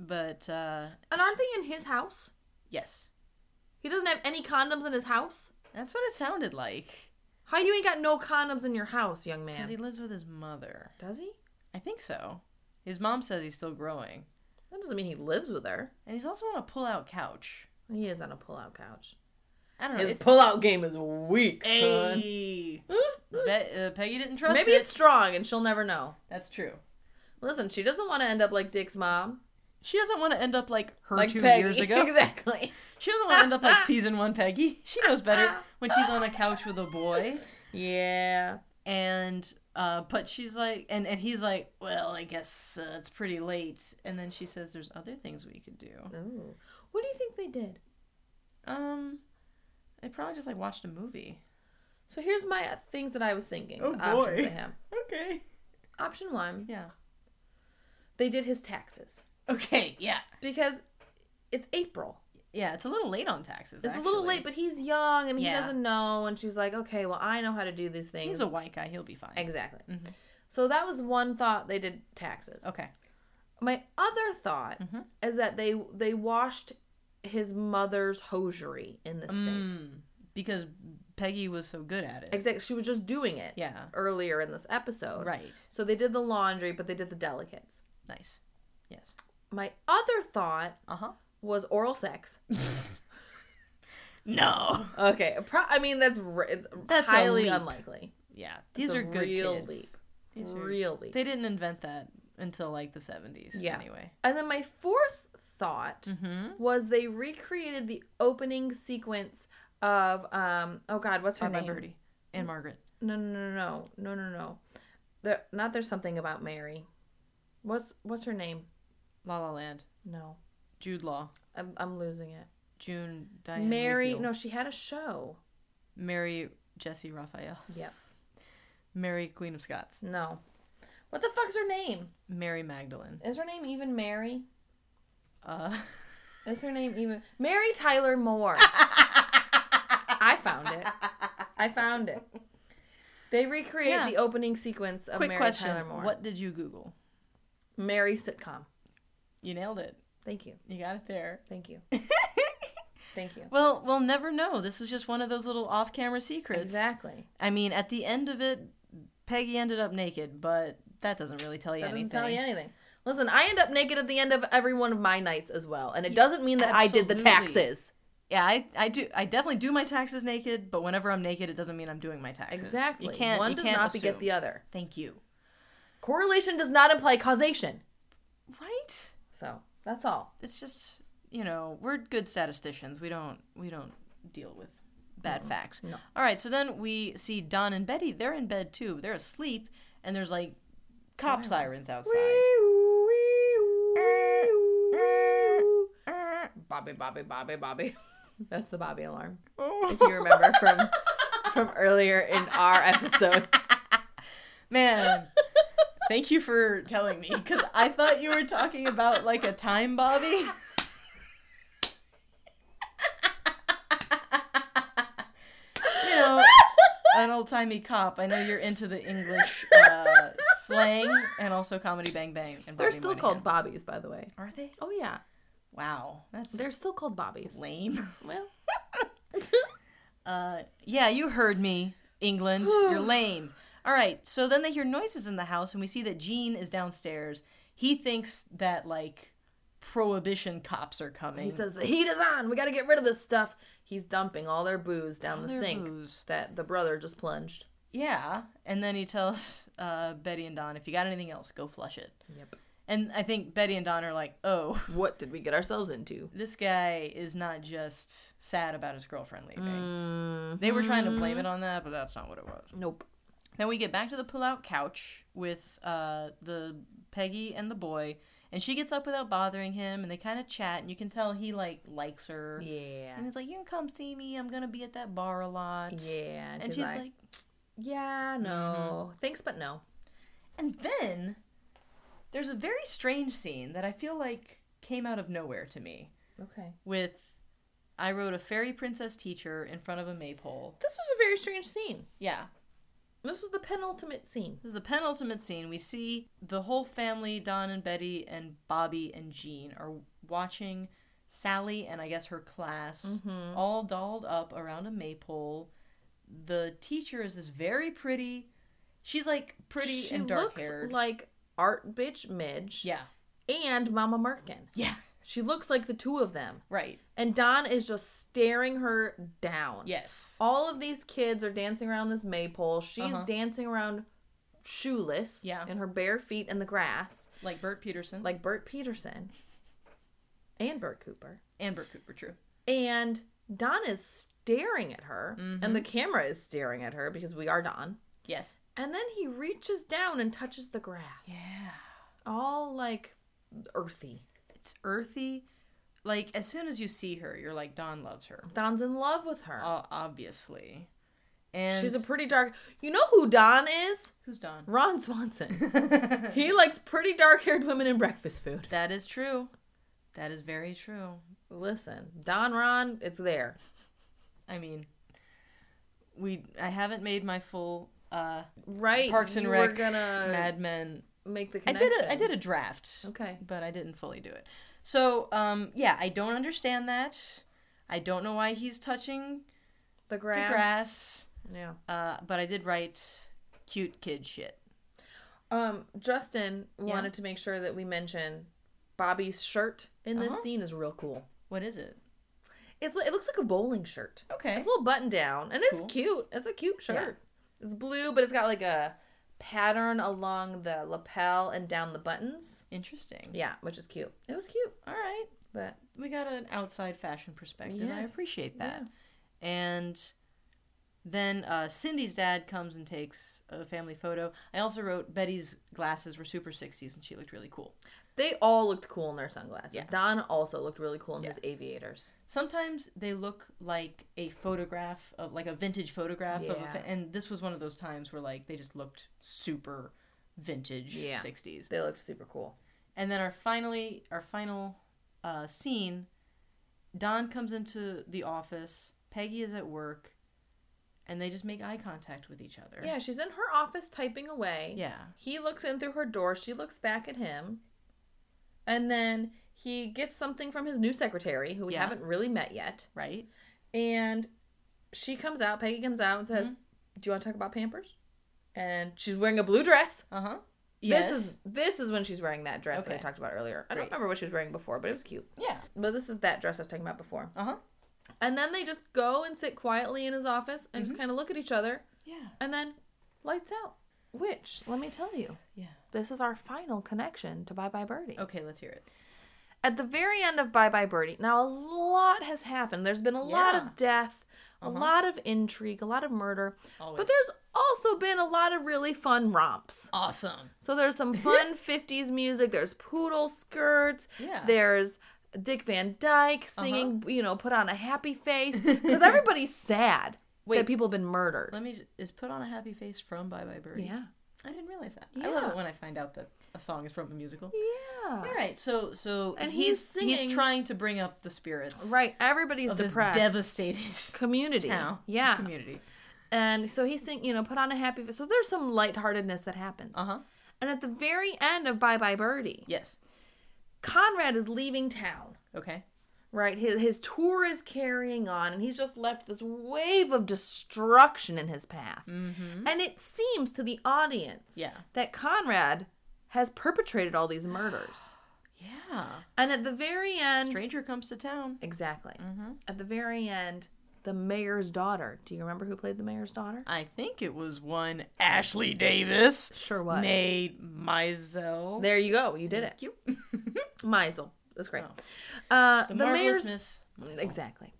S2: But uh,
S3: And aren't they in his house?
S2: yes,
S3: He doesn't have any condoms in his house.
S2: that's what it sounded like.
S3: How you ain't got no condoms in your house, young
S2: Because
S3: man?
S2: he lives with his mother.
S3: Does he?
S2: I think so. His mom says he's still growing,
S3: That doesn't mean he lives with her.
S2: and he's also on a pull-out couch.
S3: He is on a pull-out couch.
S2: I don't know.
S3: His
S2: it-
S3: pull-out game is weak, son. Hmm?
S2: Hey, Bet- uh, Peggy didn't trust
S3: Maybe
S2: it.
S3: it's strong and she'll never know.
S2: That's true.
S3: Listen, she doesn't want to end up like Dick's mom,
S2: She doesn't want to end up like her
S3: like
S2: two
S3: Peggy. [laughs]
S2: years ago.
S3: exactly.
S2: She doesn't want to end up like season one Peggy. She knows better
S3: [laughs]
S2: when she's on a couch with a boy.
S3: Yeah.
S2: And, uh, but she's like, and, and he's like, well, I guess uh, it's pretty late. And then she says, there's other things we could do.
S3: Ooh. What do you think they did?
S2: Um, they probably just like watched a movie.
S3: So here's my uh, things that I was thinking.
S2: Oh,
S3: the options
S2: boy.
S3: they have.
S2: Okay.
S3: Option one,
S2: Yeah.
S3: they did his taxes
S2: Okay. Yeah.
S3: because it's April.
S2: Yeah. It's a little late on taxes.
S3: It's a little
S2: actually.
S3: late, but he's young and he
S2: Yeah.
S3: doesn't know. And she's like, okay, well, I know how to do these things.
S2: He's a Mm-hmm. white guy. He'll be fine.
S3: exactly. So that was one thought. They did taxes.
S2: Okay.
S3: My other thought
S2: Mm-hmm.
S3: is that they they washed his mother's hosiery in the sink.
S2: Mm, because Peggy was so good at it.
S3: Exactly. She was just doing it
S2: yeah.
S3: earlier in this episode.
S2: Right.
S3: So they did the laundry, but they did the delicates.
S2: Nice. Yes.
S3: My other thought
S2: Uh
S3: [laughs]
S2: huh.
S3: was oral sex.
S2: No.
S3: Okay, pro- I mean that's r- it's
S2: That's a
S3: highly
S2: leap.
S3: unlikely.
S2: Yeah, these
S3: a
S2: are good
S3: real
S2: kids.
S3: leap.
S2: These are-
S3: Really.
S2: They didn't invent that until like the seventies.
S3: Yeah.
S2: Anyway.
S3: and then my fourth thought
S2: Mm-hmm.
S3: was they recreated the opening sequence of um oh god what's her
S2: Bye bye
S3: name?
S2: Birdie and Margaret.
S3: No no no no no no no. There not there's something about Mary. What's what's her name?
S2: La La Land.
S3: No,
S2: Jude Law.
S3: I'm I'm losing it.
S2: June Diane.
S3: Mary
S2: Rayfield.
S3: no she had a show.
S2: Mary Jesse Raphael.
S3: Yep.
S2: Mary Queen of Scots.
S3: No. What the fuck's her name?
S2: Mary Magdalene.
S3: Is her name even Mary?
S2: Uh, [laughs]
S3: Is her name even Mary Tyler Moore? I found it. I found it. They recreate
S2: Yeah.
S3: the opening sequence of
S2: quick
S3: Oh, Mary
S2: question.
S3: Tyler Moore.
S2: What did you Google?
S3: Mary sitcom.
S2: You nailed it.
S3: Thank you.
S2: You got it there. [laughs]
S3: Thank you. Thank you.
S2: Well, we'll never know. This was just one of those little off-camera secrets.
S3: Exactly.
S2: I mean, at the end of it, Peggy ended up naked, but that doesn't really tell you
S3: That
S2: anything.
S3: doesn't tell you anything. Listen, I end up naked at the end of every one of my nights as well, and it doesn't mean that I did the
S2: absolutely.
S3: taxes.
S2: Yeah, I, I do. I definitely do my taxes naked, but whenever I'm naked, it doesn't mean I'm doing my taxes.
S3: Exactly.
S2: You can't.
S3: One
S2: you
S3: does
S2: can't
S3: not
S2: assume.
S3: beget the other.
S2: Thank you.
S3: Correlation does not imply causation.
S2: Right?
S3: So that's all.
S2: It's just you know we're good statisticians. We don't we don't deal with bad facts.
S3: no.
S2: All right. So then we see Don and Betty. They're in bed too. They're asleep, and there's like cop sirens outside. Eh,
S3: Bobby, Bobby, Bobby, Bobby. [laughs] That's the Bobby alarm.
S2: Oh.
S3: If you remember from from earlier in our episode.
S2: Man, thank you for telling me because I thought you were talking about like a time Bobby. [laughs] you know, an old timey cop. I know you're into the English uh, slang and also comedy Bang Bang. And
S3: [laughs] They're
S2: Bobby
S3: still
S2: Moynihan.
S3: called Bobbies, by the way.
S2: Are they?
S3: Oh yeah.
S2: Wow, that's
S3: They're still called Bobbies.
S2: [laughs] lame.
S3: Well
S2: Uh, yeah, you heard me, England. You're lame. All right. So then they hear noises in the house, and we see that Gene is downstairs. He thinks that like prohibition cops are coming.
S3: [laughs] he says the heat is on, we gotta get rid of this stuff. He's dumping all their booze down the
S2: their
S3: sink
S2: booze.
S3: that the brother just plunged.
S2: yeah, and then he tells uh, Betty and Don, if you got anything else, go flush it.
S3: Yep.
S2: And I think Betty and Don are like, oh, [laughs]
S3: What did we get ourselves into?
S2: this guy is not just sad about his girlfriend leaving. They were trying to blame it on that, but that's not what it was.
S3: Nope.
S2: Then we get back to the pull-out couch with uh, the Peggy and the boy, and she gets up without bothering him, and they kind of chat, and you can tell he like likes her.
S3: Yeah.
S2: And he's like, "You can come see me. I'm gonna be at that bar a lot."
S3: Yeah.
S2: And she's like,
S3: Yeah, no. Thanks, but no.
S2: and then there's a very strange scene that I feel like came out of nowhere to me
S3: Okay.
S2: with I wrote a fairy princess teacher in front of a maypole.
S3: This was a very strange scene.
S2: Yeah.
S3: This was the penultimate scene.
S2: This is the penultimate scene. We see the whole family, Don and Betty and Bobby and Jean, are watching Sally and I guess her class
S3: Mm-hmm.
S2: all dolled up around a maypole. The teacher is this very pretty. She's like pretty
S3: she
S2: and dark haired.
S3: looks like art bitch Midge
S2: yeah.
S3: and Mama Merkin.
S2: Yeah. [laughs]
S3: She looks like the two of them.
S2: Right.
S3: And Don is just staring her down.
S2: Yes.
S3: All of these kids are dancing around this maypole. She's
S2: Uh-huh.
S3: dancing around shoeless
S2: Yeah.
S3: in her bare feet in the grass,
S2: Like Bert Peterson.
S3: like Bert Peterson and Bert Cooper.
S2: and Bert Cooper, true.
S3: And Don is staring at her,
S2: Mm-hmm.
S3: and the camera is staring at her because we are Don.
S2: Yes.
S3: And then he reaches down and touches the grass.
S2: Yeah.
S3: All like earthy.
S2: It's earthy. Like as soon as you see her, you're like Don loves her.
S3: Don's in love with her.
S2: Uh, obviously. And
S3: She's a pretty dark. You know who Don is?
S2: who's
S3: [laughs]
S2: Don? [laughs]
S3: Ron Swanson. he likes pretty dark haired women in breakfast food.
S2: That is true. That is very true.
S3: Listen, Don Ron, it's there.
S2: I mean, we I haven't made my full uh,
S3: Right?
S2: Parks and
S3: you
S2: Rec
S3: We're gonna
S2: Mad Men.
S3: make the
S2: I did
S3: connection.
S2: a I did a draft,
S3: Okay.
S2: but I didn't fully do it. So um, yeah, I don't understand that. I don't know why he's touching
S3: The grass.
S2: the grass.
S3: Yeah.
S2: Uh, but I did write cute kid shit.
S3: Um, Justin wanted to make sure that we mention Bobby's shirt in this
S2: Uh-huh.
S3: scene is real cool.
S2: What is it?
S3: It's li- it looks like a bowling shirt.
S2: Okay.
S3: It's a little button down, and it's
S2: Cool.
S3: cute. It's a cute shirt. It's blue, but it's got like a pattern along the lapel and down the buttons.
S2: Interesting.
S3: Yeah, which is cute. It was cute,
S2: All right.
S3: but
S2: we got an outside fashion perspective. I
S3: Yes,
S2: appreciate that. And then uh, Cindy's dad comes and takes a family photo. I also wrote Betty's glasses were super 60s and she looked really cool.
S3: they all looked cool in their sunglasses.
S2: Yeah.
S3: Don also looked really cool in his aviators.
S2: Sometimes they look like a photograph of like a vintage photograph of a
S3: Yeah.
S2: fa- and this was one of those times where like they just looked super vintage
S3: Yeah.
S2: 60s.
S3: They looked super cool.
S2: And then our finally our final uh, scene, Don comes into the office. Peggy is at work, and they just make eye contact with each other.
S3: Yeah, she's in her office typing away.
S2: Yeah.
S3: He looks in through her door. She looks back at him. And then he gets something from his new secretary, who we
S2: Yeah.
S3: haven't really met yet.
S2: Right.
S3: And she comes out, Peggy comes out and says, Do you want to talk about Pampers? And she's wearing a blue dress.
S2: Uh huh. Yes.
S3: Uh-huh. This is this is when she's wearing that dress that I
S2: Okay.
S3: talked about earlier. I don't
S2: Great.
S3: remember what she was wearing before, but it was cute.
S2: yeah.
S3: But this is that dress I was talking about before.
S2: Uh huh.
S3: And then they just go and sit quietly in his office and just kind of look at each other
S2: Yeah.
S3: and then lights out. Which, let me tell you,
S2: Yeah.
S3: this is our final connection to Bye Bye Birdie.
S2: Okay, let's hear it.
S3: At the very end of Bye Bye Birdie, now a lot has happened. There's been a lot
S2: Yeah.
S3: of death, a lot of intrigue, a lot of murder,
S2: Always.
S3: but there's also been a lot of really fun romps.
S2: awesome.
S3: So
S2: [laughs]
S3: there's some fun 50s music, there's poodle skirts,
S2: Yeah. Uh-huh.
S3: there's Dick Van Dyke singing, you know, put on a
S2: [laughs]
S3: happy face because everybody's sad that
S2: Wait.
S3: people have been murdered.
S2: Let me is put on a happy face from Bye Bye Birdie.
S3: Yeah.
S2: I didn't realize that. I love
S3: Yeah.
S2: it when I find out that a song is from a musical.
S3: Yeah.
S2: All right. So so
S3: And
S2: he's
S3: he's
S2: he's,
S3: singing-
S2: trying to bring up the spirits
S3: Right, everybody's
S2: of this
S3: depressed.
S2: devastated [laughs]
S3: community.
S2: town
S3: Yeah.
S2: community.
S3: And so he's saying, you know, put on a happy face. So there's some lightheartedness that happens.
S2: Uh huh.
S3: And at the very end of Bye Bye Birdie,
S2: Yes.
S3: Conrad is leaving town,
S2: Okay.
S3: right? His, his tour is carrying on, and he's just left this wave of destruction in his path. And it seems to the audience
S2: Mm-hmm. Yeah.
S3: that Conrad has perpetrated all
S2: [gasps]
S3: these murders.
S2: Yeah.
S3: And at the very end,
S2: Stranger comes to town. Mm-hmm.
S3: exactly. At the very end, The mayor's daughter. Do you remember who played the mayor's daughter?
S2: I think it was one Ashley Davis.
S3: Sure was.
S2: Nay, Mizell.
S3: There you go. You did it.
S2: you. [laughs] Oh.
S3: Meisel. That's great. Uh,
S2: The,
S3: the,
S2: Marvelous
S3: mayor's
S2: Miss.
S3: exactly.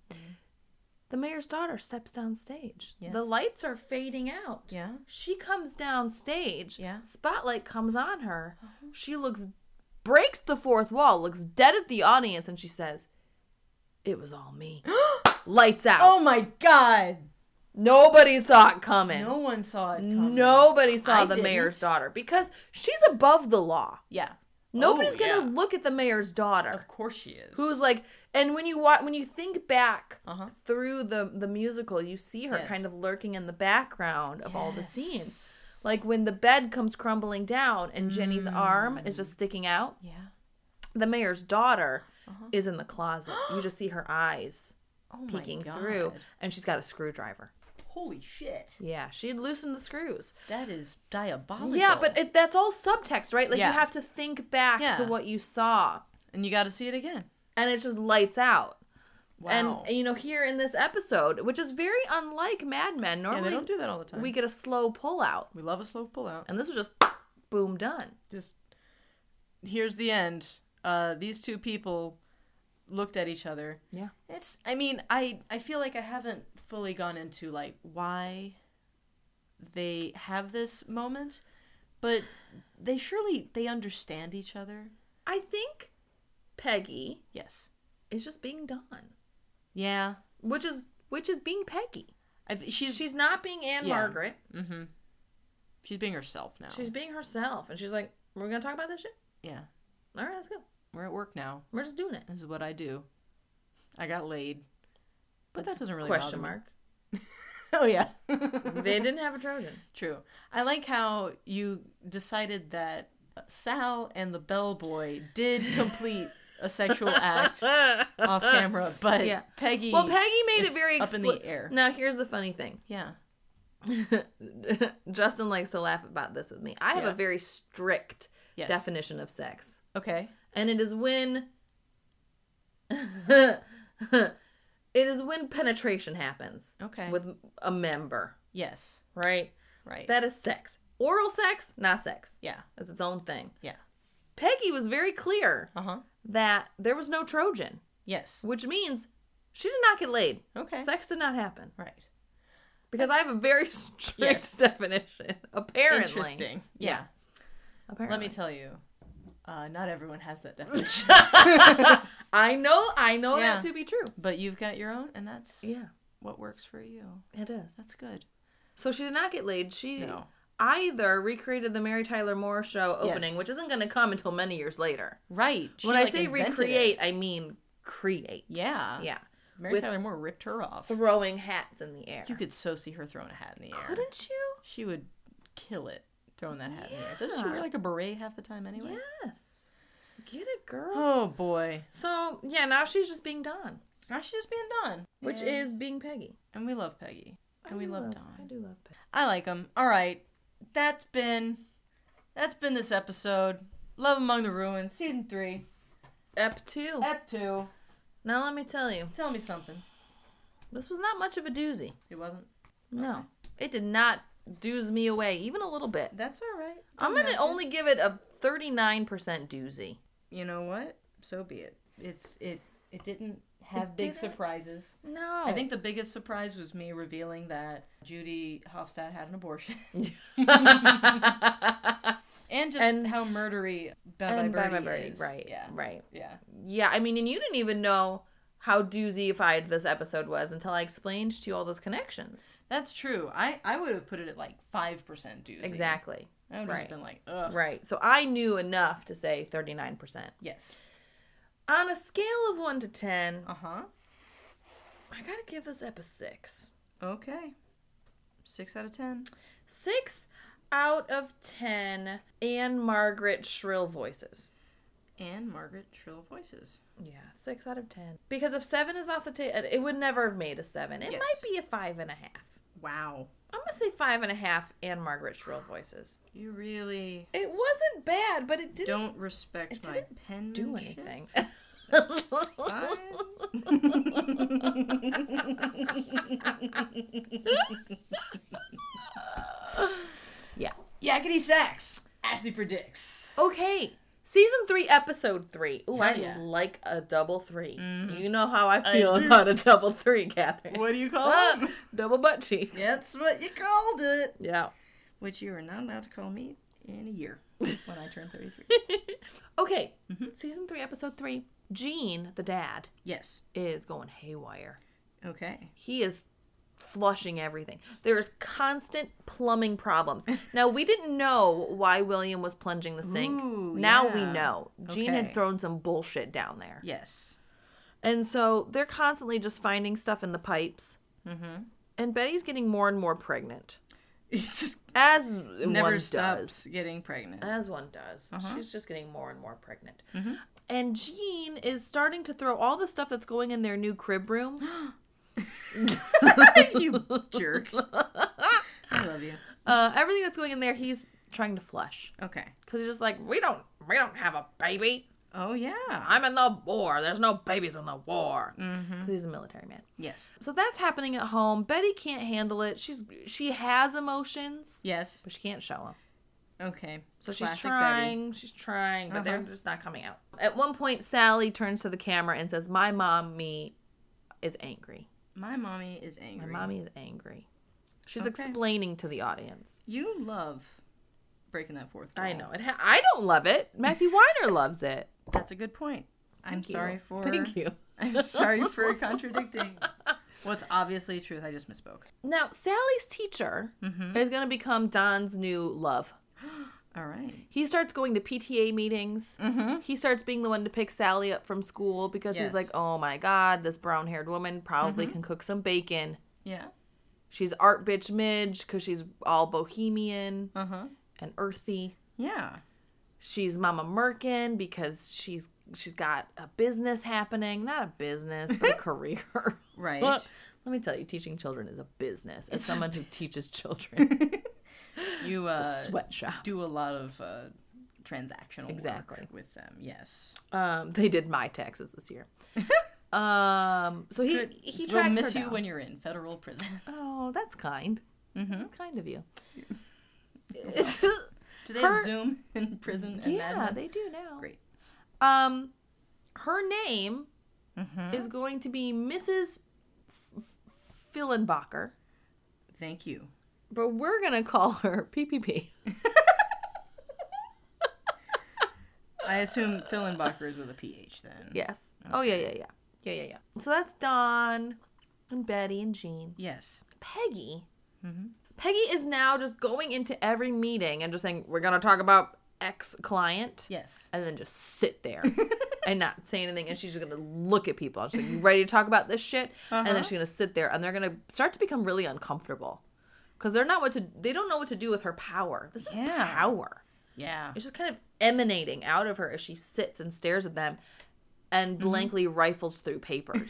S3: The mayor's daughter steps down stage.
S2: Yes.
S3: The lights are fading out.
S2: Yeah.
S3: She comes down stage.
S2: Yeah.
S3: Spotlight comes on her. She looks, breaks the fourth wall, looks dead at the audience, and she says, "It was all
S2: [gasps]
S3: me." Lights out.
S2: Oh my God!
S3: Nobody saw it coming.
S2: No one saw it. Coming.
S3: Nobody saw
S2: I
S3: the
S2: didn't.
S3: mayor's daughter because she's above the law.
S2: Yeah.
S3: Nobody's
S2: Oh,
S3: gonna
S2: yeah.
S3: look at the mayor's daughter.
S2: Of course she is.
S3: who's like and when you watch when you think back
S2: Uh-huh.
S3: through the the musical you see her
S2: Yes.
S3: kind of lurking in the background of all the
S2: Yes.
S3: scenes like when the bed comes crumbling down and jenny's
S2: Mm.
S3: arm is just sticking out
S2: Yeah.
S3: the mayor's daughter is in the closet you just see her eyes
S2: Uh-huh. [gasps] Oh my
S3: peeking
S2: God.
S3: through and she's got a screwdriver
S2: Holy shit!
S3: yeah she had loosened the screws
S2: That is diabolical.
S3: yeah but it, that's all subtext right
S2: Oh
S3: like
S2: Yeah.
S3: you have to think back to
S2: Yeah.
S3: what you saw
S2: and you got to see it again.
S3: and it's just lights out
S2: Wow.
S3: And you know, here in this episode, which is very unlike Mad Men,
S2: yeah, they
S3: normally
S2: don't do that all the time.
S3: we
S2: We,
S3: get a slow pullout,
S2: we love a slow pullout.
S3: and this was just boom done.
S2: just here's the end. Uh, these two people looked at each other.
S3: Yeah.
S2: It's. I mean, I I feel like I haven't fully gone into like why they have this moment, but they surely they understand each other.
S3: I think Peggy
S2: Yes.
S3: is just being Dawn,
S2: Yeah.
S3: which is which is being Peggy.
S2: I th- she's she's
S3: She's not being Anne
S2: Yeah.
S3: Margaret.
S2: she's being herself now.
S3: She's being herself, and she's like, "We're gonna talk about this shit.
S2: yeah.
S3: All right, let's go.
S2: We're at work now.
S3: We're just doing it."
S2: This is what I do. I got laid. But that doesn't really
S3: Question
S2: bother me.
S3: mark.
S2: [laughs]
S3: Mm-hmm.
S2: Oh
S3: [laughs]
S2: yeah.
S3: they didn't have a
S2: [laughs]
S3: Trojan.
S2: True. I like how you decided that Sal and the bellboy did complete a sexual
S3: [laughs]
S2: act off camera, but
S3: Yeah.
S2: Peggy.
S3: Well, Peggy made it
S2: it's
S3: very
S2: up in the
S3: expli-
S2: air.
S3: Now, here's the funny thing. [laughs]
S2: Yeah.
S3: Justin likes to laugh about this with me. I have
S2: Yeah.
S3: a very strict
S2: Yes.
S3: definition of sex,
S2: Okay.
S3: and it is when [laughs] it is when penetration happens
S2: Okay.
S3: with a member,
S2: yes.
S3: right?
S2: Right.
S3: That is sex. Oral sex, not sex.
S2: yeah.
S3: It's its own thing.
S2: Yeah.
S3: Peggy was very clear
S2: Uh huh.
S3: that there was no Trojan,
S2: Yes.
S3: which means she did not get laid.
S2: Okay.
S3: Sex did not happen
S2: right.
S3: because I have a very [laughs] strict
S2: Yes.
S3: definition. Apparently,
S2: Interesting. yeah.
S3: Apparently.
S2: Let me tell you, uh, not everyone has that definition,
S3: [laughs]
S2: [laughs]
S3: I know, I know
S2: Yeah.
S3: that to be true.
S2: but you've got your own, and that's
S3: Yeah,
S2: what works for you.
S3: it is.
S2: That's good.
S3: So she did not get laid. She
S2: No.
S3: either recreated the Mary Tyler Moore show opening,
S2: Yes.
S3: which isn't going to come until many years later.
S2: Right. She,
S3: when I
S2: like,
S3: say
S2: invented it.
S3: recreate, I mean create.
S2: Yeah.
S3: Yeah.
S2: Mary
S3: With-
S2: Tyler Moore ripped her off.
S3: Throwing hats in the air.
S2: You could so see her throwing a hat in the air.
S3: Couldn't you?
S2: She would kill it throwing that hat in the air. Doesn't she wear
S3: Yeah.
S2: like a beret half the time anyway?
S3: Yes. Get it, girl.
S2: Oh boy.
S3: So yeah, now she's just being Dawn,
S2: Now she's just being Dawn.
S3: which
S2: Yeah.
S3: is being Peggy.
S2: And we love Peggy.
S3: I
S2: And we
S3: do
S2: love
S3: I
S2: Dawn.
S3: do love Peggy.
S2: I like them. All right. That's been that's been this episode. Love Among the Ruins, season three,
S3: Ep two.
S2: ep two.
S3: Now let me tell you,
S2: Tell me something.
S3: this was not much of a doozy.
S2: It wasn't.
S3: No, it did not dooze me away even a little bit.
S2: That's all right.
S3: I'm
S2: Doesn't
S3: gonna
S2: have
S3: only give it a 39% doozy.
S2: You know what? So be it. It's it. It didn't have big
S3: didn't?
S2: surprises.
S3: No,
S2: I think the biggest surprise was me revealing that Judy Hofstad had an
S3: [laughs]
S2: abortion. and just
S3: And-
S2: how murdery Bye Bye
S3: and by
S2: Birdie,
S3: my birdie,
S2: is.
S3: right?
S2: Yeah.
S3: right.
S2: Yeah.
S3: Yeah, I mean, and you didn't even know how doozy-ified this episode was until I explained to you all those connections.
S2: That's true. I, I would have put it at like 5% doozy.
S3: Exactly.
S2: I would have
S3: Right.
S2: just been like, ugh.
S3: Right. So I knew enough to say 39%.
S2: Yes.
S3: On a scale of 1 to 10,
S2: Uh huh.
S3: I gotta give this ep a 6.
S2: Okay. 6 out of 10.
S3: 6 out of 10 Anne Margaret shrill voices.
S2: And Margaret Shrill Voices.
S3: Yeah, six out of ten. Because if seven is off the table, it would never have made a seven. It
S2: Yes.
S3: might be a five and a half.
S2: Wow.
S3: I'm gonna say five and a half and Margaret Shrill voices.
S2: You really
S3: It wasn't bad, but it didn't
S2: don't respect
S3: It
S2: my
S3: didn't
S2: pen.
S3: [laughs] do anything.
S2: Fine.
S3: [laughs] Yeah.
S2: Yakety Sax. Ashley predicts.
S3: Okay. Season three, episode three. Ooh, I
S2: Hell yeah. Mm-hmm.
S3: like a double 3 You know how I feel
S2: do.
S3: about a double three, Catherine.
S2: What do you call
S3: Ah,
S2: it?
S3: double butt cheeks.
S2: Uh, That's what you called it.
S3: Yeah.
S2: Which you are not allowed to call me in a year when I turn 33.
S3: [laughs] Okay.
S2: Mm-hmm.
S3: Season three, episode three. Gene, the dad,
S2: yes.
S3: is going haywire.
S2: Okay.
S3: He is flushing everything. There's constant
S2: [laughs]
S3: plumbing problems. Now we didn't know why William was plunging the sink.
S2: Ooh,
S3: now we
S2: yeah.
S3: know. Gene had
S2: Okay.
S3: thrown some bullshit down there. [laughs]
S2: Yes.
S3: And so they're constantly just finding stuff in the pipes.
S2: Mm-hmm.
S3: And Betty's getting more and more pregnant.
S2: It just
S3: As
S2: [laughs] never
S3: one does.
S2: stops Uh-huh. getting
S3: [laughs]
S2: pregnant.
S3: As one does. She's just getting more and more pregnant.
S2: Mm-hmm.
S3: And Jean is starting to throw all the stuff that's going in their new crib
S2: [gasps]
S3: room.
S2: you
S3: [laughs]
S2: jerk. I love you.
S3: Uh, everything that's going in there, he's trying to flush.
S2: Okay.
S3: Because he's just like, we don't, we don't have a baby.
S2: Oh, yeah.
S3: I'm in the war. There's no babies in the war. Because
S2: Mm-hmm.
S3: he's a military man.
S2: Yes.
S3: So that's happening at home. Betty can't handle it. She's she has emotions,
S2: Yes.
S3: but she can't show them.
S2: Okay.
S3: So she's
S2: Classic Betty.
S3: trying, she's trying, but they're
S2: Uh-huh.
S3: just not coming out. At one point, Sally turns to the camera and says, "My mom, me, is angry.
S2: My mommy is
S3: My
S2: angry.
S3: mommy is angry." She's
S2: Okay.
S3: explaining to the audience.
S2: You love breaking that fourth wall.
S3: I know it. Ha- I don't love it. [laughs] Matthew Weiner loves it.
S2: That's a good point. I'm
S3: Thank you.
S2: sorry for
S3: Thank you.
S2: [laughs] I'm sorry
S3: [laughs]
S2: for contradicting what's obviously truth. I just misspoke.
S3: Now Sally's teacher is going to become Don's new love.
S2: All right.
S3: He starts going to PTA meetings. He starts being the one to pick Sally up from school because he's
S2: Yes.
S3: like, "Oh my God, this brown-haired woman probably can cook some bacon."
S2: Yeah.
S3: She's art bitch midge because she's all bohemian
S2: Uh huh.
S3: and earthy.
S2: Yeah.
S3: She's Mama Merkin because she's she's got a business happening, not a business,
S2: [laughs]
S3: but a career.
S2: Right.
S3: Well, Let me tell you, teaching children is a business. As
S2: [laughs]
S3: someone who teaches children,
S2: you [laughs] uh,
S3: sweatshop.
S2: do a lot of uh, transactional
S3: Exactly.
S2: work with them. Yes.
S3: Um, they did my taxes
S2: [laughs]
S3: this year. um, so he he
S2: we'll
S3: tracks
S2: miss
S3: her
S2: you
S3: down.
S2: when Mm-hmm. you're in federal prison. [laughs]
S3: Oh, that's kind. That's kind of you. [laughs]
S2: Do they
S3: Her-
S2: have Zoom [laughs] in prison? and
S3: yeah,
S2: admin?
S3: they do now.
S2: Great.
S3: Um, her name is going to be Mrs. F- F- Fillenbacher,
S2: Thank you.
S3: but we're gonna call her [laughs] PPP.
S2: I assume Fillenbacher is with a PH then.
S3: Yes. Oh yeah, yeah, yeah, yeah, yeah, yeah. So that's Dawn and Betty and Jean.
S2: Yes.
S3: Peggy. Peggy is now just going into every meeting and just saying, "We're gonna talk about X client."
S2: Yes.
S3: and then just
S2: [laughs]
S3: sit there and not say anything. And she's just gonna look at people. I'm just like, you ready to talk about this shit? And
S2: Uh-huh.
S3: then she's gonna sit there, and they're gonna start to become really uncomfortable because they're not what to. They don't know what to do with her power. This is
S2: Yeah.
S3: power.
S2: Yeah.
S3: It's just kind of emanating out of her as she sits and stares at them, and
S2: Mm-hmm.
S3: blankly rifles
S2: [laughs]
S3: through papers.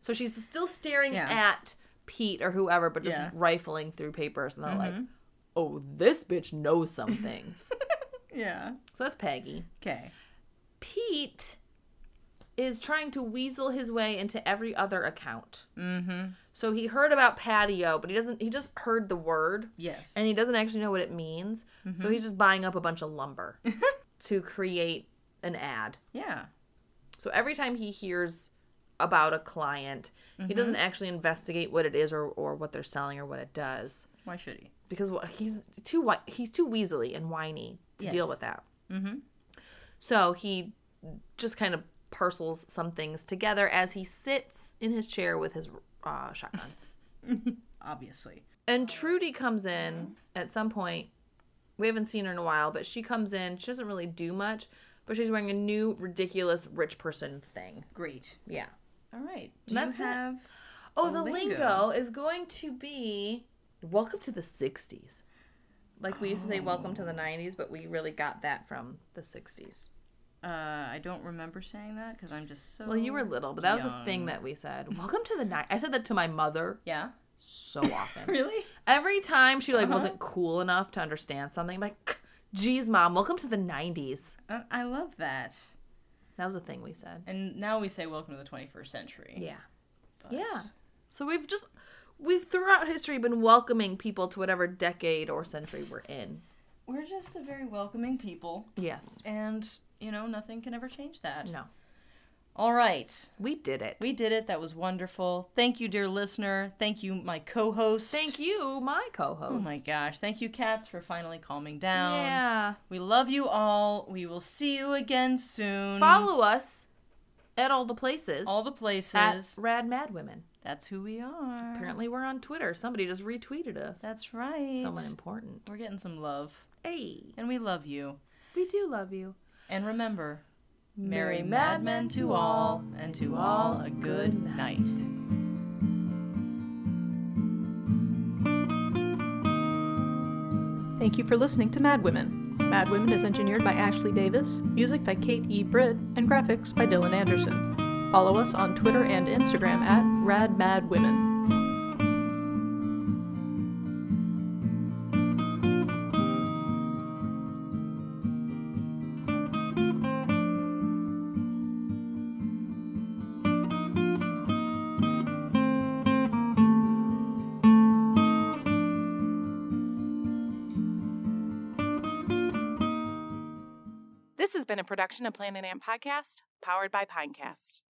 S3: so she's still staring
S2: Yeah.
S3: at Pete or whoever, but just
S2: Yeah. Mm-hmm.
S3: rifling through papers, and they're like, "Oh, this bitch knows some
S2: [laughs]
S3: things."
S2: Yeah.
S3: so that's Peggy.
S2: Okay.
S3: Pete is trying to weasel his way into every other account. Mm-hmm. So he heard about patio, but he doesn't. He just heard the word,
S2: Yes.
S3: and he doesn't actually know what it means. So he's just buying up a bunch of lumber to create an ad.
S2: yeah.
S3: So every time he hears about a client, he doesn't actually investigate what it is or, or what they're selling or what it does
S2: Why should he?
S3: because wh- he's too whi- he's too weaselly and whiny to deal
S2: Yes.
S3: with that. Mm-hmm. So he just kind of parcels some things together as he sits in his chair with his uh, shotgun.
S2: Obviously.
S3: and Trudy comes in at some point. We haven't seen her in a while, but she comes in. She doesn't really do much, but she's wearing a new ridiculous rich person thing.
S2: Great.
S3: Yeah.
S2: All right. Do
S3: That's it.
S2: you have
S3: Oh,
S2: A
S3: the lingo.
S2: lingo.
S3: is going to be Welcome to the 60s. Like we used to say Welcome to the 90s, but we really got that from the 60s.
S2: Uh, I don't remember saying that because I'm just so.
S3: Well, you were little, but that was a thing
S2: young.
S3: that we said. Welcome to the 90s. I said that to my mother
S2: Yeah. [laughs]
S3: [laughs] so often.
S2: Really?
S3: Every time she like wasn't cool enough to understand something, I'm like, "Geez, mom, welcome to the 90s."
S2: Uh, I love that.
S3: That was a thing we said.
S2: And now we say welcome to the 21st century.
S3: Yeah.
S2: But
S3: Yeah. So we've just we've throughout history been welcoming people to whatever decade or century we're in.
S2: We're just a very welcoming people,
S3: Yes.
S2: and you know nothing can ever change that.
S3: No.
S2: All right,
S3: We did it.
S2: we did it. That was wonderful. Thank you, dear listener. Thank you, my co-host.
S3: Thank you, my co-host.
S2: Oh my gosh! Thank you, cats, for finally calming down.
S3: Yeah.
S2: We love you all. We will see you again soon.
S3: Follow us at all the places.
S2: Mm. all the places.
S3: at Rad Mad Women.
S2: That's who we are.
S3: Apparently we're on Twitter. Somebody just retweeted us.
S2: That's right.
S3: Someone important.
S2: We're getting some love,
S3: Hey,
S2: and we love you.
S3: we do love you.
S2: And remember, merry madmen to all, and to all a good night.
S1: Thank you for listening to Mad Women. Mad Women is engineered by Ashley Davis, music by Kate E. Britt, and graphics by Dylan Anderson. Follow us on Twitter and Instagram at RadMadWomen.
S4: This has been a production of Planet Amp Podcast, powered by Pinecast.